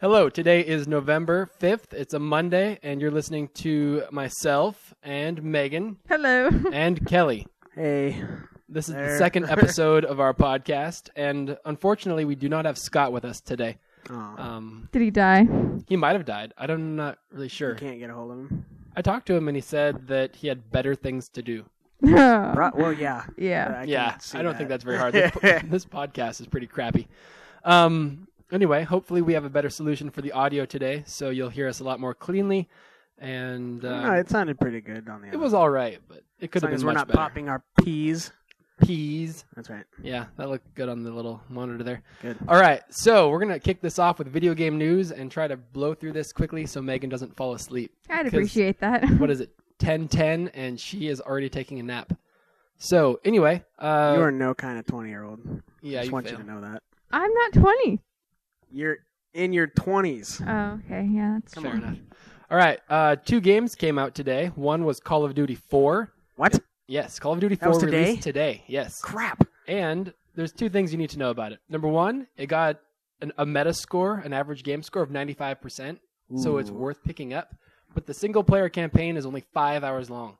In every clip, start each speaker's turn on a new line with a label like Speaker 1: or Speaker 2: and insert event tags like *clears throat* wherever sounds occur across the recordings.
Speaker 1: Hello, today is November 5th. It's a Monday, and you're listening to myself and Megan *laughs*
Speaker 2: Hello.
Speaker 1: and Kelly.
Speaker 3: Hey,
Speaker 1: This is the
Speaker 3: There. *laughs*
Speaker 1: second episode of our podcast, and unfortunately, we do not have Scott with us today.
Speaker 3: Aw,
Speaker 1: Um,
Speaker 2: Did he die?
Speaker 1: he might have died. I don't- I'm not really sure.
Speaker 3: can't get a hold of him.
Speaker 1: I talked to him, and he said that he had better things to do.
Speaker 2: *laughs* Uh,
Speaker 3: Bro- well, yeah,
Speaker 2: yeah.
Speaker 3: I
Speaker 1: yeah,
Speaker 3: can see
Speaker 1: I don't think
Speaker 3: that.
Speaker 1: that's very hard.
Speaker 3: *laughs*
Speaker 1: This, po- this podcast is pretty crappy. Um, anyway, hopefully we have a better solution for the audio today, so you'll hear us a lot more cleanly. And uh,
Speaker 3: no, it sounded pretty good on the.
Speaker 1: it was all right, but it could have
Speaker 3: As long
Speaker 1: been
Speaker 3: as we're
Speaker 1: much
Speaker 3: not
Speaker 1: better.
Speaker 3: popping our peas.
Speaker 1: Peas.
Speaker 3: That's right.
Speaker 1: Yeah, that looked good on the little monitor there.
Speaker 3: Good.
Speaker 1: All right, so we're gonna kick this off with video game news and try to blow through this quickly so Megan doesn't fall asleep.
Speaker 2: I'd
Speaker 1: 'Cause
Speaker 2: appreciate that.
Speaker 1: What is it? Ten ten, and she is already taking a nap. So anyway, uh,
Speaker 3: you are no kind of twenty-year-old.
Speaker 1: yeah,
Speaker 3: just
Speaker 1: you
Speaker 3: want
Speaker 1: fail.
Speaker 3: you to know that
Speaker 2: *laughs* I'm not 20.
Speaker 3: you're in your twenties.
Speaker 2: Oh, okay. Yeah, that's
Speaker 1: Fair enough. All right, uh, two games came out today. One was Call of Duty Four.
Speaker 3: What?
Speaker 1: Yes, Call of Duty
Speaker 3: That
Speaker 1: Four
Speaker 3: was today?
Speaker 1: released today. Yes,
Speaker 3: Crap.
Speaker 1: and there's two things you need to know about it. Number one, it got an, a meta score, an average game score of 95 percent, so it's
Speaker 3: Ooh.
Speaker 1: worth picking up. But the single player campaign is only five hours long.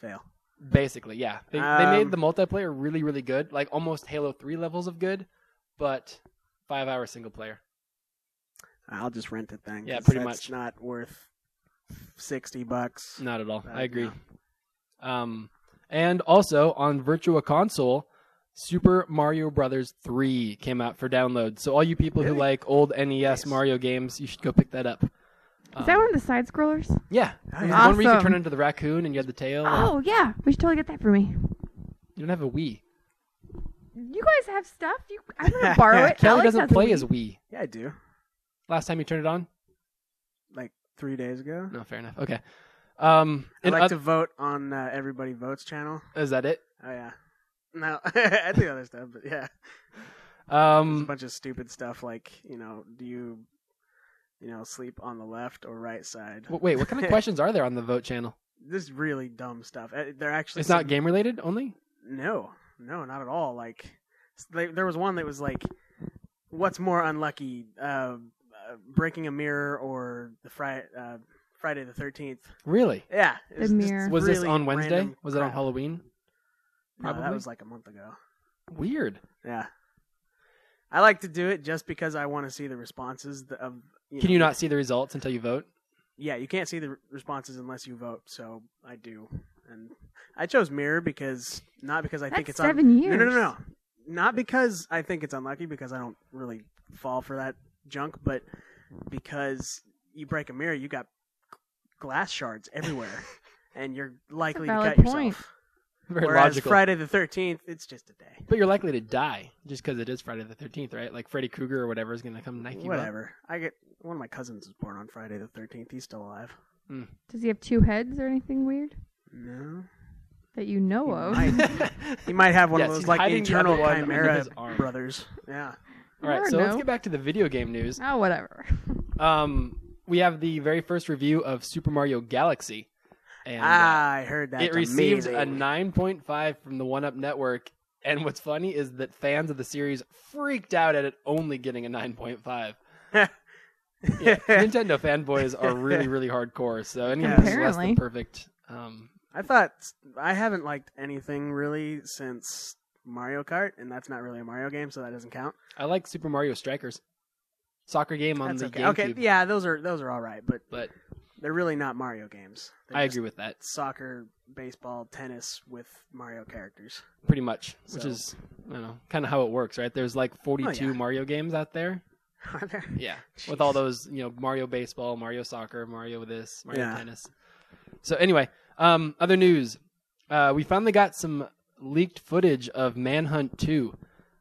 Speaker 3: Fail.
Speaker 1: Basically, yeah, they, they
Speaker 3: Um,
Speaker 1: made the multiplayer really, really good, like almost Halo Three levels of good, but five hour single player.
Speaker 3: I'll just rent the thing.
Speaker 1: Yeah,
Speaker 3: 'cause
Speaker 1: pretty
Speaker 3: that's
Speaker 1: much.
Speaker 3: Not worth sixty bucks.
Speaker 1: Not at all.
Speaker 3: Uh,
Speaker 1: I agree. Um, and also on Virtua Console, Super Mario Brothers 3 came out for download. So all you people who
Speaker 3: Really?
Speaker 1: like old NES
Speaker 3: Nice.
Speaker 1: Mario games, you should go pick that up. Um,
Speaker 2: Is that one of the side scrollers?
Speaker 1: Yeah.
Speaker 3: Oh,
Speaker 1: It was
Speaker 3: yeah.
Speaker 1: the one where you could
Speaker 2: Awesome.
Speaker 1: turn into the raccoon and you had the tail. and-
Speaker 2: Oh, yeah. We should totally get that for me.
Speaker 1: You don't have a Wii.
Speaker 2: You guys have stuff. You,
Speaker 1: *laughs*
Speaker 2: I'm gonna borrow it.
Speaker 1: Kelly
Speaker 2: Alex
Speaker 1: doesn't
Speaker 2: has a
Speaker 1: play
Speaker 2: Wii.
Speaker 1: as Wii.
Speaker 3: Yeah, I do.
Speaker 1: Last time you turned it on?
Speaker 3: Like three days ago.
Speaker 1: No, fair enough. Okay. Um,
Speaker 3: I
Speaker 1: and
Speaker 3: like
Speaker 1: oth-
Speaker 3: to vote on uh, Everybody Votes channel.
Speaker 1: is that it?
Speaker 3: Oh yeah. No, *laughs* I do other stuff, but yeah, there's a
Speaker 1: Um,
Speaker 3: bunch of stupid stuff like you know, do you, you know, sleep on the left or right side?
Speaker 1: w- wait, what
Speaker 3: *laughs*
Speaker 1: kind of questions are there on the vote channel?
Speaker 3: This is really dumb stuff. Uh, They're actually
Speaker 1: It's not game related only?
Speaker 3: No, no, not at all. Like s- they, there was one that was like, what's more unlucky, uh, uh, breaking a mirror or the Friday, uh, Friday the Thirteenth?
Speaker 1: Really?
Speaker 3: Yeah,
Speaker 2: The
Speaker 3: it just
Speaker 2: mirror.
Speaker 1: Was this
Speaker 3: really
Speaker 1: on Wednesday?
Speaker 3: random
Speaker 1: Was it on
Speaker 3: crap.
Speaker 1: Halloween?
Speaker 3: No, that
Speaker 1: Probably.
Speaker 3: was like a month ago.
Speaker 1: Weird.
Speaker 3: Yeah. I like to do it just because I want to see the responses th- of.
Speaker 1: Can you
Speaker 3: know,
Speaker 1: not see the results until you vote? *laughs*
Speaker 3: Yeah, you can't see the re- responses unless you vote. So I do, and I chose mirror because not because I
Speaker 2: That's
Speaker 3: think it's
Speaker 2: seven
Speaker 3: un-
Speaker 2: years.
Speaker 3: No, no, no, no, not because I think it's unlucky because I don't really fall for that junk, but because you break a mirror, you got g- glass shards
Speaker 2: *laughs*
Speaker 3: everywhere, and you're likely to
Speaker 2: valid
Speaker 3: cut
Speaker 2: point.
Speaker 3: yourself.
Speaker 1: Very
Speaker 3: Whereas
Speaker 1: logical.
Speaker 3: Friday the Thirteenth, it's just a day.
Speaker 1: but you're likely to die just because it is Friday the 13th, right? Like Freddy Krueger or whatever is going to come knife you *laughs* up.
Speaker 3: Whatever. I get one of my cousins was born on Friday the thirteenth. He's still alive.
Speaker 2: Does he have two heads or anything weird
Speaker 3: No,
Speaker 2: that you know of?
Speaker 3: He might, he might have one
Speaker 1: Yes,
Speaker 3: of
Speaker 1: he's
Speaker 3: those like
Speaker 1: hiding the other
Speaker 3: internal
Speaker 1: one under
Speaker 3: chimera
Speaker 1: his arm.
Speaker 3: brothers. Yeah,
Speaker 1: All right,
Speaker 2: Or
Speaker 1: so let's
Speaker 2: no.
Speaker 1: get back to the video game news.
Speaker 2: *laughs* Oh, whatever.
Speaker 1: Um, we have the very first review of Super Mario Galaxy. And uh,
Speaker 3: I heard that.
Speaker 1: it received a 9.5 from the One Up Network. And what's funny is that fans of the series freaked out at it only getting a
Speaker 3: *laughs*
Speaker 1: 9.5. Yeah, Nintendo fanboys are really, really hardcore.
Speaker 3: *laughs*
Speaker 1: So anything that's less than
Speaker 2: Apparently.
Speaker 1: perfect. Um,
Speaker 3: I thought I haven't liked anything really since Mario Kart, and that's not really a Mario game, so that doesn't count.
Speaker 1: I like Super Mario Strikers, soccer game on
Speaker 3: that's
Speaker 1: the
Speaker 3: okay.
Speaker 1: GameCube.
Speaker 3: Okay, yeah, those are those are all right, but
Speaker 1: But
Speaker 3: they're really not Mario games. They're
Speaker 1: I
Speaker 3: just
Speaker 1: agree with that
Speaker 3: Soccer, baseball, tennis with Mario characters. *laughs*
Speaker 1: pretty much, which
Speaker 3: So-
Speaker 1: is I don't know, kind of how it works, right? There's like 42
Speaker 3: Oh, yeah.
Speaker 1: Mario games out there,
Speaker 3: Are there?
Speaker 1: yeah, *laughs* with all those you know Mario baseball, Mario soccer, Mario this, Mario
Speaker 3: Yeah.
Speaker 1: tennis. So anyway, um, other news, uh, we finally got some leaked footage of Manhunt 2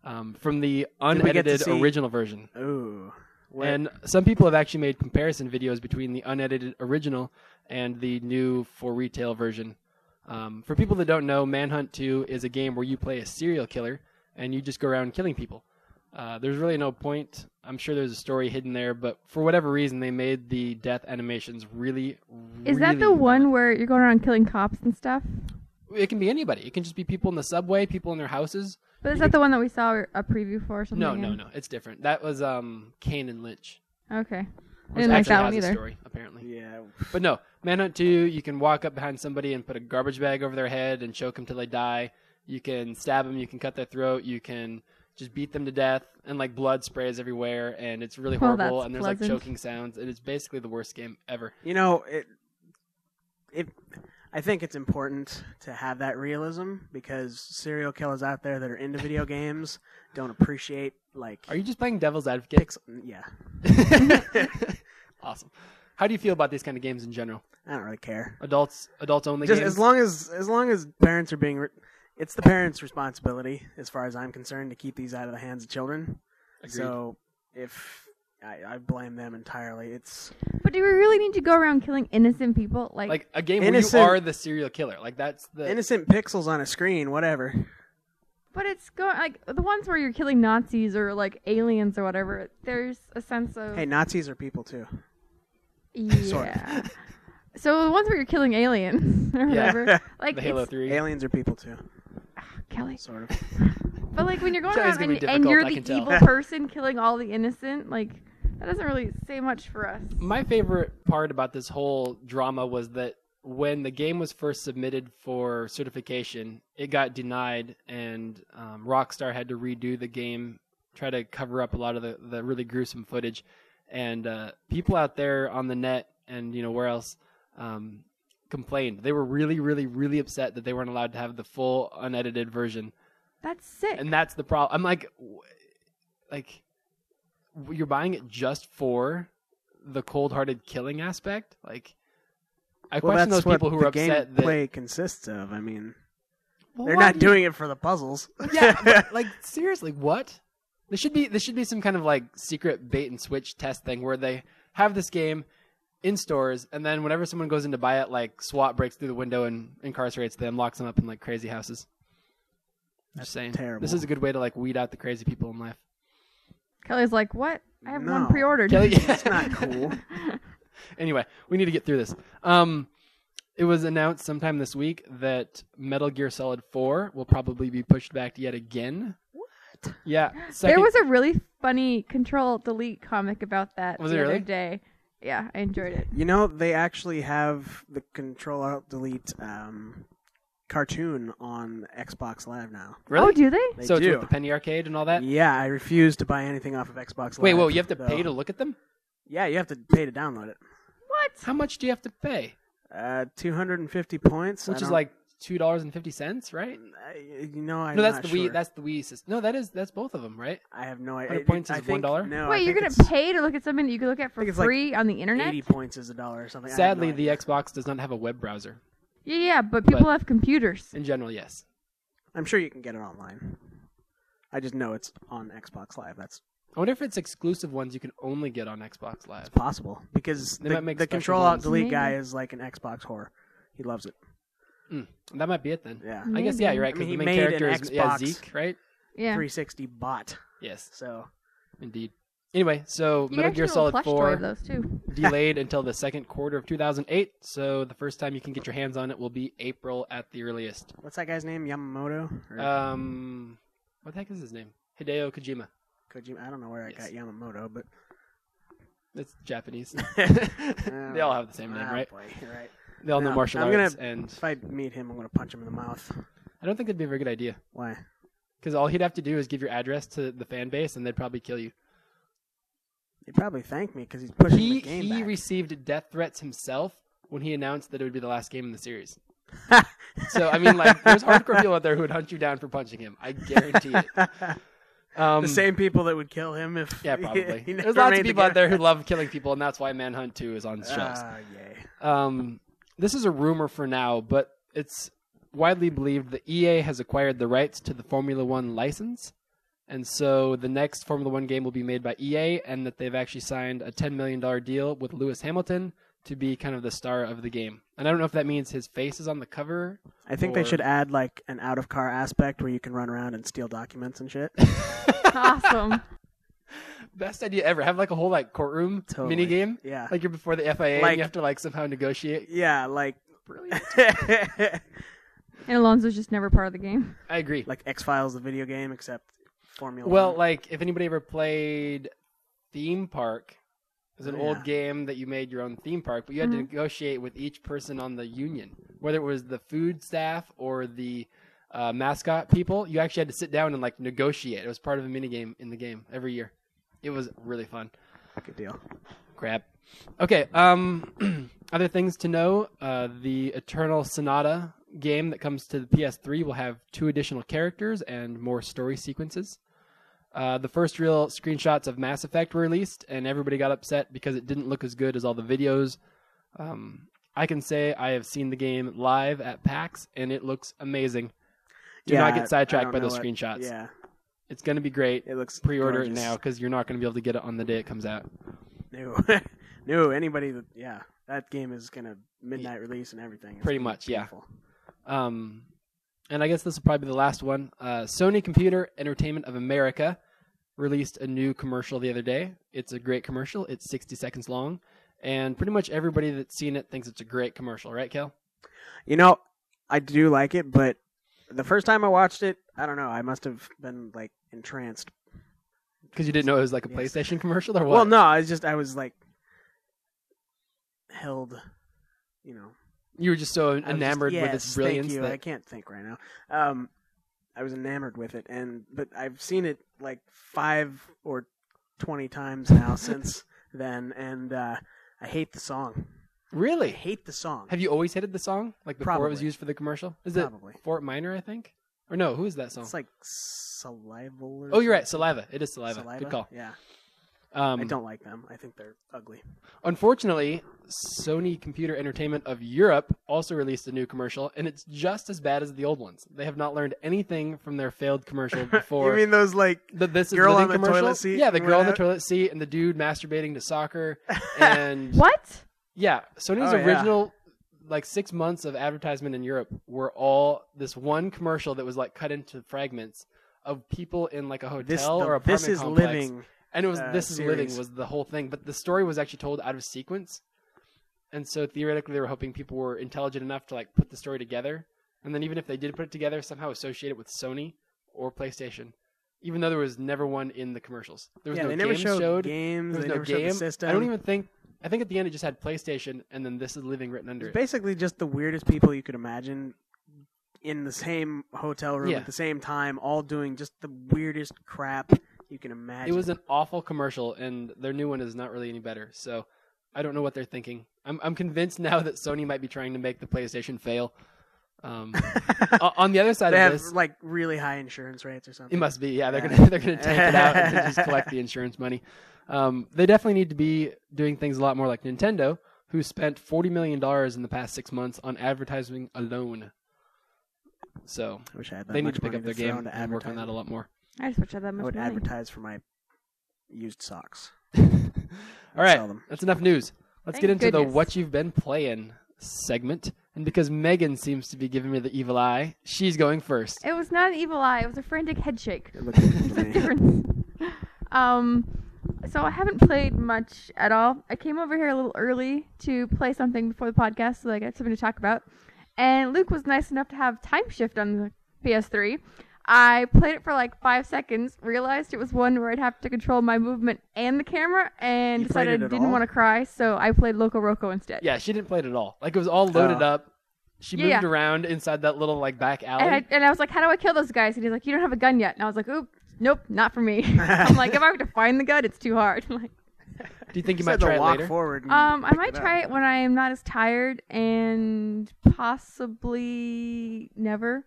Speaker 1: um, from the
Speaker 3: we get to
Speaker 1: unedited
Speaker 3: see-
Speaker 1: original version.
Speaker 3: Ooh, what?
Speaker 1: And some people have actually made comparison videos between the unedited original and the new for retail version. Um, for people that don't know, Manhunt 2 is a game where you play a serial killer and you just go around killing people. Uh, there's really no point. I'm sure there's a story hidden there, but for whatever reason, they made the death animations really.
Speaker 2: Is that
Speaker 1: really
Speaker 2: the
Speaker 1: violent.
Speaker 2: one where you're going around killing cops and stuff?
Speaker 1: It can be anybody. It can just be people in the subway, people in their houses.
Speaker 2: But is that the one that we saw a preview for or something?
Speaker 1: No, no,
Speaker 2: in?
Speaker 1: no. It's different. That was um, Kane and Lynch.
Speaker 2: Okay. I
Speaker 1: Which
Speaker 2: didn't like
Speaker 1: actually
Speaker 2: that one
Speaker 1: has a
Speaker 2: either.
Speaker 1: story, apparently.
Speaker 3: Yeah.
Speaker 1: But no, Manhunt 2, you can walk up behind somebody and put a garbage bag over their head and choke them till they die. You can stab them, you can cut their throat, you can just beat them to death, and like blood sprays everywhere, and it's really
Speaker 2: Well,
Speaker 1: horrible,
Speaker 2: Oh, that's
Speaker 1: and there's like
Speaker 2: pleasant.
Speaker 1: choking sounds, and it's basically the worst game ever.
Speaker 3: You know, it, it, I think it's important to have that realism because serial killers out there that are into video games don't appreciate like
Speaker 1: Are you just playing devil's advocate?
Speaker 3: pixel. Yeah,
Speaker 1: *laughs* awesome. How do you feel about these kind of games in general?
Speaker 3: I don't really care.
Speaker 1: Adults, adults only
Speaker 3: Just
Speaker 1: games.
Speaker 3: as long as as long as parents are being, re- it's the parents' responsibility, as far as I'm concerned, to keep these out of the hands of children.
Speaker 1: Agreed.
Speaker 3: So if I, I blame them entirely, it's
Speaker 2: But do we really need to go around killing innocent people? Like,
Speaker 1: like a game
Speaker 3: Innocent-
Speaker 1: where you are the serial killer. Like that's the
Speaker 3: innocent pixels on a screen,
Speaker 1: Um,
Speaker 3: whatever.
Speaker 2: but it's going like the ones where you're killing Nazis or like aliens or whatever. There's a sense of
Speaker 3: Hey, Nazis are people too. sorry.
Speaker 2: yeah. *laughs* so the ones where you're killing aliens *laughs* or
Speaker 1: Yeah.
Speaker 2: whatever,
Speaker 1: *laughs*
Speaker 2: like
Speaker 1: the Halo
Speaker 2: it's-
Speaker 1: Three.
Speaker 3: Aliens are people too,
Speaker 2: Kelly.
Speaker 3: sort of.
Speaker 2: But like when you're going
Speaker 1: Sorry, it's
Speaker 2: around
Speaker 1: gonna
Speaker 2: and,
Speaker 1: be
Speaker 2: and
Speaker 1: difficult,
Speaker 2: you're
Speaker 1: I
Speaker 2: the
Speaker 1: can tell.
Speaker 2: evil person killing all the innocent, like that doesn't really say much for us.
Speaker 1: my favorite part about this whole drama was that when the game was first submitted for certification, it got denied, and um, Rockstar had to redo the game, try to cover up a lot of the, the really gruesome footage. And uh, people out there on the net and you know where else um, complained. They were really, really, really upset that they weren't allowed to have the full unedited version
Speaker 2: That's sick.
Speaker 1: and that's the problem. I'm like, w- like w- you're buying it just for the cold-hearted killing aspect. Like, I question those people who
Speaker 3: the
Speaker 1: are upset that
Speaker 3: gameplay consists of. I mean,
Speaker 1: Well,
Speaker 3: they're
Speaker 1: why
Speaker 3: not
Speaker 1: do you-
Speaker 3: doing it for the puzzles. *laughs*
Speaker 1: Yeah, but, like seriously, what? There should be there should be some kind of like secret bait and switch test thing where they have this game in stores, and then whenever someone goes in to buy it, like SWAT breaks through the window and incarcerates them, locks them up in like crazy houses. Just saying,
Speaker 3: terrible.
Speaker 1: this is a good way to like weed out the crazy people in life.
Speaker 2: Kelly's like, what? I have
Speaker 3: No.
Speaker 2: one pre-ordered. *laughs*
Speaker 1: Kelly,
Speaker 3: It's not cool.
Speaker 1: anyway, we need to get through this. Um, it was announced sometime this week that Metal Gear Solid 4 will probably be pushed back yet again. What? Yeah. Second,
Speaker 2: there was a really funny Control Delete comic about that
Speaker 1: Was
Speaker 2: the
Speaker 1: it
Speaker 2: other
Speaker 1: really?
Speaker 2: day. Yeah, I enjoyed it.
Speaker 3: You know, they actually have the Control Alt Delete um, cartoon on Xbox Live now.
Speaker 1: really.
Speaker 2: Oh, do they?
Speaker 3: They
Speaker 1: so it's
Speaker 3: do.
Speaker 1: with the Penny Arcade and all that.
Speaker 3: yeah, I refuse to buy anything off of Xbox Live.
Speaker 1: Uh, Wait, whoa! You have to
Speaker 3: though.
Speaker 1: pay to look at them.
Speaker 3: Yeah, you have to pay to download it.
Speaker 1: How
Speaker 2: What?
Speaker 1: much do you have to pay?
Speaker 3: Uh, 250 points, I
Speaker 1: Which is
Speaker 3: don't-
Speaker 1: like two dollars and fifty cents, right?
Speaker 3: I- you know, I'm
Speaker 1: no, that's
Speaker 3: not
Speaker 1: the
Speaker 3: sure.
Speaker 1: Wii. That's the Wii system. No, that is that's both of them, right?
Speaker 3: I have no idea.
Speaker 1: 100 points
Speaker 3: I
Speaker 1: is
Speaker 3: think-
Speaker 1: $1?
Speaker 3: No, I
Speaker 2: Wait, you're
Speaker 3: think
Speaker 2: gonna
Speaker 3: it's
Speaker 2: pay to look at something that you can look at for
Speaker 3: think it's like
Speaker 2: free on the internet?
Speaker 3: 80 points is a dollar or something. I have no
Speaker 1: Sadly, the
Speaker 3: idea.
Speaker 1: Xbox does not have a web browser.
Speaker 2: Yeah, yeah, but people
Speaker 1: But-
Speaker 2: have computers.
Speaker 1: In general, yes.
Speaker 3: I'm sure you can get it online. I just know it's on Xbox Live. That's
Speaker 1: I wonder if it's exclusive ones you can only get on Xbox Live.
Speaker 3: possible because
Speaker 1: They
Speaker 3: the,
Speaker 1: might make
Speaker 3: the
Speaker 1: special
Speaker 3: Control Alt
Speaker 1: ones.
Speaker 3: Delete
Speaker 2: Maybe.
Speaker 3: guy is like an Xbox whore. He loves it.
Speaker 1: That might be it then.
Speaker 3: Yeah,
Speaker 2: Mm,
Speaker 1: I guess yeah, you're right.
Speaker 3: I
Speaker 1: Because
Speaker 3: mean, he
Speaker 1: the main
Speaker 3: made an
Speaker 1: character is yeah,
Speaker 3: Xbox.
Speaker 1: Zeke, right?
Speaker 2: Yeah.
Speaker 3: 360 bot.
Speaker 1: Yes,
Speaker 3: So
Speaker 1: indeed. Anyway, so
Speaker 2: You
Speaker 1: Metal
Speaker 2: actually
Speaker 1: Gear
Speaker 2: have a
Speaker 1: Solid
Speaker 2: plush toy of
Speaker 1: 4
Speaker 2: those
Speaker 3: *laughs*
Speaker 2: too. *laughs*
Speaker 1: delayed until the second quarter of 2008. So the first time you can get your hands on it will be April at the earliest.
Speaker 3: what's that guy's name? Yamamoto or
Speaker 1: Um, what the heck is his name? Hideo Kojima.
Speaker 3: Kojima? I don't know where I
Speaker 1: yes.
Speaker 3: got Yamamoto, but
Speaker 1: That's
Speaker 3: *laughs*
Speaker 1: Japanese.
Speaker 3: Oh.
Speaker 1: *laughs* they all have the same name,
Speaker 3: Ah,
Speaker 1: right?
Speaker 3: boy, you're right.
Speaker 1: They all know
Speaker 3: No,
Speaker 1: martial
Speaker 3: I'm gonna-
Speaker 1: arts, and
Speaker 3: If I meet him, I'm gonna punch him in the mouth.
Speaker 1: I don't think that'd be a very good idea.
Speaker 3: Why?
Speaker 1: Because all he'd have to do is give your address to the fan base, and they'd probably kill you.
Speaker 3: He'd probably thank me because he's pushing
Speaker 1: He
Speaker 3: the game
Speaker 1: he
Speaker 3: back.
Speaker 1: received death threats himself when he announced that it would be the last game in the
Speaker 3: *laughs*
Speaker 1: series. so I mean, like, there's hardcore people out there who would hunt you down for punching him. I guarantee it. Um,
Speaker 3: *laughs* the same people that would kill him if
Speaker 1: Yeah, probably.
Speaker 3: *laughs* he
Speaker 1: There's
Speaker 3: never
Speaker 1: lots
Speaker 3: made
Speaker 1: of
Speaker 3: the
Speaker 1: people out
Speaker 3: game.
Speaker 1: there who love killing people, and that's why Manhunt 2 is on shelves.
Speaker 3: Ah, yay.
Speaker 1: Um, this is a rumor for now, but it's widely believed that EA has acquired the rights to the Formula One license. And so the next Formula One game will be made by EA, and that they've actually signed a $10 million deal with Lewis Hamilton to be kind of the star of the game. And I don't know if that means his face is on the cover.
Speaker 3: I think they
Speaker 1: or-
Speaker 3: should add like an out of car aspect where you can run around and steal documents
Speaker 1: *laughs*
Speaker 3: and shit.
Speaker 2: awesome.
Speaker 1: Best idea ever. Have like a whole like courtroom
Speaker 3: Totally.
Speaker 1: mini game.
Speaker 3: Yeah.
Speaker 1: Like you're before the FIA and
Speaker 3: Like-
Speaker 1: you have to like somehow negotiate.
Speaker 3: yeah, like
Speaker 1: Brilliant.
Speaker 2: And Alonzo's just never part of the game.
Speaker 1: I agree.
Speaker 3: *laughs* like X Files, the video game, except Formula
Speaker 1: Well,
Speaker 3: One.
Speaker 1: like if anybody ever played Theme Park, was an
Speaker 3: Oh,
Speaker 1: old
Speaker 3: yeah.
Speaker 1: game that you made your own theme park, but you had to
Speaker 2: Mhm.
Speaker 1: negotiate with each person on the union, whether it was the food staff or the uh, mascot people. You actually had to sit down and like negotiate. It was part of a mini game in the game every year. It was really fun.
Speaker 3: Good deal.
Speaker 1: Crap. Okay. Um, *clears throat* other things to know: uh, the Eternal Sonata game that comes to the PS3 will have two additional characters and more story sequences. Uh, the first real screenshots of Mass Effect were released, and everybody got upset because it didn't look as good as all the videos. Um, I can say I have seen the game live at PAX, and it looks amazing. Do
Speaker 3: Yeah,
Speaker 1: not
Speaker 3: I- I
Speaker 1: get sidetracked
Speaker 3: don't
Speaker 1: by
Speaker 3: know
Speaker 1: those
Speaker 3: what-
Speaker 1: screenshots.
Speaker 3: Yeah,
Speaker 1: It's going to be great.
Speaker 3: it looks.
Speaker 1: Pre-order
Speaker 3: gorgeous.
Speaker 1: it now because you're not going to be able to get it on the day it comes out.
Speaker 3: *laughs* No, no. Anybody that yeah, that game is gonna midnight release and everything. It's
Speaker 1: Pretty
Speaker 3: gonna be
Speaker 1: much, yeah.
Speaker 3: beautiful.
Speaker 1: Um, and I guess this will probably be the last one. Uh, Sony Computer Entertainment of America released a new commercial the other day. It's a great commercial. It's 60 seconds long, and pretty much everybody that's seen it thinks it's a great commercial, right, Kel?
Speaker 3: You know, I do like it, but the first time I watched it, I don't know. I must have been like entranced.
Speaker 1: Because you didn't know it was like a
Speaker 3: Yes.
Speaker 1: PlayStation commercial or what?
Speaker 3: Well, no, I was just I was like held. You know,
Speaker 1: you were just so
Speaker 3: I was just-
Speaker 1: enamored with its
Speaker 3: yes,
Speaker 1: brilliance
Speaker 3: Thank you. I
Speaker 1: that
Speaker 3: can't think right now. Um, I was enamored with it, and but I've seen it like five or twenty
Speaker 1: *laughs*
Speaker 3: times now since then, and uh, I hate the song. I
Speaker 1: really.
Speaker 3: hate the song.
Speaker 1: Have you always hated the song? Like before it was
Speaker 3: Probably.
Speaker 1: used for the commercial? Is
Speaker 3: Probably.
Speaker 1: it Fort Minor? I think, or no? Who is that song?
Speaker 3: It's like salival. Or
Speaker 1: oh, you're right.
Speaker 3: something.
Speaker 1: Saliva. It is saliva. Good call.
Speaker 3: Yeah,
Speaker 1: Um,
Speaker 3: I don't like them. I think they're ugly.
Speaker 1: Unfortunately, Sony Computer Entertainment of Europe also released a new commercial, and it's just as bad as the old ones. They have not learned anything from their failed
Speaker 3: *laughs*
Speaker 1: commercial before.
Speaker 3: those like?
Speaker 1: the this
Speaker 3: girl
Speaker 1: is Living
Speaker 3: on the
Speaker 1: commercial?
Speaker 3: toilet seat
Speaker 1: Yeah, the
Speaker 3: and
Speaker 1: girl on the
Speaker 3: whatnot?
Speaker 1: toilet seat and the dude masturbating to
Speaker 3: *laughs*
Speaker 1: soccer. And
Speaker 2: What?
Speaker 1: yeah, Sony's
Speaker 3: Oh, yeah.
Speaker 1: original like six months of advertisement in Europe were all this one commercial that was like cut into fragments of people in like a hotel
Speaker 3: This, the-
Speaker 1: or apartment
Speaker 3: this is
Speaker 1: complex.
Speaker 3: living.
Speaker 1: And it was
Speaker 3: uh,
Speaker 1: this is living
Speaker 3: series.
Speaker 1: was the whole thing, but the story was actually told out of sequence, and so theoretically they were hoping people were intelligent enough to like put the story together, and then even if they did put it together, somehow associate it with Sony or PlayStation, even though there was never one in the commercials. There was
Speaker 3: yeah,
Speaker 1: no
Speaker 3: they never
Speaker 1: game
Speaker 3: showed,
Speaker 1: showed.
Speaker 3: games.
Speaker 1: there was
Speaker 3: They
Speaker 1: no
Speaker 3: never showed
Speaker 1: game.
Speaker 3: the system.
Speaker 1: I don't even think. I think at the end it just had PlayStation and then this is living written under
Speaker 3: It's
Speaker 1: it.
Speaker 3: basically just the weirdest people you could imagine in the same hotel room
Speaker 1: Yeah.
Speaker 3: at the same time, all doing just the weirdest crap you can
Speaker 1: It
Speaker 3: imagine.
Speaker 1: was an awful commercial, and their new one is not really any better. So I don't know what they're thinking. I'm I'm convinced now that Sony might be trying to make the PlayStation fail.
Speaker 3: *laughs*
Speaker 1: Um, o- on the other side
Speaker 3: they
Speaker 1: of
Speaker 3: have
Speaker 1: this,
Speaker 3: like really high insurance rates or something.
Speaker 1: it must be yeah they're
Speaker 3: Yeah.
Speaker 1: gonna they're gonna tank it out and then just collect the insurance money. Um, they definitely need to be doing things a lot more like Nintendo, who spent forty million dollars in the past six months on advertising alone. So
Speaker 3: I wish I had that
Speaker 1: they need
Speaker 3: much
Speaker 1: to pick
Speaker 3: money
Speaker 1: up their
Speaker 3: throw
Speaker 1: game
Speaker 3: into
Speaker 1: and work on that a
Speaker 3: advertising.
Speaker 1: lot more.
Speaker 2: I just wish I had that
Speaker 3: I
Speaker 2: much
Speaker 3: would
Speaker 2: money.
Speaker 3: advertise for my
Speaker 1: *laughs*
Speaker 3: used socks.
Speaker 1: All right,
Speaker 3: Sell them.
Speaker 1: that's enough news. Let's
Speaker 2: Thank
Speaker 1: get into the
Speaker 2: goodness.
Speaker 1: what you've been playing segment. And because Megan seems to be giving me the evil eye, she's going first.
Speaker 2: It was not an evil eye. It was a frantic head shake.
Speaker 3: It looked good
Speaker 2: It's
Speaker 3: to
Speaker 2: a *laughs*
Speaker 3: me.
Speaker 2: difference. Um, so I haven't played much at all. I came over here a little early to play something before the podcast, so that I got something to talk about. And Luke was nice enough to have Time Shift on the PS3. I played it for like five seconds, realized it was one where I'd have to control my movement and the camera, and
Speaker 3: You played
Speaker 2: decided
Speaker 3: it
Speaker 2: I
Speaker 3: at
Speaker 2: didn't
Speaker 3: all?
Speaker 2: want to cry, so I played Loco Roco instead.
Speaker 1: Yeah, she didn't play it at all. Like it was all loaded
Speaker 3: Oh.
Speaker 1: up. She
Speaker 2: Yeah,
Speaker 1: moved
Speaker 2: yeah.
Speaker 1: around inside that little like back alley.
Speaker 2: And I, and I was like, how do I kill those guys? And he's like, you don't have a gun yet. And I was like, oop, nope, not for
Speaker 3: *laughs*
Speaker 2: me. *laughs* I'm like, if I were to find the gun, it's too hard. *laughs* like,
Speaker 1: Do you think you
Speaker 3: Said
Speaker 1: might
Speaker 3: to
Speaker 1: try it
Speaker 3: walk
Speaker 1: later?
Speaker 3: forward. and
Speaker 2: um, I
Speaker 3: pick
Speaker 2: might
Speaker 3: up.
Speaker 2: try it when I am not as tired and possibly never.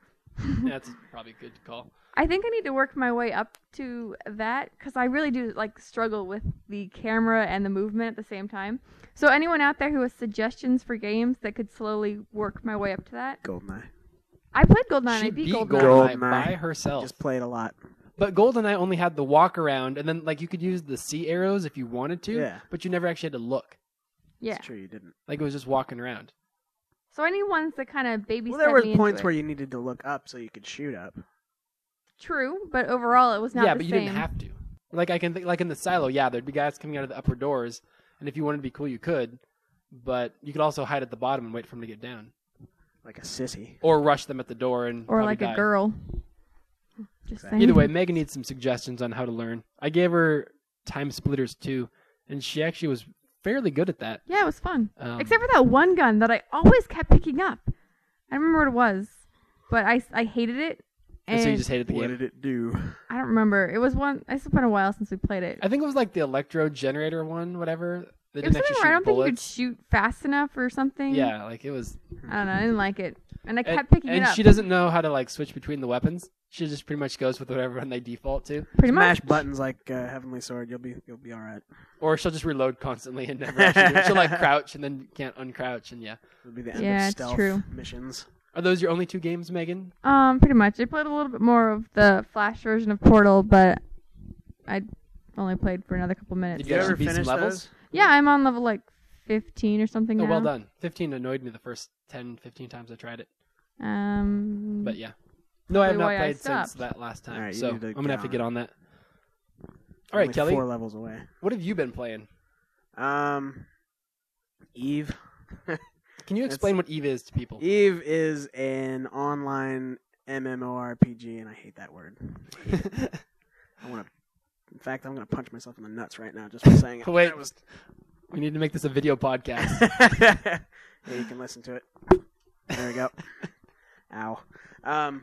Speaker 1: That's probably a good call.
Speaker 2: I think I need to work my way up to that because I really do like struggle with the camera and the movement at the same time. So anyone out there who has suggestions for games that could slowly work my way up to that,
Speaker 3: Goldeneye.
Speaker 2: I played Goldeneye. and
Speaker 1: she
Speaker 2: I beat
Speaker 1: beat Goldeneye,
Speaker 2: Goldeneye.
Speaker 3: Goldeneye.
Speaker 1: by herself.
Speaker 3: Just play it a lot.
Speaker 1: But Goldeneye only had the walk around, and then like you could use the C arrows if you wanted to,
Speaker 3: Yeah.
Speaker 1: but you never actually had to look.
Speaker 2: Yeah.
Speaker 3: It's true you didn't.
Speaker 1: Like it was just walking around.
Speaker 2: So I need ones that kind of baby.
Speaker 3: Well, there were points where you needed to look up so you could shoot up.
Speaker 2: True, but overall it was not.
Speaker 1: yeah,
Speaker 2: the
Speaker 1: but you
Speaker 2: same.
Speaker 1: didn't have to. Like I can think, like in the silo, yeah, there'd be guys coming out of the upper doors, and if you wanted to be cool, you could, but you could also hide at the bottom and wait for them to get down,
Speaker 3: Like a sissy.
Speaker 1: or rush them at the door and
Speaker 2: or
Speaker 1: probably
Speaker 2: like
Speaker 1: die.
Speaker 2: a girl. Just
Speaker 3: Exactly.
Speaker 2: saying.
Speaker 1: Either way, Megan needs some suggestions on how to learn. I gave her Time Splitters two, and she actually was fairly good at that.
Speaker 2: Yeah, it was fun.
Speaker 1: Um,
Speaker 2: Except for that one gun that I always kept picking up. I don't remember what it was, but I, I hated it.
Speaker 1: and
Speaker 2: And
Speaker 1: so you just hated the
Speaker 3: What
Speaker 1: game.
Speaker 3: did it do?
Speaker 2: I don't remember. It was one. It's been a while since we played it.
Speaker 1: I think it was like the electro generator one, whatever. They
Speaker 2: It
Speaker 1: didn't
Speaker 2: was something
Speaker 1: actually
Speaker 2: where I
Speaker 1: shoot
Speaker 2: don't
Speaker 1: bullets.
Speaker 2: think you could shoot fast enough or something.
Speaker 1: Yeah, like it was.
Speaker 2: I don't know. I didn't like it, and I *laughs*
Speaker 1: And,
Speaker 2: kept picking
Speaker 1: and
Speaker 2: it up.
Speaker 1: she doesn't know how to like switch between the weapons. She just pretty much goes with whatever one they default to,
Speaker 2: pretty
Speaker 3: Smash
Speaker 2: much.
Speaker 3: buttons like uh, Heavenly Sword. You'll be you'll be all right.
Speaker 1: or she'll just reload constantly and never actually. do it. She'll
Speaker 2: *laughs*
Speaker 1: like crouch and then can't uncrouch, and yeah.
Speaker 3: It'll be the end
Speaker 2: Yeah,
Speaker 3: of
Speaker 2: it's
Speaker 3: stealth
Speaker 2: true.
Speaker 3: missions.
Speaker 1: Are those your only two games, Megan?
Speaker 2: Um, pretty much. I played a little bit more of the Flash version of Portal, but I only played for another couple minutes.
Speaker 1: Did you
Speaker 2: so-
Speaker 1: ever- be some levels?
Speaker 3: those?
Speaker 2: Yeah, I'm on level like 15 or something
Speaker 1: Oh,
Speaker 2: now.
Speaker 1: well done. 15 annoyed me the first 10, 15 times I tried it.
Speaker 2: Um,
Speaker 1: But yeah. No, I have
Speaker 2: Probably
Speaker 1: not
Speaker 2: why I
Speaker 1: played since
Speaker 2: stopped.
Speaker 1: that last time.
Speaker 3: All right, you
Speaker 1: so I'm
Speaker 3: need to
Speaker 1: going to
Speaker 3: get
Speaker 1: have to
Speaker 3: on
Speaker 1: get
Speaker 3: it.
Speaker 1: on that. All right,
Speaker 3: Only
Speaker 1: Kelly.
Speaker 3: Four levels away.
Speaker 1: What have you been playing?
Speaker 3: Um, Eve.
Speaker 1: Can you
Speaker 3: It's-
Speaker 1: explain what Eve is to people?
Speaker 3: Eve is an online MMORPG, and I hate that word. I want to. In fact, I'm going to punch myself in the nuts right now just for saying
Speaker 1: *laughs*
Speaker 3: it. *laughs*
Speaker 1: Wait.
Speaker 3: That was-
Speaker 1: we need to make this a video podcast.
Speaker 3: yeah, you can listen to it. There we go. Ow. Um,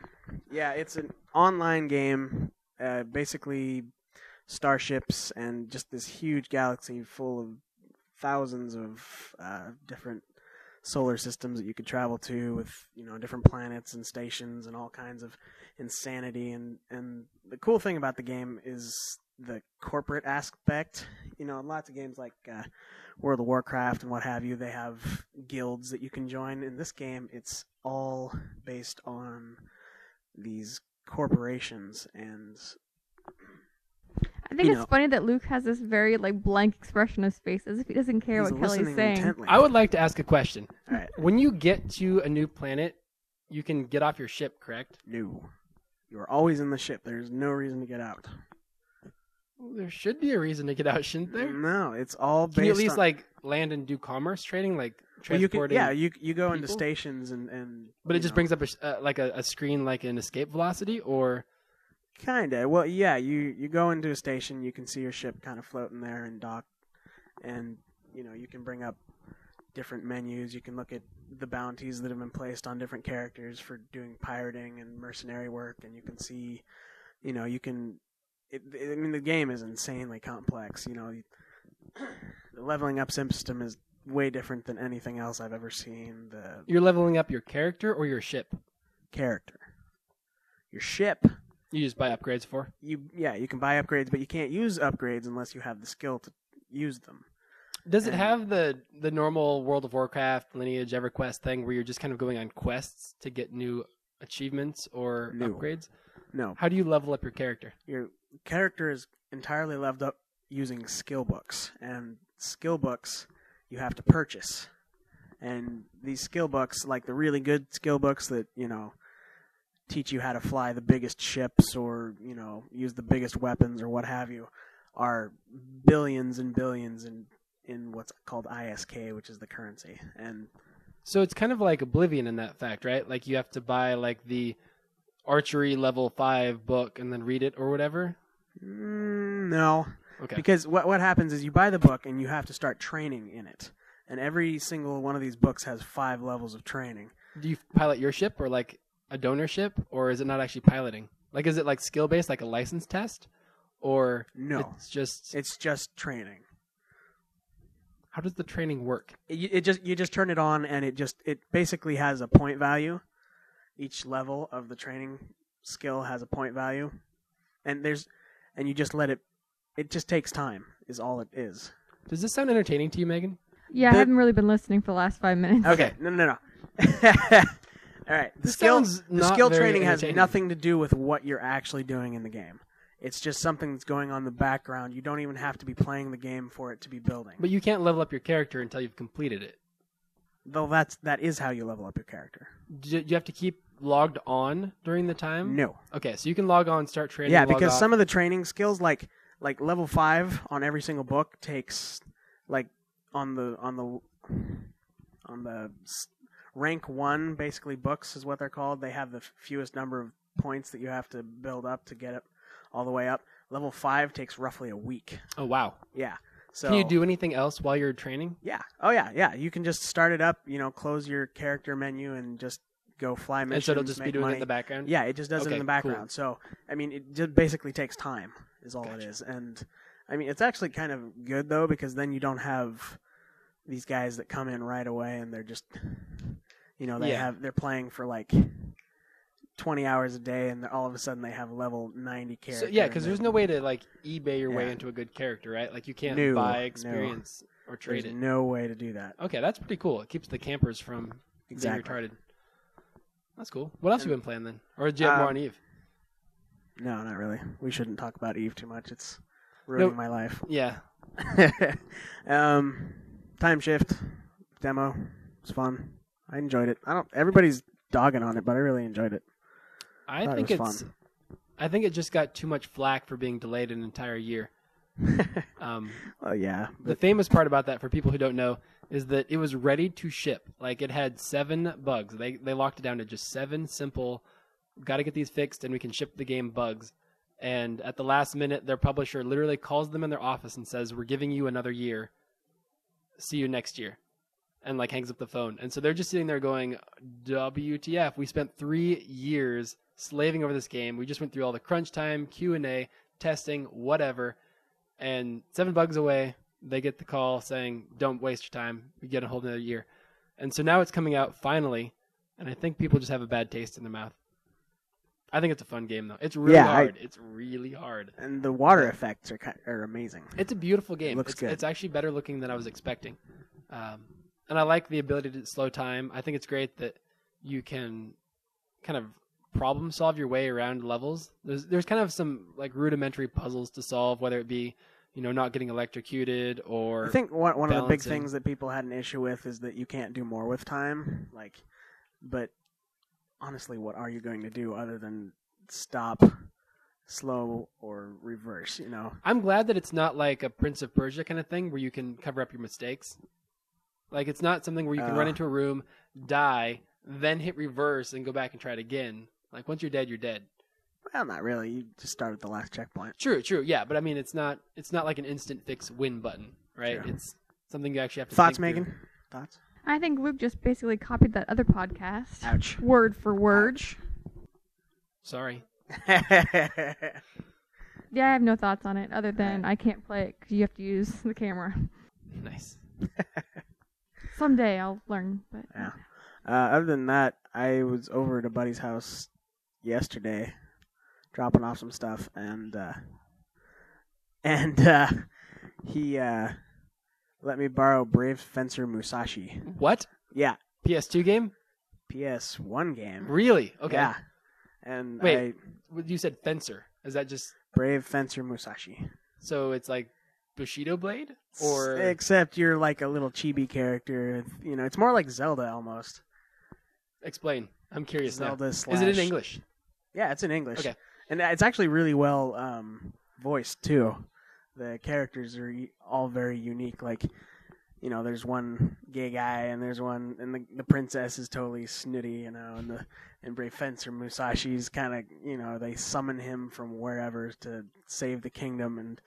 Speaker 3: yeah, it's an online game, uh, basically starships and just this huge galaxy full of thousands of uh, different solar systems that you could travel to with you know different planets and stations and all kinds of insanity and and the cool thing about the game is the corporate aspect you know lots of games like uh, World of Warcraft and what have you, they have guilds that you can join. In this game, it's all based on these corporations and
Speaker 2: I think
Speaker 3: you
Speaker 2: it's
Speaker 3: know.
Speaker 2: funny that Luke has this very like blank expression on his face, as if he doesn't care
Speaker 3: he's
Speaker 2: what Kelly's
Speaker 3: listening
Speaker 2: saying.
Speaker 3: intently.
Speaker 1: I would like to ask a question.
Speaker 3: All right.
Speaker 1: When you get to a new planet, you can get off your ship, correct?
Speaker 3: No. You are always in the ship. There's no reason to get out.
Speaker 1: There should be a reason to get out, shouldn't there?
Speaker 3: No, it's all Mm, based
Speaker 1: Can you at least
Speaker 3: on...
Speaker 1: like land and do commerce trading, like
Speaker 3: Well, you can,
Speaker 1: transporting?
Speaker 3: yeah, you you go into
Speaker 1: people?
Speaker 3: stations and, and
Speaker 1: but it
Speaker 3: you
Speaker 1: just
Speaker 3: know,
Speaker 1: brings up a, sh- uh, like a, a screen, like an escape velocity, or
Speaker 3: Kinda. Well, yeah. You you go into a station, you can see your ship kind of floating there and dock, and you know you can bring up different menus. You can look at the bounties that have been placed on different characters for doing pirating and mercenary work, and you can see, you know, you can. It, it- I mean, the game is insanely complex. You know, you- the leveling up system is way different than anything else I've ever seen. The
Speaker 1: you're leveling up your character or your ship.
Speaker 3: character, your ship,
Speaker 1: You just buy upgrades for.
Speaker 3: you yeah you can buy upgrades but you can't use upgrades unless you have the skill to use them
Speaker 1: Does it
Speaker 3: And-
Speaker 1: have the the normal World of Warcraft, Lineage, EverQuest thing where you're just kind of going on quests to get new achievements or
Speaker 3: No.
Speaker 1: upgrades?
Speaker 3: no
Speaker 1: How do you level up your character?
Speaker 3: your character is entirely leveled up using skill books and skill books you have to purchase and these skill books like the really good skill books that you know teach you how to fly the biggest ships or you know use the biggest weapons or what have you are billions and billions in in what's called ISK which is the currency and
Speaker 1: So it's kind of like Oblivion in that fact, right? Like you have to buy like the archery level 5 book and then read it or whatever.
Speaker 3: mm, no
Speaker 1: Okay.
Speaker 3: Because what what happens is you buy the book and you have to start training in it. And every single one of these books has five levels of training.
Speaker 1: do you pilot your ship or like a donor ship or is it not actually piloting? Like is it like skill based like a license test or
Speaker 3: No.
Speaker 1: it's just
Speaker 3: It's just training.
Speaker 1: how does the training work?
Speaker 3: It, it just you just turn it on and it just it basically has a point value. Each level of the training skill has a point value. And there's and you just let it it just takes time is all it is.
Speaker 1: Does this sound entertaining to you, Megan?
Speaker 2: Yeah, I
Speaker 3: The-
Speaker 2: haven't really been listening for the last five minutes.
Speaker 3: Okay, no no *laughs* no. no. all right. The
Speaker 1: This
Speaker 3: skill
Speaker 1: sounds
Speaker 3: the
Speaker 1: not
Speaker 3: skill
Speaker 1: very
Speaker 3: training has
Speaker 1: entertaining.
Speaker 3: nothing to do with what you're actually doing in the game. It's just something that's going on in the background. You don't even have to be playing the game for it to be building.
Speaker 1: But you can't level up your character until you've completed it.
Speaker 3: Though that's that is how you level up your character.
Speaker 1: Do do you have to keep logged on during the time?
Speaker 3: No.
Speaker 1: Okay, so you can log on, start training.
Speaker 3: Yeah,
Speaker 1: log
Speaker 3: because
Speaker 1: off.
Speaker 3: some of the training skills like like level 5 on every single book takes like on the on the on the s- rank 1 basically books is what they're called. They have the f- fewest number of points that you have to build up to get it all the way up. Level 5 takes roughly a week.
Speaker 1: Oh wow.
Speaker 3: Yeah. So
Speaker 1: Can you do anything else while you're training?
Speaker 3: Yeah. Oh yeah, yeah. You can just start it up. You know, close your character menu and just go fly missions.
Speaker 1: and so it'll just be
Speaker 3: make
Speaker 1: doing
Speaker 3: money.
Speaker 1: it in the background.
Speaker 3: Yeah, it just does it
Speaker 1: Okay,
Speaker 3: in the
Speaker 1: cool.
Speaker 3: background. So I mean, it just basically takes time is all it
Speaker 1: Gotcha.
Speaker 3: is, and I mean, it's actually kind of good though because then you don't have these guys that come in right away and they're just, you know, they
Speaker 1: Yeah.
Speaker 3: have they're playing for like. 20 hours a day and they're- all of a sudden they have level 90 character
Speaker 1: So, yeah,
Speaker 3: and
Speaker 1: because
Speaker 3: they're-
Speaker 1: there's no way to like eBay your way
Speaker 3: Yeah.
Speaker 1: into a good character, right? Like you can't
Speaker 3: No,
Speaker 1: buy
Speaker 3: no.
Speaker 1: experience or trade
Speaker 3: there's
Speaker 1: it.
Speaker 3: no way to do that
Speaker 1: Okay, that's pretty cool. It keeps the campers from
Speaker 3: exactly
Speaker 1: being retarded. That's cool. What else
Speaker 3: And-
Speaker 1: you been playing then? Or did you have more
Speaker 3: Um,
Speaker 1: on Eve?
Speaker 3: No, not really. We shouldn't talk about Eve too much. It's ruining my life.
Speaker 1: Yeah.
Speaker 3: *laughs* um, time shift demo. It's fun. I enjoyed it. I don't. Everybody's dogging on it, but I really enjoyed it.
Speaker 1: I
Speaker 3: Thought it
Speaker 1: think it's
Speaker 3: was fun.
Speaker 1: I think it just got too much flack for being delayed an entire
Speaker 3: *laughs*
Speaker 1: year. Um,
Speaker 3: Oh yeah.
Speaker 1: the
Speaker 3: But,
Speaker 1: famous part about that for people who don't know is that it was ready to ship. Like it had seven bugs. They they locked it down to just seven simple got to get these fixed and we can ship the game bugs. And at the last minute their publisher literally calls them in their office and says, "We're giving you another year. See you next year." And like hangs up the phone. And so they're just sitting there going, "WTF? We spent 3 years slaving over this game. We just went through all the crunch time, Q&A, testing, whatever." and seven bugs away, they get the call saying, "Don't waste your time. You get a whole another year." And so now it's coming out finally, and I think people just have a bad taste in their mouth. I think it's a fun game though. It's really
Speaker 3: Yeah, I-
Speaker 1: hard. It's really hard.
Speaker 3: and the water effects are ki- are amazing.
Speaker 1: It's a beautiful game.
Speaker 3: looks
Speaker 1: it's,
Speaker 3: good.
Speaker 1: it's actually better looking than I was expecting, um, and I like the ability to slow time. I think it's great that you can kind of problem solve your way around levels. There's there's kind of some like rudimentary puzzles to solve, whether it be you know not getting electrocuted or
Speaker 3: I think one one of the big
Speaker 1: balancing.
Speaker 3: things that people had an issue with is that you can't do more with time. Like, but honestly, what are you going to do other than stop, slow, or reverse? You know.
Speaker 1: I'm glad that it's not like a Prince of Persia kind of thing where you can cover up your mistakes. Like it's not something where you can
Speaker 3: Oh.
Speaker 1: run into a room, die, then hit reverse and go back and try it again. Like once you're dead, you're dead.
Speaker 3: Well, not really. You just start at the last checkpoint.
Speaker 1: True, true, yeah. But I mean, it's not it's not like an instant fix win button, right?
Speaker 3: True.
Speaker 1: It's something you actually have to
Speaker 3: Thoughts,
Speaker 1: think through.
Speaker 3: Megan? Thoughts?
Speaker 2: I think Luke just basically copied that other podcast.
Speaker 3: Ouch.
Speaker 2: Word for word.
Speaker 1: Sorry,
Speaker 3: *laughs*
Speaker 2: Yeah, I have no thoughts on it other than I can't play it because you have to use the camera.
Speaker 1: nice.
Speaker 2: Someday I'll learn, but
Speaker 3: Yeah. uh, other than that, I was over at a buddy's house yesterday, dropping off some stuff, and uh, *laughs* and uh, he uh, let me borrow Brave Fencer Musashi.
Speaker 1: What
Speaker 3: Yeah,
Speaker 1: PS2 game?
Speaker 3: PS One game.
Speaker 1: Really? Okay.
Speaker 3: Yeah, and
Speaker 1: Wait.
Speaker 3: I,
Speaker 1: You said fencer. Is that just
Speaker 3: Brave Fencer Musashi.
Speaker 1: so? It's like Bushido Blade, or
Speaker 3: except you're like a little chibi character. You know, it's more like Zelda almost.
Speaker 1: explain. I'm curious now.
Speaker 3: Zelda slash.
Speaker 1: Is it in English?
Speaker 3: Yeah, it's in English.
Speaker 1: Okay.
Speaker 3: And it's actually really well um, voiced too. The characters are y- all very unique. Like, you know, there's one gay guy, and there's one, and the, the princess is totally snooty, you know, and the and Brave Fencer Musashi's kind of, you know, they summon him from wherever to save the kingdom, and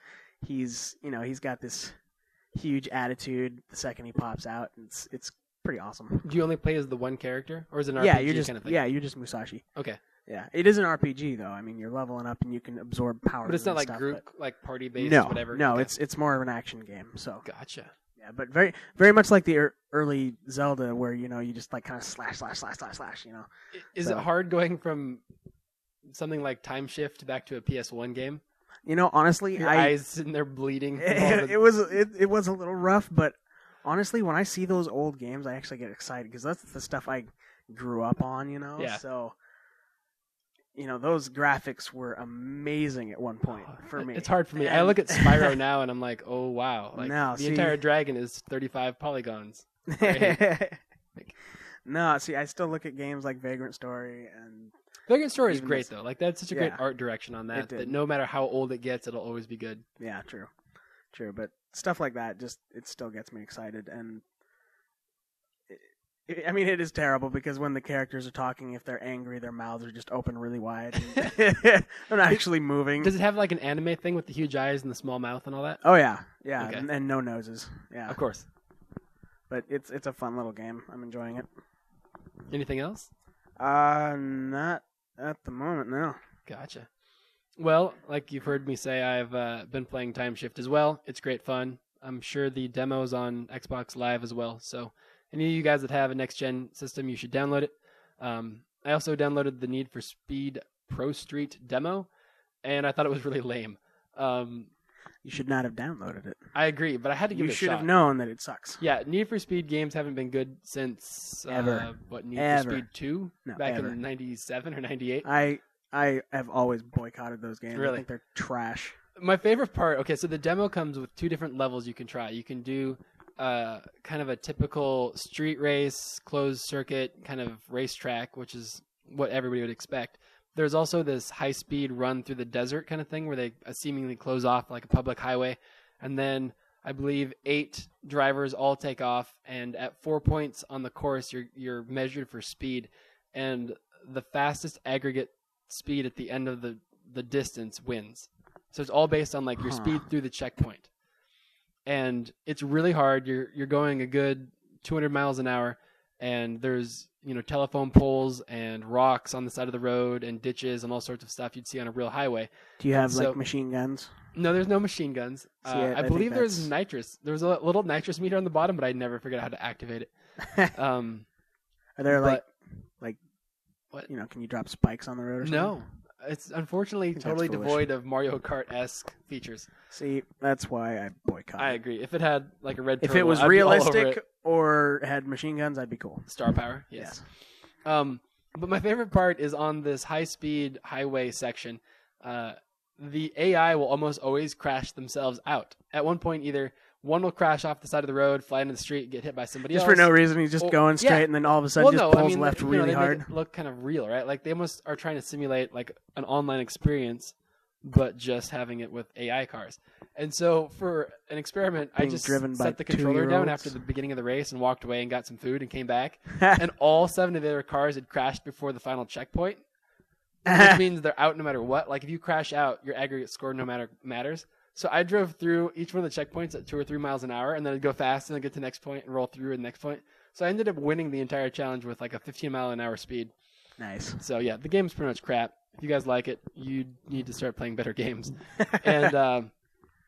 Speaker 3: he's, you know, he's got this huge attitude the second he pops out. and It's it's pretty awesome.
Speaker 1: Do you only play as the one character, or is it an
Speaker 3: yeah,
Speaker 1: RPG
Speaker 3: you're just
Speaker 1: kind of thing?
Speaker 3: yeah, you're just Musashi.
Speaker 1: Okay,
Speaker 3: Yeah, it is an RPG though. I mean, you're leveling up and you can absorb powers.
Speaker 1: but it's not
Speaker 3: and
Speaker 1: like
Speaker 3: stuff,
Speaker 1: group,
Speaker 3: but-
Speaker 1: like party based,
Speaker 3: no,
Speaker 1: whatever.
Speaker 3: No,
Speaker 1: Okay.
Speaker 3: it's it's more of an action game. So
Speaker 1: gotcha.
Speaker 3: yeah, but very very much like the er- early Zelda, where you know you just like kind of slash slash slash slash slash. You know,
Speaker 1: I- Is
Speaker 3: So-
Speaker 1: it hard going from something like Time Shift back to a PS1 game?
Speaker 3: you know. Honestly,
Speaker 1: Your
Speaker 3: *laughs* I
Speaker 1: eyes *laughs* sitting there bleeding. from
Speaker 3: *laughs*
Speaker 1: all
Speaker 3: it,
Speaker 1: the-
Speaker 3: it was it, it was a little rough, but honestly, when I see those old games, I actually get excited because that's the stuff I grew up on. You know,
Speaker 1: Yeah.
Speaker 3: so. You know those graphics were amazing at one point for me.
Speaker 1: Oh, It's hard for me. I
Speaker 3: And-
Speaker 1: look
Speaker 3: *laughs*
Speaker 1: at Spyro now and I'm like, oh wow, like
Speaker 3: No,
Speaker 1: the
Speaker 3: see-
Speaker 1: entire dragon is 35 polygons.
Speaker 3: *laughs* no, see, I still look at games like Vagrant Story, and
Speaker 1: Dragon Story is
Speaker 3: Even
Speaker 1: great
Speaker 3: this-
Speaker 1: though. Like that's such a great
Speaker 3: Yeah.
Speaker 1: art direction on that.
Speaker 3: It
Speaker 1: That
Speaker 3: did.
Speaker 1: no matter how old it gets, it'll always be
Speaker 3: *laughs*
Speaker 1: good.
Speaker 3: yeah, true, true. But stuff like that just it still gets me excited, and it, I mean, it is terrible because when the characters are talking, if they're angry, their mouths are just open really wide.
Speaker 1: *laughs*
Speaker 3: *laughs* they're not actually moving.
Speaker 1: Does it have like an anime thing with the huge eyes and the small mouth and all that?
Speaker 3: oh yeah, yeah,
Speaker 1: Okay.
Speaker 3: and, and no noses. Yeah,
Speaker 1: Of course.
Speaker 3: but it's it's a fun little game. I'm enjoying it.
Speaker 1: Anything else?
Speaker 3: Uh, not at the moment. No.
Speaker 1: Gotcha. Well, like you've heard me say, I've uh, been playing Time Shift as well. It's great fun. I'm sure the demo's on Xbox Live as well. So, any of you guys that have a next gen system, you should download it. Um, I also downloaded the Need for Speed Pro Street demo, and I thought it was really lame. Um,
Speaker 3: You should not have downloaded it.
Speaker 1: I agree, but I had to give
Speaker 3: You
Speaker 1: it a
Speaker 3: should
Speaker 1: shot.
Speaker 3: have known that it sucks.
Speaker 1: Yeah, Need for Speed games haven't been good since Uh,
Speaker 3: Ever.
Speaker 1: what Need
Speaker 3: Ever.
Speaker 1: for Speed Two
Speaker 3: No,
Speaker 1: back
Speaker 3: ever.
Speaker 1: in '97 or '98.
Speaker 3: I I have always boycotted those games. I
Speaker 1: Really?
Speaker 3: think they're trash.
Speaker 1: my favorite part okay so the demo comes with two different levels you can try you can do uh, kind of a typical street race closed circuit kind of racetrack which is what everybody would expect there's also this high speed run through the desert kind of thing where they uh, seemingly close off like a public highway and then i believe eight drivers all take off and at four points on the course you're you're measured for speed and the fastest aggregate speed at the end of the the distance wins so it's all based on like your
Speaker 3: Huh.
Speaker 1: speed through the checkpoint. And it's really hard. You're you're going a good 200 miles an hour and there's, you know, telephone poles and rocks on the side of the road and ditches and all sorts of stuff you'd see on a real highway.
Speaker 3: Do you have
Speaker 1: So-
Speaker 3: like machine guns?
Speaker 1: No, there's no machine guns.
Speaker 3: See,
Speaker 1: Uh,
Speaker 3: I- I
Speaker 1: I,
Speaker 3: think
Speaker 1: believe there's
Speaker 3: that's-
Speaker 1: nitrous. There was a little nitrous meter on the bottom, but I never figured out how to activate
Speaker 3: *laughs*
Speaker 1: it. Um
Speaker 3: Are there like like
Speaker 1: What?
Speaker 3: you know? Can you drop spikes on the road or something?
Speaker 1: no. It's unfortunately
Speaker 3: think that's
Speaker 1: totally
Speaker 3: foolish.
Speaker 1: devoid of Mario Kart esque features.
Speaker 3: See, that's why I boycott.
Speaker 1: I agree. If it had like a red
Speaker 3: Uh, if
Speaker 1: turtle,
Speaker 3: it was
Speaker 1: I'd be all over
Speaker 3: realistic
Speaker 1: it.
Speaker 3: or had machine guns, I'd be cool.
Speaker 1: star power, yes. Um, but my favorite part is on this high speed highway section. Uh, the AI will almost always crash themselves out. At one point, either one will crash off the side of the road, fly into the street, get hit by somebody
Speaker 3: Just
Speaker 1: else.
Speaker 3: for no reason, he's just
Speaker 1: Well,
Speaker 3: going straight,
Speaker 1: yeah.
Speaker 3: and then all of a sudden
Speaker 1: well,
Speaker 3: just
Speaker 1: no,
Speaker 3: pulls
Speaker 1: I mean,
Speaker 3: left
Speaker 1: you know,
Speaker 3: really
Speaker 1: they
Speaker 3: hard.
Speaker 1: Make it look kind of real, right? Like they almost are trying to simulate like an online experience, but just having it with AI cars. And so, for an experiment, I
Speaker 3: Being
Speaker 1: just
Speaker 3: driven by
Speaker 1: set the controller down
Speaker 3: two-year-olds.
Speaker 1: after the beginning of the race and walked away and got some food and came back,
Speaker 3: *laughs*
Speaker 1: and all seven of their cars had crashed before the final checkpoint,
Speaker 3: *laughs*
Speaker 1: which means they're out no matter what. Like if you crash out, your aggregate score no matter matters. So I drove through each one of the checkpoints at two or three miles an hour, and then I'd go fast, and then get to the next point and roll through and next point. So I ended up winning the entire challenge with like a 15 mile an hour speed.
Speaker 3: nice.
Speaker 1: So yeah, the game's pretty much crap. If you guys like it, you need to start playing better games. and um,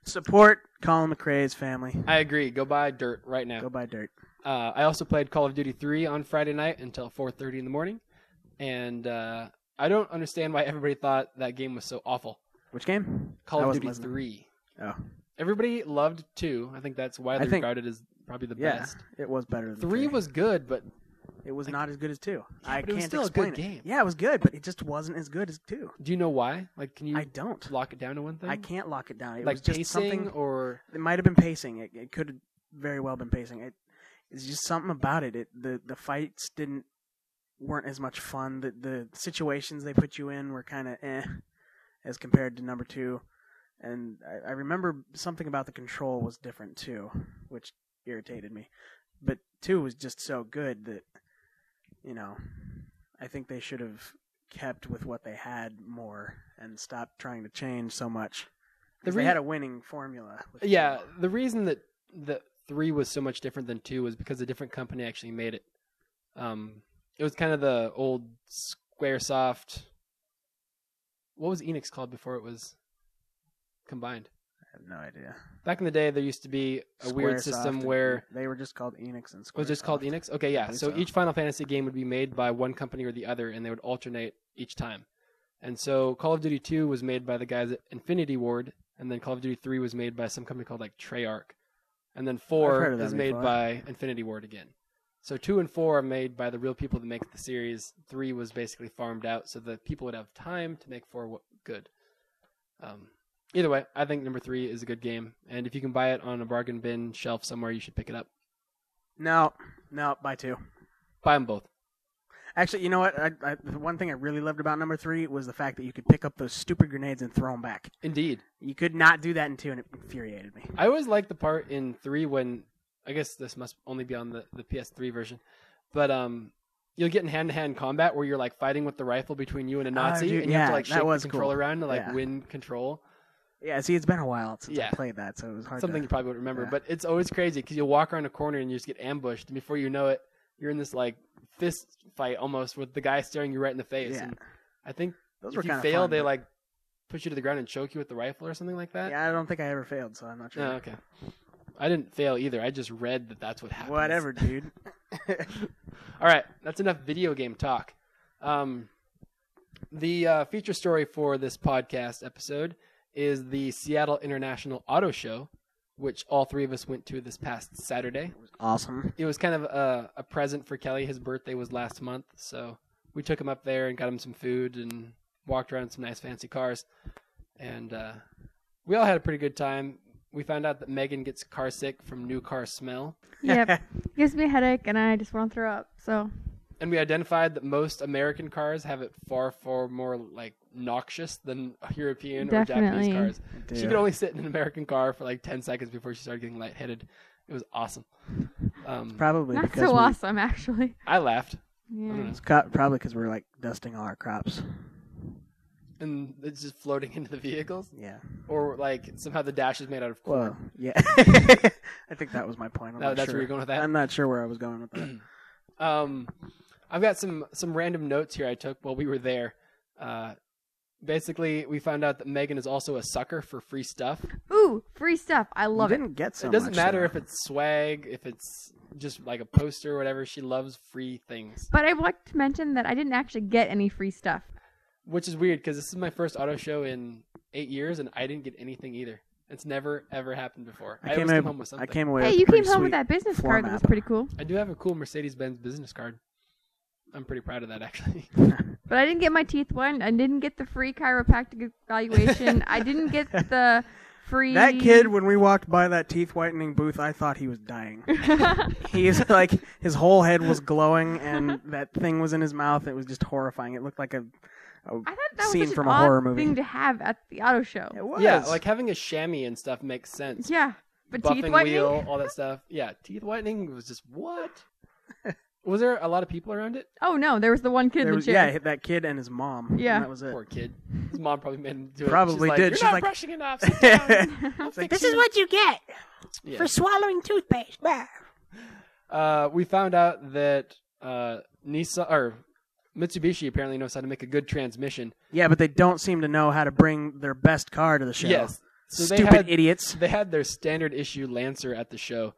Speaker 3: Support Colin McRae's family.
Speaker 1: I agree. Go buy Dirt right now.
Speaker 3: Go buy dirt.
Speaker 1: Uh, I also played Call of Duty 3 on Friday night until 4:30 in the morning, and uh, I don't understand why everybody thought that game was so awful.
Speaker 3: Which game? I
Speaker 1: Call of
Speaker 3: wasn't
Speaker 1: Duty
Speaker 3: listening.
Speaker 1: 3.
Speaker 3: Oh,
Speaker 1: Everybody loved 2. I think that's widely
Speaker 3: I think-
Speaker 1: regarded as probably the
Speaker 3: yeah,
Speaker 1: best.
Speaker 3: it was better than
Speaker 1: 3 was good, but
Speaker 3: It was not as good as two.
Speaker 1: Yeah,
Speaker 3: I
Speaker 1: but it was
Speaker 3: can't
Speaker 1: still a
Speaker 3: explain
Speaker 1: good
Speaker 3: it.
Speaker 1: game.
Speaker 3: Yeah, it was good, but it just wasn't as good as two.
Speaker 1: do you know why? Like can you
Speaker 3: I don't.
Speaker 1: lock it down to one thing?
Speaker 3: I can't lock it down. It
Speaker 1: like
Speaker 3: was just
Speaker 1: pacing
Speaker 3: something.
Speaker 1: or
Speaker 3: It might have been pacing. It, it could have very well been pacing. It, it's just something about it. It the the fights didn't weren't as much fun. The the situations they put you in were kind of eh, as compared to number two. And I, I remember something about the control was different too, which irritated me. But two was just so good that you know, I think they should have kept with what they had more and stopped trying to change so much.
Speaker 1: The
Speaker 3: 'Cause they
Speaker 1: rea-
Speaker 3: had a winning formula. with two.
Speaker 1: Yeah, the reason that that three was so much different than two was because a different company actually made it. Um, it was kind of the old SquareSoft. What was Enix called before it was combined?
Speaker 3: I have no idea.
Speaker 1: Back in the day, there used to be a weird
Speaker 3: Squaresoft
Speaker 1: system
Speaker 3: and- E,
Speaker 1: where
Speaker 3: they were just called Enix and Square.
Speaker 1: was just called Enix. Okay, yeah.
Speaker 3: believe
Speaker 1: So,
Speaker 3: so.
Speaker 1: each Final Fantasy game would be made by one company or the other, and they would alternate each time. And so Call of Duty 2 was made by the guys at Infinity Ward, and then Call of Duty 3 was made by some company called like Treyarch, and then
Speaker 3: I've heard
Speaker 1: 4
Speaker 3: of that
Speaker 1: is made
Speaker 3: before.
Speaker 1: by Infinity Ward again. So 2 and 4 are made by the real people that make the series. 3 was basically farmed out so that people would have time to make 4 wo- good. Um, either way, I think number 3 is a good game, and if you can buy it on a bargain bin shelf somewhere, you should pick it up.
Speaker 3: No, no, by two.
Speaker 1: Buy them both.
Speaker 3: Actually, you know what? I, I, the one thing I really loved about number three was the fact that you could pick up those stupid grenades and throw them back.
Speaker 1: Indeed.
Speaker 3: You could not do that in two, and it infuriated me.
Speaker 1: I always like the part in three when I guess this must only be on the, the PS3 version But um, you'll get in hand-to-hand combat where you're like fighting with the rifle between you and a
Speaker 3: Ah,
Speaker 1: Nazi,
Speaker 3: dude,
Speaker 1: and you have
Speaker 3: yeah,
Speaker 1: to like
Speaker 3: that
Speaker 1: shake
Speaker 3: was
Speaker 1: the control
Speaker 3: cool.
Speaker 1: around to like
Speaker 3: Yeah.
Speaker 1: win control.
Speaker 3: Yeah, see, it's been a while since
Speaker 1: Yeah.
Speaker 3: I played that, so it was hard.
Speaker 1: Something you
Speaker 3: to...
Speaker 1: probably would remember,
Speaker 3: yeah.
Speaker 1: but it's always crazy because you'll walk around a corner and you just get ambushed, and before you know it, you're in this like fist fight almost with the guy staring you right in the face.
Speaker 3: Yeah.
Speaker 1: And I think
Speaker 3: Those were
Speaker 1: if you
Speaker 3: kind
Speaker 1: fail,
Speaker 3: of fun,
Speaker 1: they
Speaker 3: but-
Speaker 1: like push you to the ground and choke you with the rifle or something like that.
Speaker 3: Yeah, I don't think I ever failed, so I'm not sure.
Speaker 1: Oh, okay. I didn't fail either. I just read that that's what happens. *laughs*
Speaker 3: Whatever, dude.
Speaker 1: All right, that's enough video game talk. Um, the uh, feature story for this podcast episode is the Seattle International Auto Show, which all three of us went to this past Saturday.
Speaker 3: awesome.
Speaker 1: It was kind of a, a present for Kelly. His birthday was last month, so we took him up there and got him some food and walked around some nice fancy cars, and uh, we all had a pretty good time. We found out that Megan gets car sick from new car smell.
Speaker 3: *laughs*
Speaker 2: Yep. gives me a headache and I just want to throw up. So
Speaker 1: and we identified that most American cars have it far, far more like noxious than European or
Speaker 2: Definitely.
Speaker 1: Japanese cars. She
Speaker 3: Dude.
Speaker 1: could only sit in an American car for like ten seconds before she started getting lightheaded. It was awesome. Um,
Speaker 3: Probably
Speaker 2: not
Speaker 3: because
Speaker 2: so
Speaker 3: we...
Speaker 2: awesome actually.
Speaker 1: I laughed,
Speaker 2: Yeah.
Speaker 1: don't know.
Speaker 3: It's co- probably because we're like dusting all our crops.
Speaker 1: and it's just floating *laughs* into the vehicles,
Speaker 3: Yeah.
Speaker 1: or like somehow the dash is made out of corn.
Speaker 3: Well, yeah. *laughs* I think that was my point. I'm
Speaker 1: That-
Speaker 3: not
Speaker 1: that's
Speaker 3: sure.
Speaker 1: where you're going with that.
Speaker 3: I'm not sure where I was going with that.
Speaker 1: Um, I've got some some random notes here I took while we were there. Uh, basically, we found out that Megan is also a sucker for free stuff.
Speaker 2: Ooh, free stuff. I
Speaker 3: You
Speaker 2: *clears throat* love it.
Speaker 3: didn't get so
Speaker 1: it doesn't
Speaker 3: much,
Speaker 1: matter
Speaker 3: though.
Speaker 1: if it's swag, if it's just like a poster or whatever. She loves free things,
Speaker 2: But I would like to mention that I didn't actually get any free stuff.
Speaker 1: which is weird because this is my first auto show in eight years, and I didn't get anything either. It's never ever happened before. I,
Speaker 3: I came,
Speaker 1: always
Speaker 3: away-
Speaker 1: come home with
Speaker 3: I
Speaker 1: something. I,
Speaker 3: came away.
Speaker 2: Hey,
Speaker 3: with
Speaker 2: you
Speaker 3: a pretty
Speaker 2: came home
Speaker 3: sweet
Speaker 2: with that business
Speaker 3: floor
Speaker 2: card that was
Speaker 3: map.
Speaker 2: pretty cool.
Speaker 1: do have a cool Mercedes Benz business card. I'm pretty proud of that actually. *laughs*
Speaker 2: But I didn't get my teeth one. I didn't get the free chiropractic evaluation. I didn't
Speaker 3: *laughs*
Speaker 2: get the free
Speaker 3: That
Speaker 2: *laughs*
Speaker 3: kid, when we walked by that teeth whitening booth, I thought he was dying. He's *laughs* like his whole head was glowing,
Speaker 2: *laughs*
Speaker 3: and that thing was in his mouth. It was just horrifying. It looked like a,
Speaker 2: I
Speaker 3: a
Speaker 2: thought that was
Speaker 3: scene
Speaker 2: such
Speaker 3: from
Speaker 2: an
Speaker 3: a horror
Speaker 2: odd
Speaker 3: movie.
Speaker 2: thing to have at the auto show.
Speaker 3: It was.
Speaker 1: yeah, like having a chamois and stuff makes sense.
Speaker 2: Yeah, but
Speaker 1: Buffing
Speaker 2: teeth whitening.
Speaker 1: wheel, all that stuff. Yeah, teeth whitening was just what. Was there a lot of people around it?
Speaker 2: Oh no, there was the one kid
Speaker 3: there
Speaker 2: in the
Speaker 3: was,
Speaker 2: chair.
Speaker 3: yeah, that kid and his mom. and
Speaker 2: Yeah.
Speaker 3: that was it. *laughs*
Speaker 1: Poor kid. His mom probably made him do it.
Speaker 3: Probably
Speaker 1: She's like,
Speaker 3: did.
Speaker 1: You're
Speaker 3: She's
Speaker 1: not
Speaker 3: like-
Speaker 1: brushing enough.
Speaker 3: *laughs*
Speaker 1: Sit down. I'll
Speaker 3: It's like,
Speaker 1: fix
Speaker 4: This is
Speaker 1: you."
Speaker 4: what you get
Speaker 1: Yeah.
Speaker 4: for swallowing toothpaste. Bah.
Speaker 1: uh, we found out that uh, Nissan or Mitsubishi apparently knows how to make a good transmission.
Speaker 3: yeah, but they don't seem to know how to bring their best car to the show.
Speaker 1: Yes, so they
Speaker 3: Stupid
Speaker 1: had
Speaker 3: idiots.
Speaker 1: they had their standard issue Lancer at the show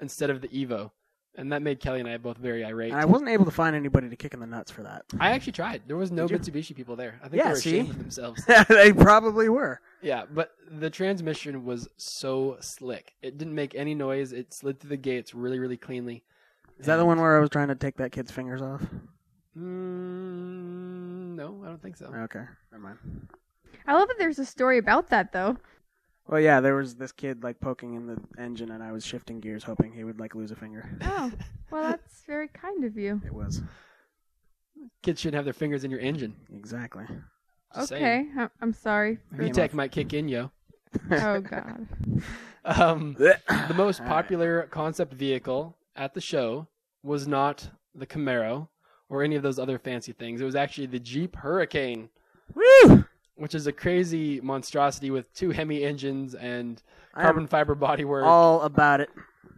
Speaker 1: instead of the Evo, and that made Kelly and I both very irate.
Speaker 3: And I wasn't able to find anybody to kick in the nuts for *laughs* that.
Speaker 1: I actually tried. There was no
Speaker 3: Did
Speaker 1: Mitsubishi people there. I think
Speaker 3: Yeah,
Speaker 1: they were
Speaker 3: see?
Speaker 1: ashamed of themselves.
Speaker 3: they probably were.
Speaker 1: yeah, but the transmission was so slick. It didn't make any noise. It slid through the gates really, really cleanly.
Speaker 3: Is that the one where I was trying to take that kid's fingers off?
Speaker 1: Mm, no, I don't think so.
Speaker 3: Okay, never mind.
Speaker 2: *laughs* I love that there's a story about that though.
Speaker 3: Well, yeah, there was this kid like poking in the engine, and I was shifting gears, hoping he would like lose a finger.
Speaker 2: Oh, well,
Speaker 3: *laughs*
Speaker 2: that's very kind of you.
Speaker 3: It was
Speaker 1: Kids shouldn't have their fingers in your engine.
Speaker 3: exactly.
Speaker 1: Just saying.
Speaker 2: okay, I- I'm sorry. for-
Speaker 3: *laughs* Came
Speaker 1: VTech might kick in, yo.
Speaker 2: oh god.
Speaker 1: Um, the most
Speaker 3: All right.
Speaker 1: popular concept vehicle at the show was not the Camaro or any of those other fancy things. It was actually the Jeep Hurricane,
Speaker 3: Woo!
Speaker 1: which is a crazy monstrosity with two Hemi engines and
Speaker 3: I am
Speaker 1: carbon fiber bodywork.
Speaker 3: all about it.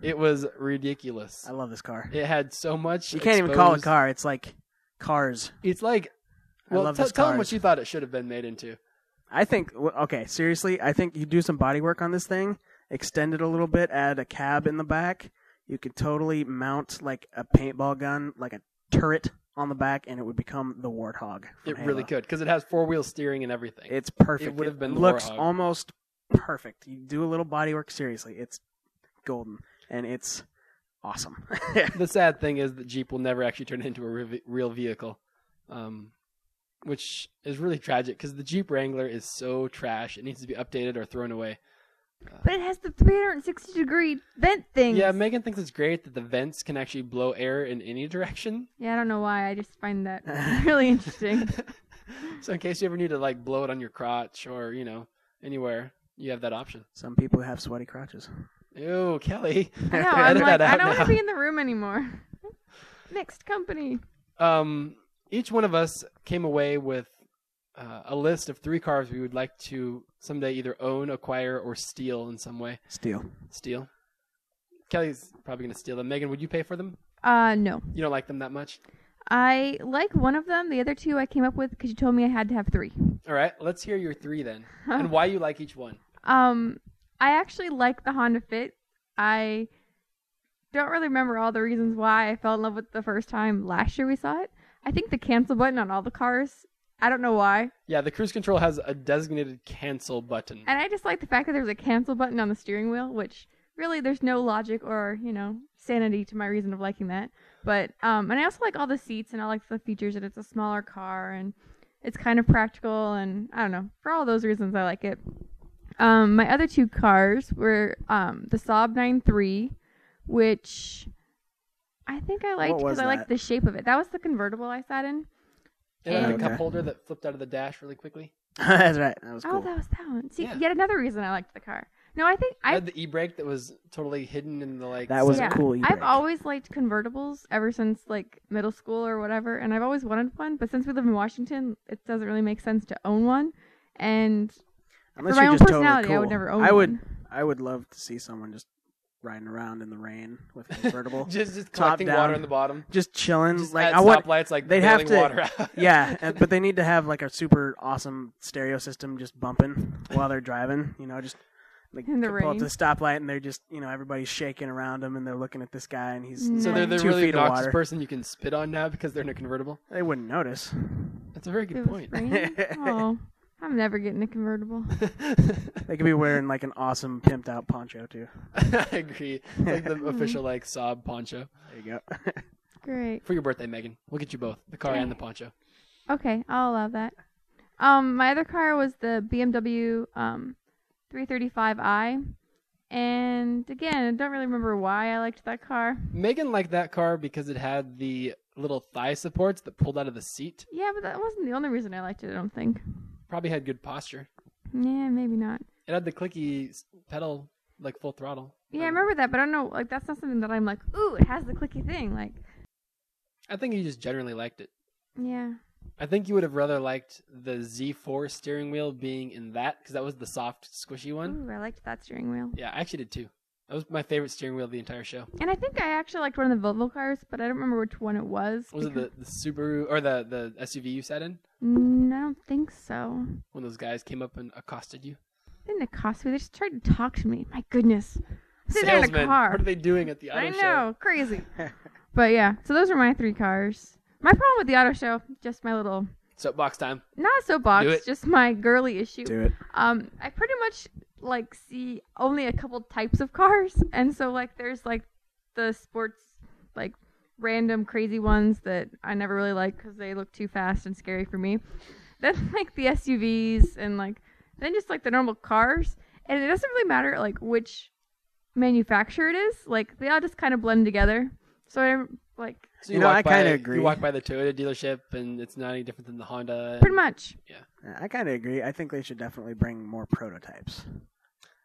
Speaker 1: It was ridiculous.
Speaker 3: I love this car.
Speaker 1: It had so much.
Speaker 3: You can't even call it
Speaker 1: exposed-
Speaker 3: car. It's like cars.
Speaker 1: It's like,
Speaker 3: I
Speaker 1: well,
Speaker 3: love
Speaker 1: tell
Speaker 3: this
Speaker 1: tell
Speaker 3: car.
Speaker 1: them what you thought it should have been made into.
Speaker 3: I think. w- Okay, seriously, I think you do some body work on this thing, extend it a little bit, add a cab in the back. You could totally mount like a paintball gun, like a turret on the back, and it would become the Warthog. from
Speaker 1: It really
Speaker 3: Halo.
Speaker 1: could because it has four wheel steering and everything.
Speaker 3: It's perfect.
Speaker 1: It would have been the
Speaker 3: looks
Speaker 1: Warthog.
Speaker 3: almost perfect. You do a little body work seriously. It's golden and it's awesome. *laughs*
Speaker 1: the sad thing is that Jeep will never actually turn into a re- real vehicle, um, which is really tragic because the Jeep Wrangler is so trash. It needs to be updated or thrown away.
Speaker 2: But it has the 360 degree vent thing.
Speaker 1: Yeah, Megan thinks it's great that the vents can actually blow air in any direction.
Speaker 2: Yeah, I don't know why. I just find
Speaker 3: *laughs*
Speaker 2: that *laughs* really interesting.
Speaker 1: *laughs* So in case you ever need to like blow it on your crotch or you know anywhere, you have that option.
Speaker 3: Some people have sweaty crotches.
Speaker 1: Ew, Kelly.
Speaker 2: I know.
Speaker 1: *laughs* Edit
Speaker 2: *laughs* I'm like,
Speaker 1: that
Speaker 2: I
Speaker 1: out
Speaker 2: don't want
Speaker 1: now.
Speaker 2: to be in the room anymore. *laughs* Next company.
Speaker 1: um, each one of us came away with uh, a list of three cars we would like to someday either own, acquire, or steal in some way.
Speaker 3: Steal.
Speaker 1: Steal. Kelly's probably going to steal them. Megan, would you pay for them?
Speaker 2: Uh, no.
Speaker 1: You don't like them that much.
Speaker 2: I like one of them. The other two I came up with because you told me I had to have three.
Speaker 1: All right, let's hear your three then, and why you like each one.
Speaker 2: Um, I actually like the Honda Fit. I don't really remember all the reasons why I fell in love with it the first time last year we saw it. I think the cancel button on all the cars. I don't know why.
Speaker 1: Yeah, the cruise control has a designated cancel button.
Speaker 2: And I just like the fact that there's a cancel button on the steering wheel, which really there's no logic or, you know, sanity to my reason of liking that. But um and I also like all the seats and I like the features that it's a smaller car and it's kind of practical and I don't know. For all those reasons I like it. Um my other two cars were um the Saab 93 which I think I liked
Speaker 3: What was
Speaker 2: because I
Speaker 3: that?
Speaker 2: liked the shape of it. That was the convertible I sat in.
Speaker 1: It had a
Speaker 3: Okay.
Speaker 1: cup holder that flipped out of the dash really quickly.
Speaker 3: *laughs* That's right. That was
Speaker 2: Oh,
Speaker 3: cool.
Speaker 2: that was that one. See,
Speaker 1: Yeah.
Speaker 2: yet another reason I liked the car. No, I think
Speaker 1: I
Speaker 2: I
Speaker 1: had the e-brake that was totally hidden in the like.
Speaker 3: That was
Speaker 1: center. *laughs*
Speaker 3: a cool e-brake.
Speaker 2: I've always liked convertibles ever since like middle school or whatever, and I've always wanted one. But since we live in Washington, it doesn't really make sense to own one. And
Speaker 3: Unless
Speaker 2: for my
Speaker 3: you're
Speaker 2: own
Speaker 3: just
Speaker 2: personality,
Speaker 3: totally
Speaker 2: I would
Speaker 3: cool.
Speaker 2: never own
Speaker 3: I would.
Speaker 2: one.
Speaker 3: I would love to see someone just riding around in the rain
Speaker 1: *laughs*
Speaker 3: with a convertible,
Speaker 1: just just
Speaker 3: Top
Speaker 1: collecting
Speaker 3: down.
Speaker 1: water in the bottom.
Speaker 3: just chilling.
Speaker 1: Just
Speaker 3: like
Speaker 1: at
Speaker 3: I want.
Speaker 1: stoplights, like
Speaker 3: they'd have
Speaker 1: bailing
Speaker 3: to-
Speaker 1: water out.
Speaker 3: *laughs* yeah, and- but they need to have like a super awesome stereo system just bumping while they're driving. You know, just like
Speaker 2: In the
Speaker 3: pull up
Speaker 2: rain.
Speaker 3: to the stoplight and they're just you know everybody's shaking around them and they're looking at this guy and he's
Speaker 1: So
Speaker 2: Mm.
Speaker 1: they're the
Speaker 3: two
Speaker 1: really
Speaker 3: feet of
Speaker 1: obnoxious
Speaker 3: water.
Speaker 1: person you can spit on now because they're in a convertible.
Speaker 3: they wouldn't notice.
Speaker 1: That's a very
Speaker 2: It
Speaker 1: good
Speaker 2: was
Speaker 1: point.
Speaker 2: raining.
Speaker 1: *laughs*
Speaker 2: oh, I'm never getting a convertible.
Speaker 3: *laughs* They could be wearing like an awesome pimped out poncho too.
Speaker 1: I agree. Like the official like sob poncho
Speaker 3: There you go. *laughs*
Speaker 2: Great.
Speaker 1: for your birthday, Megan. We'll get you both the car and the poncho.
Speaker 2: Okay, I'll allow that. Um, my other car was the BMW um 335i, and again, I don't really remember why I liked that car.
Speaker 1: Megan liked that car because it had the little thigh supports that pulled out of the seat.
Speaker 2: Yeah, but that wasn't the only reason I liked it. I don't think.
Speaker 1: Probably had good posture.
Speaker 2: Yeah, maybe not.
Speaker 1: It had the clicky s- pedal, like full throttle.
Speaker 2: Yeah, I remember that, but I don't know. Like, that's not something that I'm like, ooh, it has the clicky thing. Like,
Speaker 1: I think you just generally liked it.
Speaker 2: yeah.
Speaker 1: I think you would have rather liked the Z4 steering wheel being in that because that was the soft, squishy one.
Speaker 2: Ooh, I liked that steering wheel.
Speaker 1: Yeah, I actually did too. That was my favorite steering wheel of the entire show.
Speaker 2: And I think I actually liked one of the Volvo cars, but I don't remember which one it was.
Speaker 1: Was
Speaker 2: *laughs*
Speaker 1: it the, the Subaru or the, the SUV you sat in
Speaker 2: Mm, I don't think so.
Speaker 1: when those guys came up and accosted you?
Speaker 2: They didn't accost me. They just tried to talk to me. My goodness. I'm sitting there in a car.
Speaker 1: What are they doing at the auto
Speaker 2: I know.
Speaker 1: show?
Speaker 2: Crazy.
Speaker 1: *laughs*
Speaker 2: but yeah, so those are my three cars. My problem with the auto show, just my little,
Speaker 1: Soapbox time.
Speaker 2: not soapbox,
Speaker 1: Do it.
Speaker 2: just my girly issue. *laughs*
Speaker 3: Do it.
Speaker 2: um i pretty much like see only a couple types of cars *laughs* and so like there's like the sports like random crazy ones that i never really like because they look too fast and scary for me then *laughs* like the suvs and like then just like the normal cars and it doesn't really matter like which manufacturer it is like they all just kind of blend together so i'm like
Speaker 1: So
Speaker 3: You know,
Speaker 1: walk
Speaker 3: I kinda
Speaker 1: by-
Speaker 3: agree.
Speaker 1: You walk by the Toyota dealership, and it's not any different than the Honda.
Speaker 2: pretty much
Speaker 3: Yeah, I kind of agree. I think they should definitely bring more prototypes.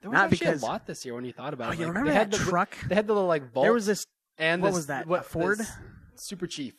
Speaker 1: There was
Speaker 3: Not
Speaker 1: actually
Speaker 3: because-
Speaker 1: a lot this year when you thought about
Speaker 3: Oh,
Speaker 1: it.
Speaker 3: you
Speaker 1: Like,
Speaker 3: remember
Speaker 1: they had
Speaker 3: that
Speaker 1: the,
Speaker 3: truck?
Speaker 1: They had the little like Volt.
Speaker 3: There was this
Speaker 1: and
Speaker 3: what
Speaker 1: this-
Speaker 3: was that, a
Speaker 1: the
Speaker 3: Ford?
Speaker 1: s- Super Chief.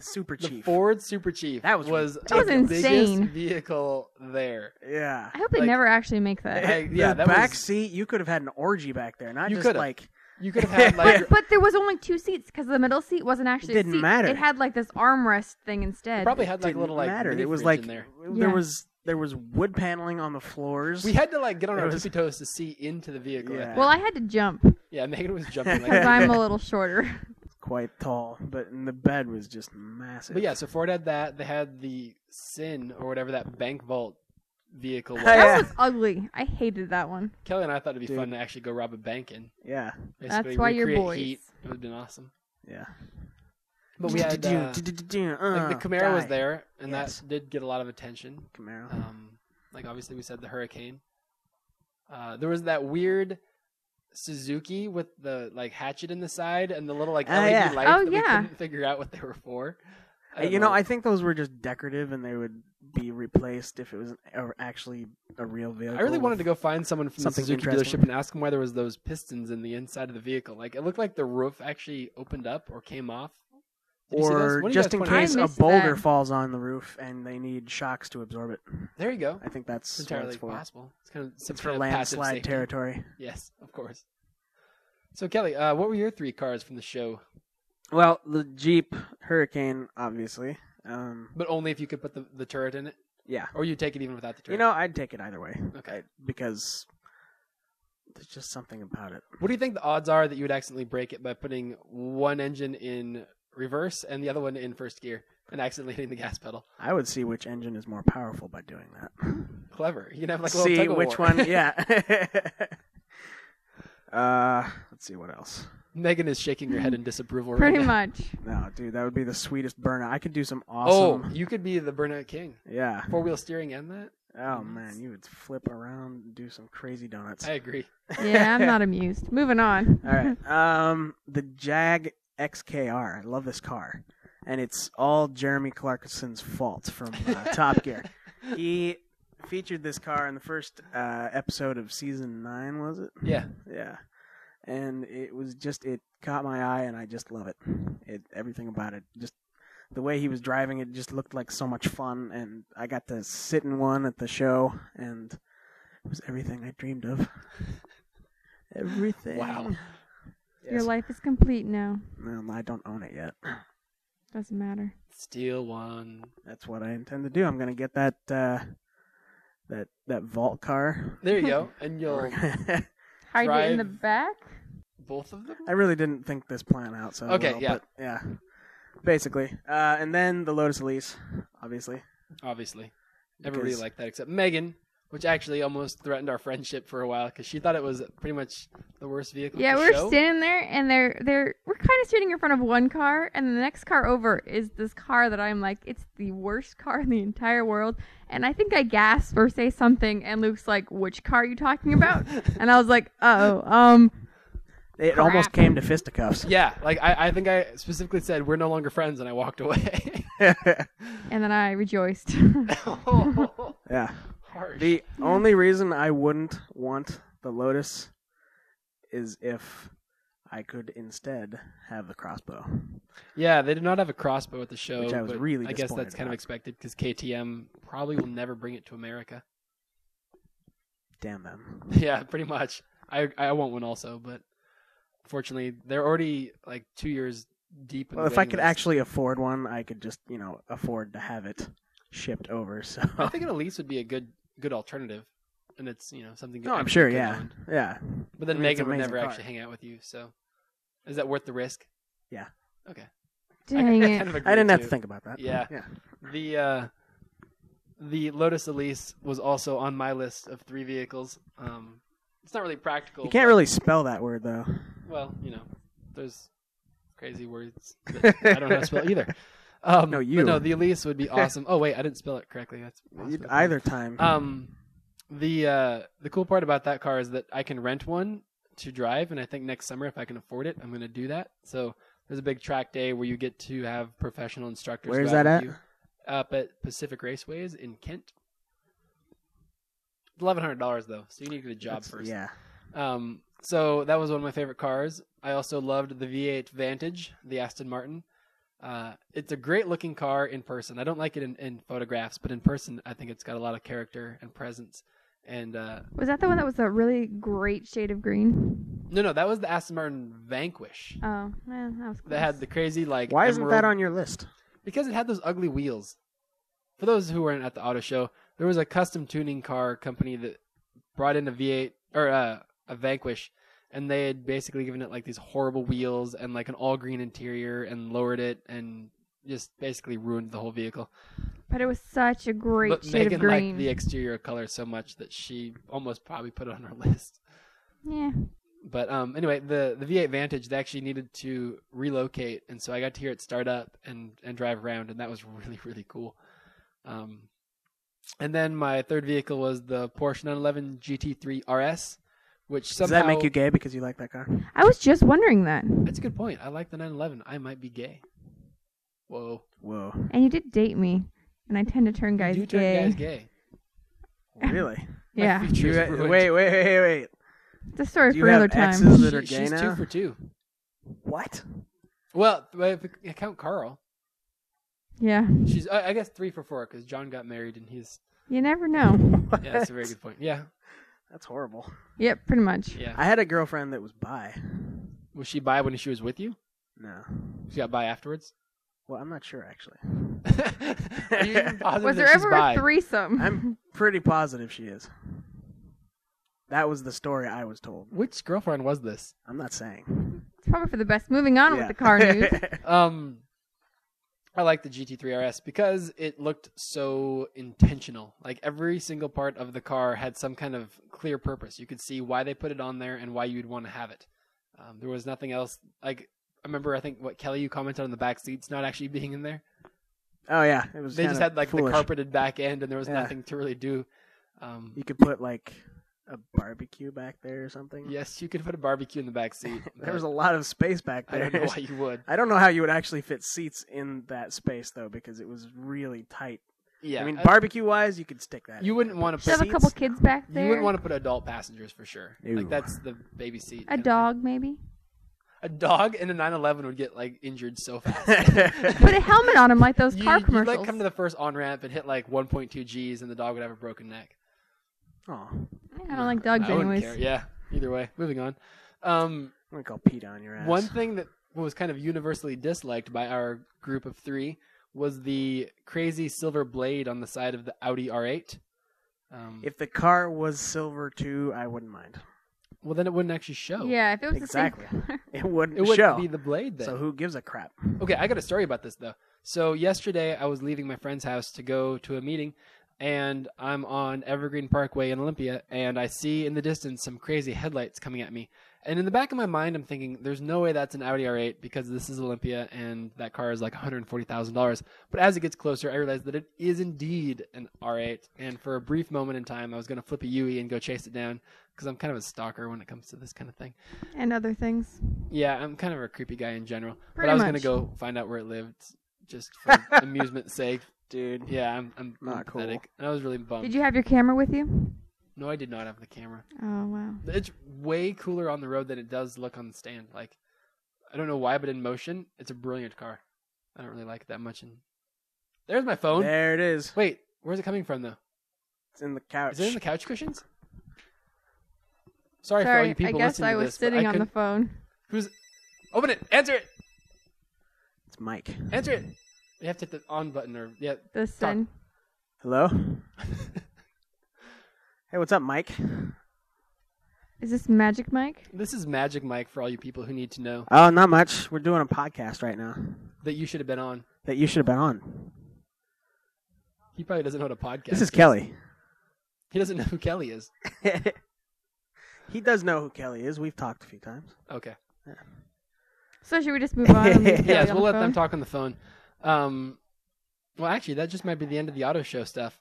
Speaker 3: super
Speaker 1: The
Speaker 3: chief.
Speaker 1: Ford Super Chief.
Speaker 3: That was
Speaker 2: That was
Speaker 1: the biggest
Speaker 2: insane.
Speaker 1: vehicle there.
Speaker 3: Yeah.
Speaker 2: i hope they
Speaker 1: Like-
Speaker 2: never actually make
Speaker 3: *laughs*
Speaker 2: that
Speaker 1: I- yeah,
Speaker 3: the
Speaker 1: that
Speaker 3: back
Speaker 1: was-
Speaker 3: seat. You could have had an orgy back there, not
Speaker 1: You
Speaker 3: just
Speaker 1: could've.
Speaker 3: like
Speaker 1: You
Speaker 3: *laughs*
Speaker 1: could have had like
Speaker 2: But, but there was only two seats because the middle seat wasn't actually
Speaker 3: didn't
Speaker 2: a seat.
Speaker 3: matter.
Speaker 2: It had like this armrest thing
Speaker 1: you
Speaker 2: instead.
Speaker 1: probably had like a
Speaker 3: didn't
Speaker 1: little like
Speaker 3: matter.
Speaker 1: mini
Speaker 3: It was
Speaker 1: fridge
Speaker 3: like
Speaker 1: in there.
Speaker 3: there
Speaker 2: Yeah.
Speaker 3: was there was wood paneling on the floors.
Speaker 1: We had to like get on
Speaker 3: It
Speaker 1: our
Speaker 3: was-
Speaker 1: tippy toes to see into the vehicle.
Speaker 3: Yeah.
Speaker 1: Yeah,
Speaker 2: Well, I had to
Speaker 3: *laughs*
Speaker 2: jump
Speaker 1: *laughs* yeah Megan was jumping
Speaker 2: *laughs*
Speaker 1: like
Speaker 2: because I'm a little shorter.
Speaker 3: quite tall, but and the bed was just massive.
Speaker 1: But yeah, so Ford had that. They had the Sin or whatever that bank vault vehicle was.
Speaker 2: *laughs*
Speaker 3: Oh, yeah.
Speaker 2: That was ugly. I hated that one.
Speaker 1: Kelly and I thought it'd be
Speaker 3: Dude.
Speaker 1: fun to actually go rob a bank in.
Speaker 3: yeah,
Speaker 1: Basically
Speaker 2: why you're
Speaker 1: recreate
Speaker 2: boys.
Speaker 1: Heat. It would have been awesome.
Speaker 3: yeah.
Speaker 1: But we had uh, like
Speaker 3: *laughs*
Speaker 1: the Camaro was there, and
Speaker 3: uh, Yes.
Speaker 1: that did get a lot of attention.
Speaker 3: Camaro.
Speaker 1: Um, like obviously we said the Hurricane. Uh, there was that weird Suzuki with the like hatchet in the side and the little like
Speaker 3: Oh,
Speaker 1: LED
Speaker 3: yeah.
Speaker 1: lights
Speaker 2: Oh,
Speaker 1: that
Speaker 2: yeah.
Speaker 1: we couldn't figure out what they were for. I don't
Speaker 3: you know, I think those were just decorative, and they would be replaced if it was a- actually a real vehicle.
Speaker 1: I really wanted to go find someone from the
Speaker 3: something
Speaker 1: Suzuki
Speaker 3: interesting.
Speaker 1: dealership and ask them why there was those pistons in the inside of the vehicle. Like it looked like the roof actually opened up or came off. Did you see those?
Speaker 3: or
Speaker 1: What do you
Speaker 3: just
Speaker 1: guys
Speaker 3: in
Speaker 1: point out?
Speaker 3: case
Speaker 2: I
Speaker 3: a
Speaker 2: missed
Speaker 3: boulder
Speaker 2: that.
Speaker 3: falls on the roof and they need shocks to absorb it.
Speaker 1: There you go.
Speaker 3: I think that's
Speaker 1: It's
Speaker 3: what
Speaker 1: entirely
Speaker 3: it's for.
Speaker 1: possible. It's kind of some
Speaker 3: It's for
Speaker 1: kind of passive
Speaker 3: landslide
Speaker 1: safety.
Speaker 3: territory.
Speaker 1: Yes, of course. So Kelly, uh, what were your three cars from the show?
Speaker 3: Well, the Jeep Hurricane, obviously. Um,
Speaker 1: But only if you could put the, the turret in it,
Speaker 3: yeah.
Speaker 1: or you take it even without the turret.
Speaker 3: You know, I'd take it either way
Speaker 1: okay.
Speaker 3: because there's just something about it.
Speaker 1: What do you think the odds are that you would accidentally break it by putting one engine in reverse and the other one in first gear and accidentally hitting the gas pedal?
Speaker 3: I would see which engine is more powerful by doing that.
Speaker 1: Clever. You can have like a little
Speaker 3: see
Speaker 1: tug-of-war.
Speaker 3: which one,
Speaker 1: *laughs*
Speaker 3: yeah. *laughs* uh, let's see what else.
Speaker 1: Megan is shaking her head in disapproval.
Speaker 2: Pretty
Speaker 1: right now.
Speaker 2: much.
Speaker 3: No, dude, that would be the sweetest burnout. I could do some
Speaker 1: Oh,
Speaker 3: awesome.
Speaker 1: you could be the burnout king.
Speaker 3: Yeah.
Speaker 1: Four wheel steering and that.
Speaker 3: Oh man, you would flip around and do some crazy donuts.
Speaker 1: I agree.
Speaker 2: Yeah,
Speaker 3: *laughs*
Speaker 2: I'm not amused. Moving on.
Speaker 3: All right. *laughs* Um, the Jag XKR. I love this car, and it's all Jeremy Clarkson's fault from uh, Top Gear. He featured this car in the first uh, episode of season nine. Was it?
Speaker 1: Yeah.
Speaker 3: Yeah. And it was just it caught my eye, and I just love it. It everything about it just. The way he was driving it just looked like so much fun, and I got to sit in one at the show, and it was everything I
Speaker 1: *laughs*
Speaker 3: dreamed of. Everything.
Speaker 1: Wow.
Speaker 2: Your
Speaker 3: Yes.
Speaker 2: life is complete now.
Speaker 3: Um, I don't own it yet.
Speaker 2: Doesn't matter.
Speaker 1: Steel one.
Speaker 3: That's what I intend to do. I'm gonna get that uh, that that vault car.
Speaker 1: There you go. And you'll
Speaker 3: I
Speaker 2: Hide it in the
Speaker 1: Drive.
Speaker 2: back.
Speaker 1: both of them.
Speaker 3: really didn't think this plan out. So
Speaker 1: Okay,
Speaker 3: well,
Speaker 1: yeah.
Speaker 3: but, yeah, basically. Uh, and then the Lotus Elise, obviously.
Speaker 1: Obviously, everybody
Speaker 3: Because-
Speaker 1: liked that except Megan, which actually almost threatened our friendship for a while because she thought it was pretty much the worst vehicle.
Speaker 2: Yeah,
Speaker 1: to
Speaker 2: we're
Speaker 1: show.
Speaker 2: standing there, and they're they're we're kind of standing in front of one car, and the next car over is this car that I'm like, it's the worst car in the entire world. And I think I gasp or say something, and Luke's like, "Which car are you talking about?" and I was like, "Oh, um,
Speaker 3: It almost
Speaker 2: Crap.
Speaker 3: came to fisticuffs.
Speaker 1: Yeah, like I, I think I specifically said we're no longer friends, and I walked away.
Speaker 2: and then I rejoiced. *laughs*
Speaker 1: oh,
Speaker 3: yeah.
Speaker 1: harsh.
Speaker 3: The only reason I wouldn't want the Lotus is if I could instead have the crossbow.
Speaker 1: yeah, they did not have a crossbow at the show.
Speaker 3: Which I was
Speaker 1: but
Speaker 3: really
Speaker 1: I guess
Speaker 3: disappointed
Speaker 1: that's kind of
Speaker 3: about.
Speaker 1: expected because KTM probably will never bring it to America. *laughs*
Speaker 3: Damn them.
Speaker 1: Yeah, pretty much. I I want one also, but fortunately, they're already like two years deep. In
Speaker 3: Well,
Speaker 1: the
Speaker 3: if I
Speaker 1: waiting
Speaker 3: could
Speaker 1: list.
Speaker 3: actually afford one, I could just, you know, afford to have it shipped over.
Speaker 1: *laughs*
Speaker 3: So,
Speaker 1: I think an Elise would be a good good alternative, and it's you know something.
Speaker 3: no, I'm
Speaker 1: actually
Speaker 3: sure,
Speaker 1: good
Speaker 3: yeah,
Speaker 1: owned.
Speaker 3: yeah.
Speaker 1: But then
Speaker 3: I mean, it's
Speaker 1: Megan would
Speaker 3: amazing
Speaker 1: never
Speaker 3: car.
Speaker 1: actually hang out with you, so is that worth the risk?
Speaker 3: Yeah.
Speaker 1: Okay. *laughs* I-
Speaker 2: Dang
Speaker 1: I, *laughs*
Speaker 2: it!
Speaker 1: kind of agree
Speaker 3: I didn't have
Speaker 1: too.
Speaker 3: to think about that.
Speaker 1: Yeah.
Speaker 3: yeah.
Speaker 1: The uh, the Lotus Elise was also on my list of three vehicles. Um, it's not really practical.
Speaker 3: You can't
Speaker 1: but-
Speaker 3: really spell that word though.
Speaker 1: Well, you know, there's crazy words
Speaker 3: *laughs*
Speaker 1: that I don't know how to spell either. Um,
Speaker 3: No,
Speaker 1: but
Speaker 3: you.
Speaker 1: no, the Elise would be awesome. oh wait, I didn't spell it correctly. That's
Speaker 3: You'd
Speaker 1: possible.
Speaker 3: Either time.
Speaker 1: Um, the uh, the cool part about that car is that I can rent one to drive, and I think next summer, if I can afford it, I'm going to do that. So there's a big track day where you get to have professional instructors.
Speaker 3: Where's
Speaker 1: go out
Speaker 3: that
Speaker 1: with you, up at Pacific Raceways in Kent. Eleven hundred dollars though, so you need to get a job
Speaker 3: That's-
Speaker 1: first.
Speaker 3: Yeah.
Speaker 1: Um, so that was one of my favorite cars. I also loved the V8 Vantage, the Aston Martin. Uh, it's a great looking car in person. I don't like it in, in photographs, but in person, I think it's got a lot of character and presence. And uh,
Speaker 2: Was that the one that was a really great shade of green?
Speaker 1: no, no, that was the Aston Martin Vanquish.
Speaker 2: Oh, yeah, that was. Close.
Speaker 1: That had the crazy like.
Speaker 3: Why isn't that
Speaker 1: emerald-
Speaker 3: on your list?
Speaker 1: because it had those ugly wheels. For those who weren't at the auto show, there was a custom tuning car company that brought in a V8 or uh, a Vanquish, and they had basically given it like these horrible wheels and like an all green interior and lowered it and just basically ruined the whole vehicle.
Speaker 2: but it was such a great
Speaker 1: but
Speaker 2: shade
Speaker 1: Megan
Speaker 2: of green.
Speaker 1: liked the exterior color so much that she almost probably put it on her *laughs* list.
Speaker 2: yeah.
Speaker 1: But um, anyway, the the V8 Vantage they actually needed to relocate, and so I got to hear it start up and and drive around, and that was *laughs* really really cool. Um, and then my third vehicle was the Porsche 911 GT3 RS, which somehow
Speaker 3: Does that make you gay because you like that car?
Speaker 2: I was just wondering that.
Speaker 1: *laughs* That's a good point. I like the 911. I might be gay. Whoa,
Speaker 3: Whoa.
Speaker 2: And you did date me, and I tend to turn guys
Speaker 1: you do turn
Speaker 2: gay.
Speaker 1: guys gay. *laughs*
Speaker 3: Really?
Speaker 1: My
Speaker 2: Yeah,
Speaker 1: future is
Speaker 3: You-
Speaker 1: ruined.
Speaker 3: wait, wait, wait, wait.
Speaker 2: it's a story
Speaker 3: Do
Speaker 2: for
Speaker 3: you have
Speaker 2: another time.
Speaker 3: exes? Those that are
Speaker 1: She-
Speaker 3: gay
Speaker 1: she's
Speaker 3: now?
Speaker 1: two for two.
Speaker 3: What?
Speaker 1: Well, if you count Carl.
Speaker 2: Yeah.
Speaker 1: She's I, I guess three for four because John got married and he's
Speaker 2: You never know.
Speaker 3: *laughs*
Speaker 1: yeah that's a
Speaker 2: *laughs*
Speaker 1: very good point. Yeah,
Speaker 3: That's horrible.
Speaker 2: yep, pretty much.
Speaker 1: yeah.
Speaker 3: I had a girlfriend that was bi.
Speaker 1: Was she bi when she was with you?
Speaker 3: No.
Speaker 1: She got bi afterwards. *laughs*
Speaker 3: Well, I'm not sure actually.
Speaker 1: Are you even positive
Speaker 2: *laughs*
Speaker 1: that
Speaker 2: Was there
Speaker 1: she's
Speaker 2: ever
Speaker 1: bi?
Speaker 2: a threesome? *laughs*
Speaker 3: I'm pretty positive she is. That was the story I was told.
Speaker 1: Which girlfriend was this?
Speaker 3: I'm not saying.
Speaker 2: It's probably for the best. Moving on
Speaker 3: Yeah.
Speaker 2: with the
Speaker 3: *laughs*
Speaker 1: *laughs*
Speaker 2: car news.
Speaker 1: Um, I like the GT3 RS because it looked so intentional. Like every single part of the car had some kind of clear purpose. You could see why they put it on there and why you'd want to have it. Um, there was nothing else. Like I remember, I think what Kelly you commented on the back seats not actually being in there.
Speaker 3: oh yeah, it was.
Speaker 1: They just
Speaker 3: kinda
Speaker 1: had like the
Speaker 3: foolish.
Speaker 1: carpeted back end, and there was
Speaker 3: Yeah.
Speaker 1: nothing to really do. Um,
Speaker 3: You could put like a barbecue back there or something.
Speaker 1: yes, you could put a barbecue in the back seat.
Speaker 3: *laughs* There was a
Speaker 1: but
Speaker 3: lot of space back
Speaker 1: I
Speaker 3: there.
Speaker 1: don't know why you would.
Speaker 3: *laughs* I don't know how you would actually fit seats in that space though, because it was really tight.
Speaker 1: Yeah, uh,
Speaker 3: I mean, barbecue wise, you could stick that.
Speaker 1: you wouldn't want to
Speaker 2: Should have
Speaker 1: put
Speaker 2: a couple kids back
Speaker 1: You
Speaker 2: there.
Speaker 1: wouldn't want to put adult passengers for sure.
Speaker 3: No.
Speaker 1: Like that's the baby seat.
Speaker 2: a
Speaker 1: kind of
Speaker 2: dog, maybe.
Speaker 1: thing. A dog and a 911 would get like injured
Speaker 3: *laughs*
Speaker 1: so fast.
Speaker 2: Put a helmet on him like those
Speaker 1: You-
Speaker 2: car
Speaker 1: you'd,
Speaker 2: commercials.
Speaker 1: like come to the first on ramp and hit like 1.2 G's, and the dog would have a broken neck.
Speaker 3: Oh,
Speaker 2: I don't like dogs,
Speaker 1: I wouldn't
Speaker 2: anyways.
Speaker 1: care. Yeah. Either way, moving on. Um,
Speaker 3: I'm gonna call Pete on your ass.
Speaker 1: One thing that was kind of universally disliked by our group of three was the crazy silver blade on the side of the Audi R8. Um,
Speaker 3: If the car was silver too, I wouldn't mind. *laughs*
Speaker 1: well, then it wouldn't actually show.
Speaker 2: Yeah, if it was
Speaker 3: Exactly.
Speaker 2: the same color.
Speaker 3: It wouldn't
Speaker 1: It wouldn't
Speaker 3: show.
Speaker 1: be the blade then.
Speaker 3: so who gives a crap?
Speaker 1: Okay, I got a story about this though. So yesterday I was leaving my friend's house to go to a meeting and I'm on Evergreen Parkway in Olympia and I see in the distance some crazy headlights coming at me. And in the back of my mind I'm thinking there's no way that's an Audi R8 because this is Olympia and that car is like $140,000. But as it gets closer I realize that it is indeed an R8 and for a brief moment in time I was going to flip a Yui and go chase it down because I'm kind of a stalker when it comes to this kind of thing.
Speaker 2: *laughs* and other things.
Speaker 1: Yeah, I'm kind of a creepy guy in general. but
Speaker 2: Pretty
Speaker 1: I was
Speaker 2: much.
Speaker 1: gonna go find out where it lived just
Speaker 2: *laughs*
Speaker 1: for amusement's sake.
Speaker 3: Dude.
Speaker 1: Yeah, I'm, I'm, I'm
Speaker 3: Not cool.
Speaker 1: pathetic. And I was really bummed.
Speaker 2: Did you have your camera with you?
Speaker 1: No, I did not have the camera.
Speaker 2: Oh wow.
Speaker 1: It's way cooler on the road than it does look on the stand. Like, I don't know why, but in motion, it's a brilliant car. I don't really like it that much. And there's my phone.
Speaker 3: There it is.
Speaker 1: Wait, where's it coming from though?
Speaker 3: It's in the couch.
Speaker 1: Is it in the couch cushions? Sorry, for all
Speaker 2: Sorry,
Speaker 1: you people
Speaker 2: I guess
Speaker 1: listening
Speaker 2: I
Speaker 1: to
Speaker 2: was
Speaker 1: this, but
Speaker 2: sitting
Speaker 1: I
Speaker 2: on the
Speaker 1: couldn't-
Speaker 2: phone.
Speaker 1: Who's? Open it. Answer it.
Speaker 3: It's Mike.
Speaker 1: Answer it. You have to hit the on button or yeah.
Speaker 2: The sun.
Speaker 1: *laughs*
Speaker 3: Hello? hey, what's up, Mike?
Speaker 2: Is this Magic Mike?
Speaker 1: This is Magic Mike for all you people who need to know
Speaker 3: Oh, not much. We're doing a podcast right now
Speaker 1: that you should have been on.
Speaker 3: that you should have been on.
Speaker 1: He probably doesn't know what a podcast.
Speaker 3: This is Kelly.
Speaker 1: He doesn't know who Kelly is.
Speaker 3: *laughs* he does know who Kelly is. We've talked a few times.
Speaker 1: Okay.
Speaker 2: So should we
Speaker 1: *laughs*
Speaker 2: just move on? and leave Kelly
Speaker 1: yes,
Speaker 2: on
Speaker 1: we'll
Speaker 2: the
Speaker 1: let them
Speaker 2: phone?
Speaker 1: talk on the phone. Um, well, actually, that just might be the end of the auto show stuff,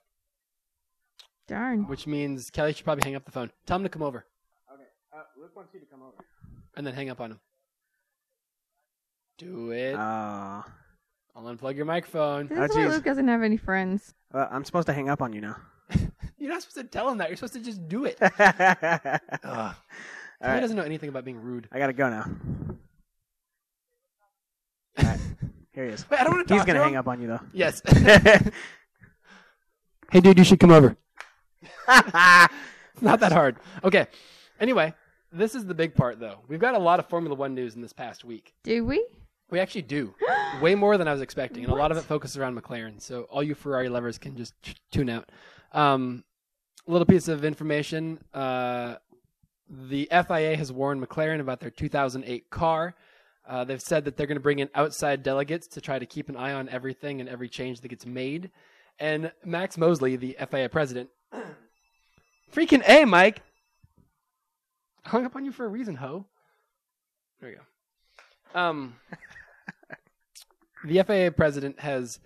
Speaker 2: Darn.
Speaker 1: which means Kelly should probably hang up the phone. Tell him to come over
Speaker 3: Uh, Luke wants you to come over.
Speaker 1: and then hang up on him. Do it.
Speaker 3: Uh,
Speaker 1: I'll unplug your microphone.
Speaker 3: *laughs*
Speaker 2: This is
Speaker 3: Oh,
Speaker 2: why
Speaker 3: jeez.
Speaker 2: Luke doesn't have any friends.
Speaker 3: well, Uh, I'm supposed to hang up on you now. *laughs*
Speaker 1: You're not supposed to tell him that. You're supposed to just do it.
Speaker 3: All
Speaker 1: Ugh. Kelly
Speaker 3: Uh, right.
Speaker 1: doesn't know anything about being
Speaker 3: *laughs*
Speaker 1: rude.
Speaker 3: I got to go now. All right. Here he is.
Speaker 1: Wait, I don't want to
Speaker 3: He's
Speaker 1: talk
Speaker 3: going
Speaker 1: to
Speaker 3: to hang
Speaker 1: him.
Speaker 3: up on you,
Speaker 1: *laughs*
Speaker 3: though.
Speaker 1: Yes. hey, dude, you should come over. It's *laughs* not that hard. Okay. Anyway, this is the big part, though. We've got a lot of Formula One news in this past week.
Speaker 2: Do we?
Speaker 1: We actually do. Way more than I was expecting. And a lot of it focuses around McLaren. So all you Ferrari lovers can just t- tune out. Um, little piece of information. Uh, the FIA has warned McLaren about their 2008 car. Uh, they've said that they're going to bring in outside delegates to try to keep an eye on everything and every change that gets made. And Max Mosley, the FIA president, *clears throat* freaking A, Mike, hung up on you for a reason, ho. There you go. Um, the FIA president has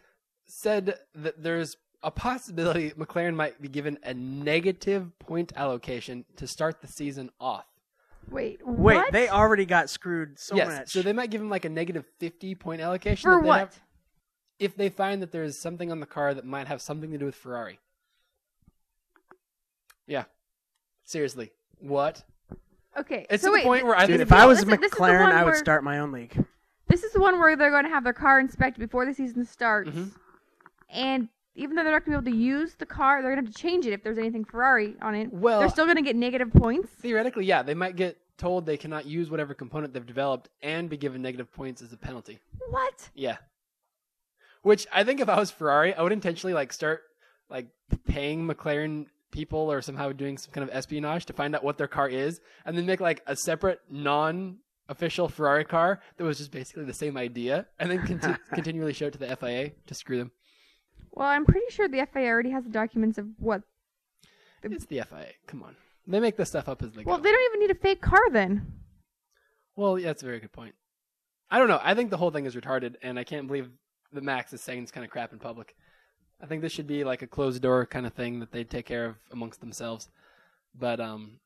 Speaker 1: said that there's a possibility McLaren might be given a negative point allocation to start the season off.
Speaker 2: Wait.
Speaker 3: Wait,
Speaker 2: what?
Speaker 3: they already got screwed so
Speaker 1: yes,
Speaker 3: much.
Speaker 1: so they might give him like a negative 50 point allocation.
Speaker 2: for
Speaker 1: that they'd
Speaker 2: what?
Speaker 1: have- if they find that there's something on the car that might have something to do with Ferrari. Yeah. Seriously. What?
Speaker 2: Okay.
Speaker 1: It's
Speaker 2: so
Speaker 1: to
Speaker 2: wait,
Speaker 1: the point where I
Speaker 3: Dude,
Speaker 1: think
Speaker 3: if I was
Speaker 2: Listen, this is the
Speaker 3: McLaren,
Speaker 2: one
Speaker 3: I would
Speaker 2: where-
Speaker 3: start my own league.
Speaker 2: This is the one where they're going to have their car inspected before the season starts.
Speaker 1: Mhm.
Speaker 2: And even though they're not going to be able to use the car, they're going to have to change it if there's anything Ferrari on it.
Speaker 1: Well-
Speaker 2: they're still going to get negative points.
Speaker 1: Theoretically, yeah, they might get told they cannot use whatever component they've developed and be given negative points as a penalty.
Speaker 2: What?
Speaker 1: Yeah. Which I think if I was Ferrari, I would intentionally like start like paying McLaren people or somehow doing some kind of espionage to find out what their car is and then make like a separate non official Ferrari car that was just basically the same idea and then conti- continually show it to the FIA to screw them.
Speaker 2: Well, I'm pretty sure the FAA already has the documents of what.
Speaker 1: It's the FIA. Come on. They make this stuff up as they
Speaker 2: Well,
Speaker 1: go.
Speaker 2: they don't even need a fake car then.
Speaker 1: Well, yeah, that's a very good point. I don't know. I think the whole thing is retarded, and I can't believe that Max is saying this kind of crap in public. I think this should be like a closed door kind of thing that they take care of amongst themselves. But um,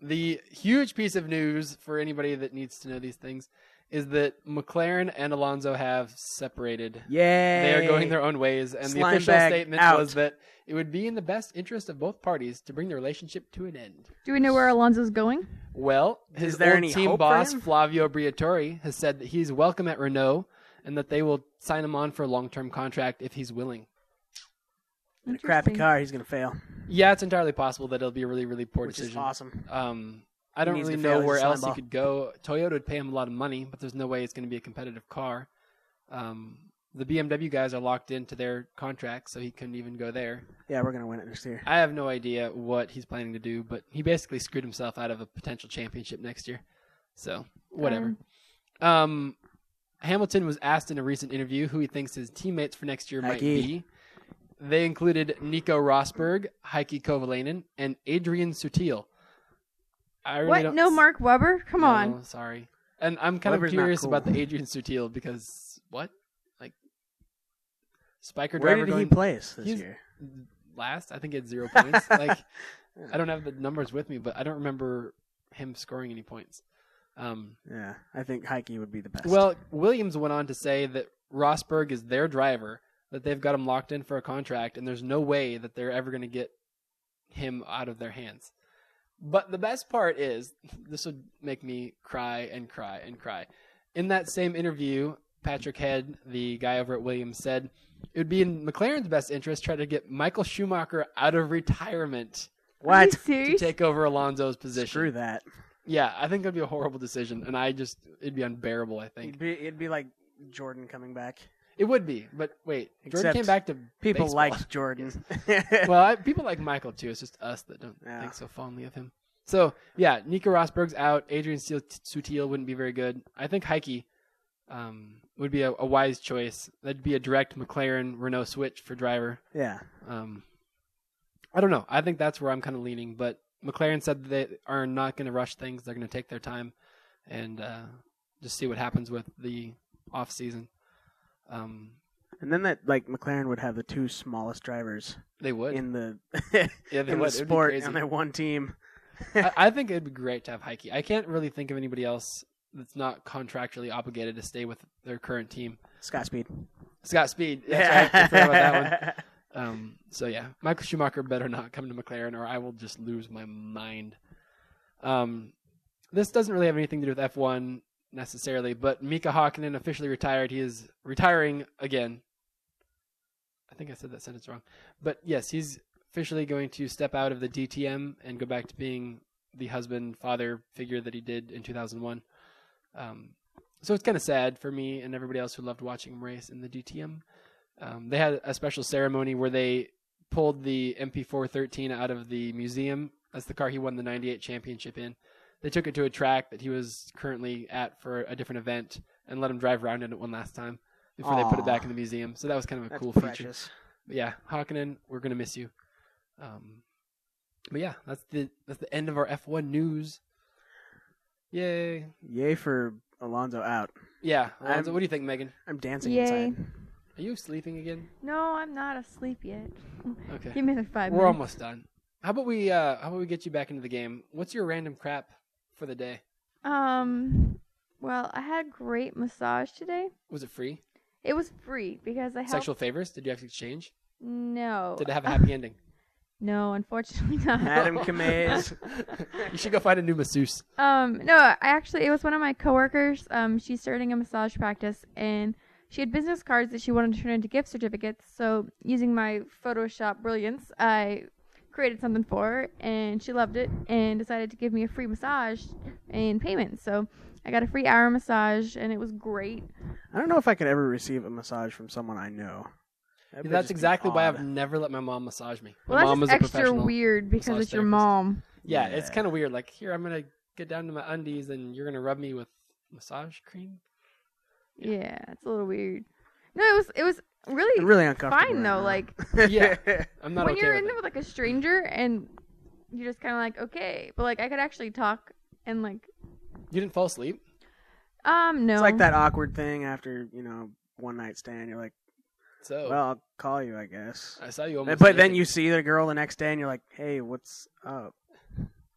Speaker 1: the huge piece of news for anybody that needs to know these things is that McLaren and Alonso have separated.
Speaker 3: Yay!
Speaker 1: They are going their own ways, and
Speaker 3: Slime
Speaker 1: the official
Speaker 3: bag
Speaker 1: statement
Speaker 3: out.
Speaker 1: was that it would be in the best interest of both parties to bring the relationship to an end.
Speaker 2: Do we know where Alonso's going?
Speaker 1: Well, his
Speaker 3: Is there
Speaker 1: old
Speaker 3: any
Speaker 1: team
Speaker 3: hope for
Speaker 1: boss
Speaker 3: him?
Speaker 1: Flavio Briatore has said that he's welcome at Renault and that they will sign him on for a long-term contract if he's willing.
Speaker 3: In a crappy
Speaker 2: Interesting.
Speaker 3: car, he's gonna fail,
Speaker 1: Yeah, it's entirely possible that it'll be a really, really poor
Speaker 3: which is
Speaker 1: decision.
Speaker 3: awesome.
Speaker 1: Um, I
Speaker 3: He
Speaker 1: don't
Speaker 3: needs
Speaker 1: really
Speaker 3: to
Speaker 1: know
Speaker 3: fail. He's
Speaker 1: where
Speaker 3: a slime
Speaker 1: else
Speaker 3: ball.
Speaker 1: he could go. Toyota would pay him a lot of money, but there's no way it's going to be a competitive car. Um, the BMW guys are locked into their contract, so he couldn't even go there.
Speaker 3: Yeah, we're gonna win it next year.
Speaker 1: I have no idea what he's planning to do, but he basically screwed himself out of a potential championship next year. So whatever. Um, Hamilton was asked in a recent interview who he thinks his teammates for next year might
Speaker 3: Heike.
Speaker 1: be. They included Nico Rosberg, Heikki Kovalainen, and Adrian Sutil. I really
Speaker 2: What?
Speaker 1: don't-
Speaker 2: No, Mark Webber? Come
Speaker 1: No,
Speaker 2: on.
Speaker 1: Sorry. And I'm kind
Speaker 3: Webber's
Speaker 1: of
Speaker 3: not
Speaker 1: curious
Speaker 3: cool.
Speaker 1: about the Adrian Sutil because what? Like Spiker
Speaker 3: Where
Speaker 1: driver
Speaker 3: did he
Speaker 1: going
Speaker 3: place this
Speaker 1: he's-
Speaker 3: year?
Speaker 1: last. I think he had zero points. like I don't have the numbers with me, but I don't remember him scoring any points. Um,
Speaker 3: Yeah, I think Heike would be the best.
Speaker 1: well, Williams went on to say that Rosberg is their driver, that they've got him locked in for a contract, and there's no way that they're ever going to get him out of their hands. But the best part is, *laughs* this would make me cry and cry and cry. In that same interview, Patrick Head, the guy over at Williams, said it would be in McLaren's best interest to try to get Michael Schumacher out of retirement
Speaker 2: Are you
Speaker 3: what?
Speaker 1: to
Speaker 2: serious?
Speaker 1: take over Alonso's position.
Speaker 3: Screw that.
Speaker 1: Yeah, I think it'd be a horrible decision, and I just it'd be unbearable. I think
Speaker 3: It'd be, it'd be like Jordan coming back.
Speaker 1: it would be, but wait, Jordan
Speaker 3: Except
Speaker 1: came back to
Speaker 3: People
Speaker 1: baseball.
Speaker 3: liked Jordan.
Speaker 1: *laughs*
Speaker 3: *laughs*
Speaker 1: well, I, people like Michael too. It's just us that don't
Speaker 3: Yeah.
Speaker 1: think so fondly of him. So yeah, Nico Rosberg's out. Adrian Steele- Sutil wouldn't be very good. I think Heike um, would be a, a wise choice. That'd be a direct McLaren Renault switch for driver.
Speaker 3: yeah,
Speaker 1: Um, I don't know. I think that's where I'm kind of leaning. But McLaren said that they are not going to rush things. They're going to take their time and uh, just see what happens with the off season. Um,
Speaker 3: and then that like McLaren would have the two smallest drivers
Speaker 1: they would. *laughs*
Speaker 3: in the
Speaker 1: yeah, they would.
Speaker 3: in the
Speaker 1: It would be
Speaker 3: sport
Speaker 1: crazy.
Speaker 3: on their one team.
Speaker 1: I, I think it'd be great to have Heike. I can't really think of anybody else that's not contractually obligated to stay with their current team.
Speaker 3: Scott Speed.
Speaker 1: Scott Speed. That's right. I forgot about that
Speaker 3: *laughs*
Speaker 1: one. Um, so yeah, Michael Schumacher better not come to McLaren, or I will just lose my mind. Um, this doesn't really have anything to do with F1 necessarily, but Mika Hakkinen officially retired. He is retiring again. I think I said that sentence wrong, but yes, he's officially going to step out of the DTM and go back to being the husband, father figure that he did in 2001. Um, so it's kind of sad for me and everybody else who loved watching him race in the DTM. Um, they had a special ceremony where they pulled the MP413 out of the museum. That's the car he won the 98 championship in. They took it to a track that he was currently at for a different event and let him drive around in it one last time before they put it
Speaker 3: Aw.
Speaker 1: back in the museum. So that was kind of a
Speaker 3: That's
Speaker 1: cool feature.
Speaker 3: precious.
Speaker 1: But yeah, Hakkinen, we're gonna miss you. Um, but yeah, that's the that's the end of our F1 news. Yay!
Speaker 3: Yay for Alonso out.
Speaker 1: Yeah, Alonso,
Speaker 3: I'm-
Speaker 1: what do you think, Megan?
Speaker 3: I'm dancing
Speaker 2: Yay.
Speaker 3: inside.
Speaker 2: *laughs*
Speaker 1: Are you sleeping again?
Speaker 2: No, I'm not asleep yet.
Speaker 1: Okay,
Speaker 2: Give me another five
Speaker 1: we're
Speaker 2: minutes.
Speaker 1: almost done. How about we uh, how about we get you back into the game? What's your random crap for the day?
Speaker 2: Um, well, I had great massage today.
Speaker 1: Was it free?
Speaker 2: It was free because I helped.
Speaker 1: Sexual favors? Did you have to exchange?
Speaker 2: No. *laughs*
Speaker 1: Did it have a happy ending?
Speaker 2: No, unfortunately *laughs* not.
Speaker 1: *laughs*
Speaker 3: Adam Kamez.
Speaker 1: you should go find a new masseuse.
Speaker 2: Um, no, I actually it was one of my coworkers. Um, she's starting a massage practice, and she had business cards that she wanted to turn into gift certificates. So using my Photoshop brilliance, I created something for her, and she loved it, and decided to give me a free massage in payment. So I got a free hour massage, and it was great.
Speaker 3: I don't know if I could ever receive a massage from someone I know. That would
Speaker 1: That's
Speaker 3: just be
Speaker 1: exactly why
Speaker 3: odd.
Speaker 1: I've never let my mom massage me.
Speaker 2: Well,
Speaker 1: my
Speaker 2: that's
Speaker 1: mom
Speaker 2: just
Speaker 1: is a
Speaker 2: extra
Speaker 1: professional.
Speaker 2: weird because
Speaker 1: massage
Speaker 2: it's your
Speaker 1: therapist.
Speaker 2: mom.
Speaker 1: Yeah, it's
Speaker 3: Yeah.
Speaker 1: kind of weird. Like here, I'm gonna get down to my undies, and you're gonna rub me with massage cream. Yeah.
Speaker 2: Yeah, it's a little weird. No, it was it was really,
Speaker 3: I'm really uncomfortable.
Speaker 2: fine
Speaker 3: right
Speaker 2: though.
Speaker 3: now. *laughs*
Speaker 2: Like
Speaker 1: Yeah. I'm not
Speaker 2: when
Speaker 1: okay
Speaker 2: you're
Speaker 1: with
Speaker 2: in
Speaker 1: it.
Speaker 2: there with like a stranger and you're just kind of like okay, but like I could actually talk and like
Speaker 1: You didn't fall asleep.
Speaker 2: um no,
Speaker 3: it's like that awkward thing after you know one night stand. You're like,
Speaker 1: So
Speaker 3: well, I'll call you, I guess.
Speaker 1: Oh. I saw you almost.
Speaker 3: But then
Speaker 1: naked.
Speaker 3: you see the girl the next day, and you're like, hey, what's up?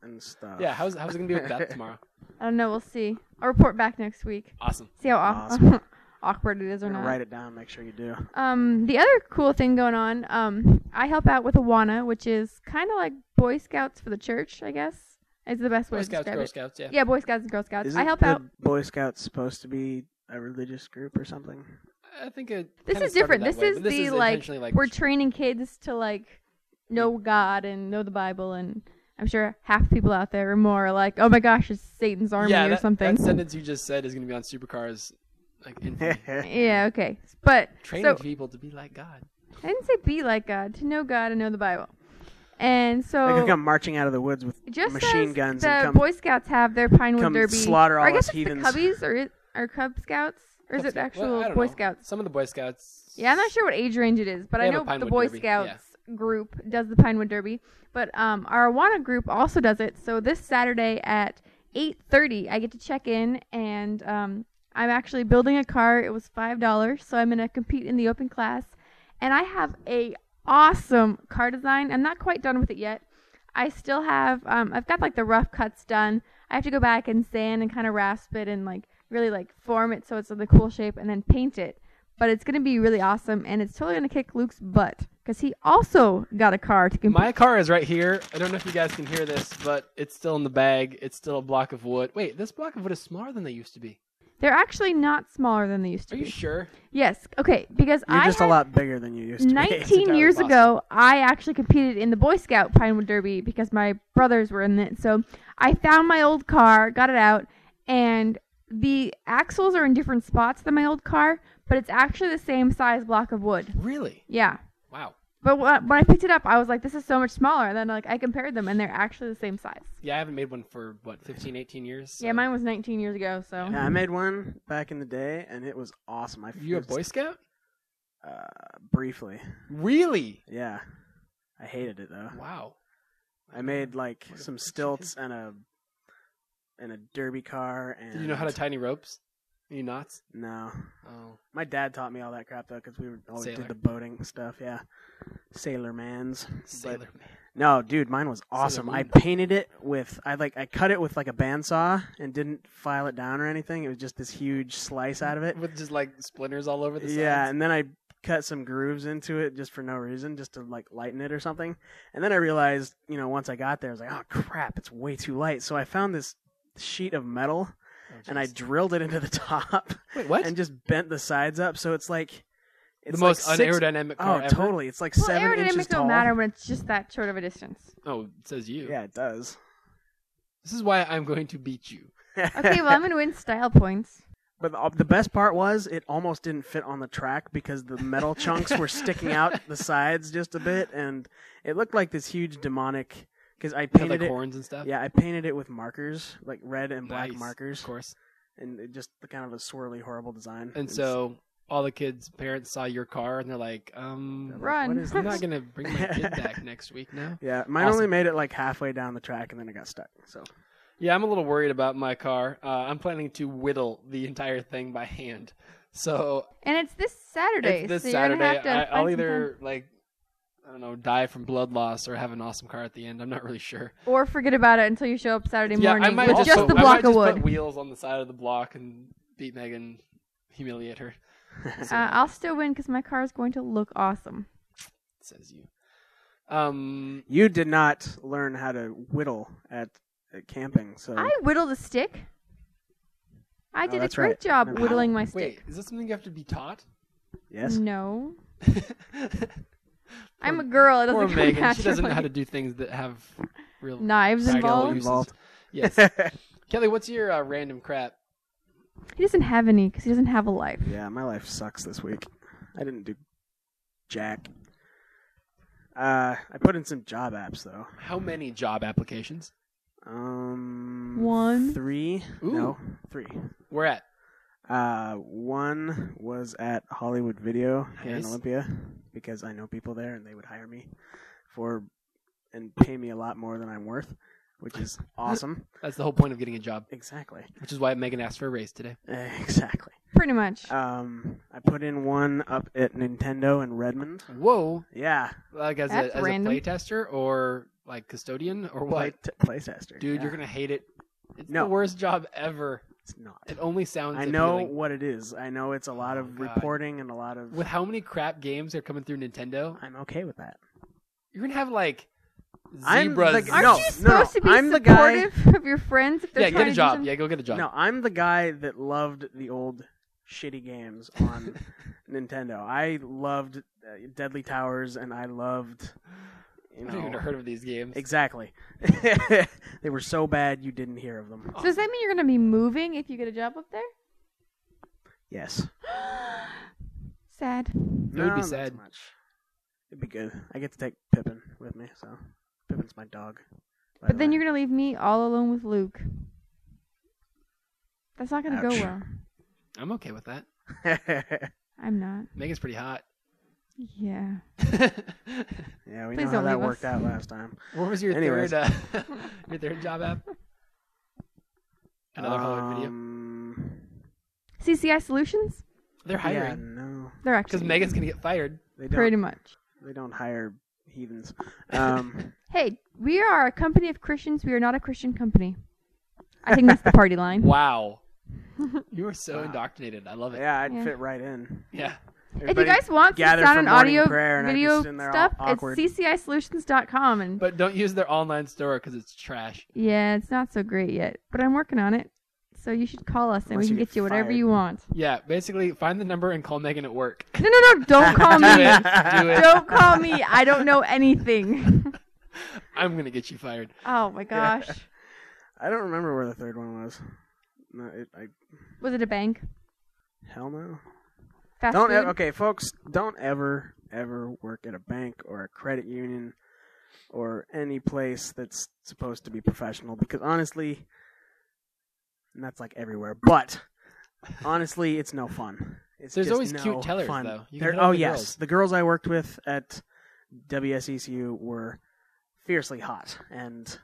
Speaker 3: And stuff.
Speaker 1: Yeah. How's how's it gonna be with that
Speaker 2: *laughs*
Speaker 1: tomorrow?
Speaker 2: I don't know. We'll see. I'll report back next week.
Speaker 1: Awesome.
Speaker 2: See how aw-
Speaker 3: Awesome.
Speaker 2: *laughs* awkward it is or
Speaker 3: I'm gonna
Speaker 2: not.
Speaker 3: write it down. Make sure you do.
Speaker 2: Um, the other cool thing going on, um, I help out with Awana, which is kind of like Boy Scouts for the church, I guess. Is the best way
Speaker 1: Boy
Speaker 2: to
Speaker 1: Scouts,
Speaker 2: describe
Speaker 1: Girl
Speaker 2: it.
Speaker 1: Scouts. Yeah.
Speaker 2: Yeah, Boy Scouts and Girl Scouts.
Speaker 3: Isn't
Speaker 2: I help
Speaker 3: the
Speaker 2: out.
Speaker 3: Boy Scouts supposed to be a religious group or something? *laughs*
Speaker 1: I think it.
Speaker 2: This
Speaker 1: kinda
Speaker 2: is different.
Speaker 1: started that
Speaker 2: This
Speaker 1: way,
Speaker 2: is
Speaker 1: but
Speaker 2: the,
Speaker 1: is
Speaker 2: like,
Speaker 1: intentionally, like
Speaker 2: We're training kids to like know God and know the Bible, and I'm sure half the people out there or more are like, "Oh my gosh, it's Satan's army
Speaker 1: yeah,
Speaker 2: or
Speaker 1: that,
Speaker 2: something."
Speaker 1: That sentence you just said is gonna be on supercars, like
Speaker 3: *laughs*
Speaker 1: in
Speaker 2: *laughs* yeah, okay, but
Speaker 1: training
Speaker 2: so
Speaker 1: people to be like God.
Speaker 2: I didn't say be like God, to know God and know the Bible, and
Speaker 3: They
Speaker 2: so
Speaker 3: could come marching out of the woods with
Speaker 2: just
Speaker 3: machine
Speaker 2: as
Speaker 3: guns
Speaker 2: the
Speaker 3: and come-
Speaker 2: Boy Scouts have their Pinewood
Speaker 3: come
Speaker 2: Derby.
Speaker 3: slaughter
Speaker 2: or
Speaker 3: all
Speaker 2: I guess
Speaker 3: us
Speaker 2: it's
Speaker 3: heathens.
Speaker 2: the Cubbies or is, or Cub Scouts or is
Speaker 1: Cub
Speaker 2: it
Speaker 1: Scout-
Speaker 2: actual
Speaker 1: well, I don't
Speaker 2: Boy
Speaker 1: know.
Speaker 2: Scouts?
Speaker 1: Some of the Boy Scouts.
Speaker 2: Yeah, I'm not sure what age range it is, but
Speaker 1: They
Speaker 2: I
Speaker 1: have a
Speaker 2: know the
Speaker 1: Pinewood
Speaker 2: Boy
Speaker 1: Derby,
Speaker 2: Scouts
Speaker 1: yeah.
Speaker 2: group does the Pinewood Derby, but um, our Awana group also does it. So this Saturday at 8:30, I get to check in, and um, I'm actually building a car. It was five dollars, so I'm gonna compete in the open class, and I have a awesome car design. I'm not quite done with it yet. I still have um, I've got like the rough cuts done. I have to go back and sand and kind of rasp it and like really like form it so it's in the cool shape and then paint it. But it's gonna be really awesome and it's totally gonna kick Luke's butt because he also got a car to compete.
Speaker 1: My car is right here. I don't know if you guys can hear this, but it's still in the bag. It's still a block of wood. Wait, this block of wood is smaller than they used to be.
Speaker 2: They're actually not smaller than they used to
Speaker 1: Are you
Speaker 2: be.
Speaker 1: sure?
Speaker 2: yes. Okay. Because
Speaker 3: You're
Speaker 2: I
Speaker 3: just a
Speaker 2: had-
Speaker 3: lot bigger than you used
Speaker 2: *laughs*
Speaker 3: to be.
Speaker 1: It's
Speaker 2: 19
Speaker 1: entirely
Speaker 2: years
Speaker 1: possible.
Speaker 2: ago, I actually competed in the Boy Scout Pinewood Derby because my brothers were in it. So I found my old car, got it out, and the axles are in different spots than my old car, but it's actually the same size block of wood.
Speaker 1: Really?
Speaker 2: Yeah.
Speaker 1: Wow.
Speaker 2: But wh- when I picked it up, I was like, this is so much smaller. And then like I compared them, and they're actually the same size.
Speaker 1: Yeah, I haven't made one for what 15, 18 years. so-
Speaker 2: Yeah, mine was 19 years ago, so.
Speaker 3: *laughs* Yeah, I made one back in the day, and it was awesome. I
Speaker 1: You a
Speaker 3: used-
Speaker 1: Boy Scout?
Speaker 3: Uh, briefly,
Speaker 1: Really?
Speaker 3: yeah. I hated it though.
Speaker 1: Wow.
Speaker 3: I made like
Speaker 1: What a
Speaker 3: some
Speaker 1: bitch.
Speaker 3: stilts and a and a derby car. And
Speaker 1: Do you know how to tie any ropes? Any knots?
Speaker 3: no,
Speaker 1: Oh,
Speaker 3: my dad taught me all that crap though, because we were always
Speaker 1: Sailor.
Speaker 3: did the boating stuff. Yeah, sailor man's. But-
Speaker 1: sailor man.
Speaker 3: No, dude, mine was awesome. I
Speaker 1: Moon.
Speaker 3: painted it with I like I cut it with like a bandsaw and didn't file it down or anything. It was just this huge slice out of
Speaker 1: *laughs*
Speaker 3: it.
Speaker 1: With just like splinters all over the
Speaker 3: Yeah,
Speaker 1: sides.
Speaker 3: and then I cut some grooves into it just for no reason, just to like lighten it or something. And then I realized, you know, once I got there, I was like, oh crap, it's way too light. So I found this sheet of metal
Speaker 1: Oh,
Speaker 3: and I
Speaker 1: jeez.
Speaker 3: drilled it into the *laughs* top
Speaker 1: wait. What?
Speaker 3: and just bent the sides up. So it's like
Speaker 1: the
Speaker 3: it's
Speaker 1: most
Speaker 3: like six-
Speaker 1: unaerodynamic
Speaker 3: Oh,
Speaker 1: car ever.
Speaker 3: totally. It's like
Speaker 2: Well,
Speaker 3: seven
Speaker 2: aerodynamics
Speaker 3: inches tall.
Speaker 2: don't matter when it's just that short of a distance.
Speaker 1: Oh, it says you.
Speaker 3: Yeah, it does. *laughs*
Speaker 1: This is why I'm going to beat you.
Speaker 2: Okay,
Speaker 3: *laughs*
Speaker 2: well, I'm going to win style points.
Speaker 3: But the, the best part was it almost didn't fit on the track because the metal chunks were
Speaker 1: *laughs*
Speaker 3: sticking out the sides just a bit, and it looked like this huge demonic. Because I
Speaker 1: It had, like
Speaker 3: painted it,
Speaker 1: horns and stuff.
Speaker 3: yeah, I painted it with markers, like red and black
Speaker 1: Nice,
Speaker 3: markers,
Speaker 1: Of course.
Speaker 3: and it just kind of a swirly, horrible design.
Speaker 1: And
Speaker 3: It's-
Speaker 1: so all the kids' parents saw your car and they're like,
Speaker 3: I'm
Speaker 1: um,
Speaker 3: like,
Speaker 2: Run.
Speaker 3: "What is
Speaker 1: I'm
Speaker 3: *laughs* this?"
Speaker 1: not going to bring my kid
Speaker 2: *laughs*
Speaker 1: back next week now.
Speaker 3: Yeah, mine
Speaker 1: Awesome.
Speaker 3: only made it like halfway down the track, and then it got stuck. So
Speaker 1: Yeah, I'm a little worried about my car. Uh, I'm planning to whittle the entire thing by hand. So
Speaker 2: And it's this
Speaker 1: it's
Speaker 2: Saturday.
Speaker 1: this
Speaker 2: so you're
Speaker 1: Saturday,
Speaker 2: Gonna have to
Speaker 1: I,
Speaker 2: find
Speaker 1: I'll
Speaker 2: some
Speaker 1: either, like, I don't know, die from blood loss or have an awesome car at the end. I'm not really sure.
Speaker 2: time. or forget about it until you show up Saturday
Speaker 1: yeah,
Speaker 2: morning
Speaker 1: I might
Speaker 2: with
Speaker 1: just,
Speaker 2: just
Speaker 1: put,
Speaker 2: the
Speaker 1: I
Speaker 2: block
Speaker 1: might
Speaker 2: of
Speaker 1: just
Speaker 2: wood.
Speaker 1: put wheels on the side of the block and beat Megan, humiliate
Speaker 2: *laughs*
Speaker 1: her.
Speaker 2: Uh, I'll still win because my car is going to look awesome.
Speaker 1: says you. Um,
Speaker 3: You did not learn how to whittle at, at camping, so
Speaker 2: I whittled a stick. I
Speaker 3: Oh,
Speaker 2: did a
Speaker 3: that's
Speaker 2: great
Speaker 3: right.
Speaker 2: job
Speaker 3: Never mind.
Speaker 2: whittling my
Speaker 1: wait,
Speaker 2: stick.
Speaker 1: is this something you have to be taught?
Speaker 3: yes,
Speaker 2: No. I'm
Speaker 1: Poor-
Speaker 2: a girl. It doesn't *laughs*
Speaker 1: Poor
Speaker 2: come
Speaker 1: Megan. She
Speaker 2: naturally.
Speaker 1: doesn't know how to do things that have real
Speaker 2: *laughs* Knives
Speaker 1: practical
Speaker 2: involved.
Speaker 1: uses.
Speaker 3: Involved.
Speaker 1: Yes.
Speaker 3: *laughs*
Speaker 1: Kelly, what's your uh, random crap?
Speaker 2: He doesn't have any because he doesn't have a life.
Speaker 3: yeah, my life sucks this week. I didn't do jack. Uh, I put in some job apps though.
Speaker 1: How many job applications?
Speaker 3: Um,
Speaker 2: One.
Speaker 3: three,
Speaker 1: Ooh.
Speaker 3: no, three.
Speaker 1: We're at
Speaker 3: Uh, one was at Hollywood Video here in
Speaker 1: Nice.
Speaker 3: Olympia because I know people there and they would hire me for and pay me a lot more than I'm worth,
Speaker 1: *laughs*
Speaker 3: which is awesome.
Speaker 1: that's the whole point of getting a job,
Speaker 3: exactly. *laughs*
Speaker 1: which is why Megan asked for a raise today.
Speaker 3: Exactly.
Speaker 2: Pretty much.
Speaker 3: Um, I put in one up at Nintendo in Redmond.
Speaker 1: Whoa!
Speaker 3: Yeah,
Speaker 1: Like as
Speaker 2: That's
Speaker 1: a as
Speaker 2: random.
Speaker 1: a playtester or like custodian or
Speaker 3: play
Speaker 1: what?
Speaker 3: t- playtester.
Speaker 1: Dude,
Speaker 3: Yeah.
Speaker 1: you're gonna hate it. It's
Speaker 3: No.
Speaker 1: the worst job ever.
Speaker 3: It's not.
Speaker 1: It only sounds.
Speaker 3: I know
Speaker 1: appealing.
Speaker 3: what it is. I know it's a lot
Speaker 1: Oh,
Speaker 3: of
Speaker 1: God.
Speaker 3: reporting and a lot of.
Speaker 1: With how many crap games are coming through Nintendo,
Speaker 3: I'm okay with that.
Speaker 1: you're gonna have like
Speaker 3: I'm
Speaker 1: zebras.
Speaker 3: the-
Speaker 2: Aren't
Speaker 3: no,
Speaker 2: you
Speaker 3: no,
Speaker 2: supposed
Speaker 3: no,
Speaker 2: to be
Speaker 3: I'm the guy-
Speaker 2: supportive *laughs* of your friends if they're
Speaker 1: yeah,
Speaker 2: trying
Speaker 1: get a
Speaker 2: to do
Speaker 1: job.
Speaker 2: something?
Speaker 1: Yeah, go get a job.
Speaker 3: No, I'm the guy that loved the old shitty games
Speaker 1: *laughs*
Speaker 3: on Nintendo. I loved uh, Deadly Towers, and I loved, you
Speaker 1: I've never even
Speaker 3: know,
Speaker 1: heard of these games.
Speaker 3: exactly. *laughs* they were so bad you didn't hear of
Speaker 1: Oh.
Speaker 3: them.
Speaker 2: So does that mean you're gonna be moving if you get a job up there? *gasps*
Speaker 3: Yes,
Speaker 2: Sad.
Speaker 1: would be
Speaker 3: not
Speaker 1: sad.
Speaker 3: Much. It'd be good. I get to take Pippin with me, so Pippin's my dog.
Speaker 2: But
Speaker 3: by the
Speaker 2: then
Speaker 3: way.
Speaker 2: you're gonna leave me all alone with Luke. That's not gonna go
Speaker 3: Ouch.
Speaker 2: well.
Speaker 1: I'm okay with that.
Speaker 2: I'm not.
Speaker 1: Megan's pretty hot.
Speaker 2: Yeah.
Speaker 1: what
Speaker 3: *laughs* yeah, we
Speaker 2: Please
Speaker 3: know how
Speaker 2: don't
Speaker 3: that
Speaker 2: leave us.
Speaker 3: worked out last time.
Speaker 1: was your
Speaker 3: Anyways.
Speaker 1: third uh, *laughs* your third job app? Another Hollywood video.
Speaker 3: Um,
Speaker 2: CCI Solutions?
Speaker 1: They're
Speaker 3: Yeah,
Speaker 1: hiring
Speaker 3: no,
Speaker 2: They're
Speaker 1: because
Speaker 2: actually
Speaker 1: Megan's gonna get fired.
Speaker 3: they
Speaker 2: pretty
Speaker 3: don't.
Speaker 2: much.
Speaker 3: They don't hire
Speaker 1: *laughs*
Speaker 3: heathens. Um.
Speaker 2: Hey, we are a company of Christians. We are not a Christian company. I think that's the
Speaker 3: *laughs*
Speaker 2: party line.
Speaker 1: Wow, you are so
Speaker 3: Wow.
Speaker 1: indoctrinated. I love it.
Speaker 3: Yeah, I'd
Speaker 2: Yeah.
Speaker 3: fit right in.
Speaker 1: Yeah.
Speaker 2: if you
Speaker 3: *laughs*
Speaker 2: guys want some
Speaker 3: gather
Speaker 2: sound
Speaker 3: for
Speaker 2: and
Speaker 3: morning
Speaker 2: audio
Speaker 3: prayer and I
Speaker 2: video
Speaker 3: just sit in there all
Speaker 2: stuff, it's
Speaker 3: awkward.
Speaker 2: ccisolutions.com. And
Speaker 1: but don't use their online store because it's trash.
Speaker 2: yeah, it's not so great yet, but I'm working on it. So you should call us and
Speaker 3: Unless
Speaker 2: we can
Speaker 3: you
Speaker 2: get,
Speaker 3: get
Speaker 2: you whatever
Speaker 3: fired.
Speaker 2: you want.
Speaker 1: Yeah, basically find the number and call Megan at work. *laughs*
Speaker 2: No, no, no! Don't call
Speaker 3: *laughs*
Speaker 1: do
Speaker 2: *laughs* me.
Speaker 1: it. Do it.
Speaker 2: Don't call me. I don't know anything. *laughs*
Speaker 1: I'm gonna get you fired.
Speaker 2: oh my
Speaker 3: Yeah.
Speaker 2: gosh!
Speaker 3: I don't remember where the third one was. No, it, I
Speaker 2: Was it a bank?
Speaker 3: hell no.
Speaker 2: Fast
Speaker 3: Don't
Speaker 2: food?
Speaker 3: ever, okay, folks. Don't ever ever work at a bank or a credit union or any place that's supposed to be professional because honestly, and that's like everywhere. But honestly, it's no fun. It's
Speaker 1: There's
Speaker 3: just
Speaker 1: always
Speaker 3: no
Speaker 1: cute tellers,
Speaker 3: fun.
Speaker 1: though. You can
Speaker 3: There-
Speaker 1: hit on
Speaker 3: oh
Speaker 1: the
Speaker 3: yes,
Speaker 1: girls.
Speaker 3: the girls I worked with at WSECU were fiercely hot, and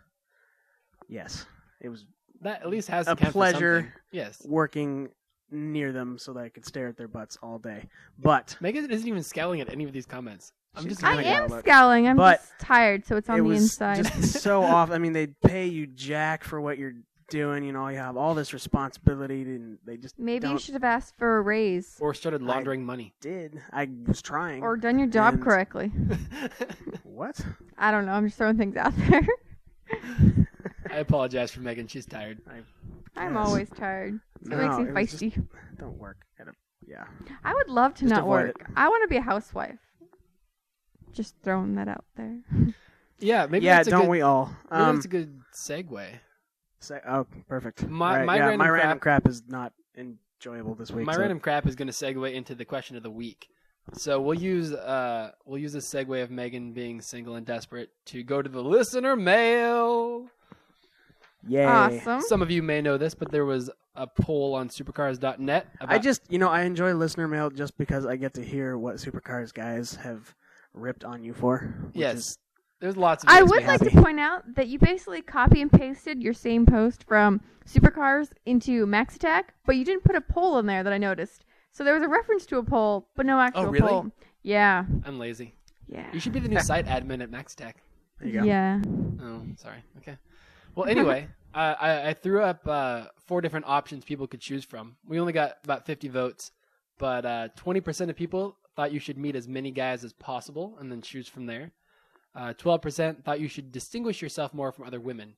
Speaker 3: yes, it was
Speaker 1: That at least has
Speaker 3: A
Speaker 1: to count for
Speaker 3: pleasure.
Speaker 1: something. Yes.
Speaker 3: working near them so that I could stare at their butts all day. But
Speaker 1: Megan isn't even scowling at any of these comments. I'm
Speaker 3: She's
Speaker 1: just
Speaker 2: I
Speaker 1: looking at
Speaker 2: am
Speaker 1: it.
Speaker 2: scowling. I'm
Speaker 3: But
Speaker 2: just tired, so it's on
Speaker 3: it
Speaker 2: the
Speaker 3: was
Speaker 2: inside. *laughs*
Speaker 3: just so off. I mean, they pay you jack for what you're doing. You know, you have all this responsibility, and they just
Speaker 2: Maybe you
Speaker 3: don't-
Speaker 2: should have asked for a raise
Speaker 1: Or started laundering money.
Speaker 3: did. I was trying.
Speaker 2: or done your job
Speaker 3: And-
Speaker 2: correctly.
Speaker 3: what?
Speaker 2: I don't know. I'm just throwing things out *laughs* there.
Speaker 1: I apologize for Megan. She's tired.
Speaker 2: I'm
Speaker 3: Yes.
Speaker 2: always tired. It
Speaker 3: No,
Speaker 2: makes me
Speaker 3: it was just-
Speaker 2: feisty.
Speaker 3: Don't work at a yeah.
Speaker 2: I would love to
Speaker 3: just
Speaker 2: not
Speaker 3: avoid
Speaker 2: work. I want to be a housewife. Just throwing that out there.
Speaker 1: Yeah, maybe
Speaker 3: yeah,
Speaker 1: that's a
Speaker 3: don't
Speaker 1: good,
Speaker 3: we all?
Speaker 1: maybe
Speaker 3: Um,
Speaker 1: that's a good segue.
Speaker 3: say- oh, perfect.
Speaker 1: My-
Speaker 3: Right,
Speaker 1: my
Speaker 3: yeah, my
Speaker 1: random
Speaker 3: random crap is not enjoyable this week.
Speaker 1: My
Speaker 3: so-
Speaker 1: random crap is going to segue into the question of the week. So we'll use uh we'll use this segue of Megan being single and desperate to go to the listener mail.
Speaker 3: Yay.
Speaker 2: Awesome.
Speaker 1: Some of you may know this, but there was a poll on supercars.net about
Speaker 3: I just, you know, I enjoy listener mail just because I get to hear what supercars guys have ripped on you for. which
Speaker 1: Yes.
Speaker 3: is-
Speaker 1: there's lots of
Speaker 2: I
Speaker 1: things
Speaker 2: would
Speaker 1: we
Speaker 2: like to
Speaker 3: happy.
Speaker 2: point out that you basically copy and pasted your same post from Supercars into Max Attack, but you didn't put a poll in there that I noticed. So there was a reference to a poll, but no actual
Speaker 1: Oh, really?
Speaker 2: poll. Yeah.
Speaker 1: I'm lazy.
Speaker 2: Yeah.
Speaker 1: You should be the new site admin at MaxTech.
Speaker 3: there you go.
Speaker 2: Yeah.
Speaker 1: Oh, sorry. Okay. Well, anyway, uh, I, I threw up uh, four different options people could choose from. We only got about 50 votes, but uh, 20% of people thought you should meet as many guys as possible and then choose from there. Uh, 12% thought you should distinguish yourself more from other women.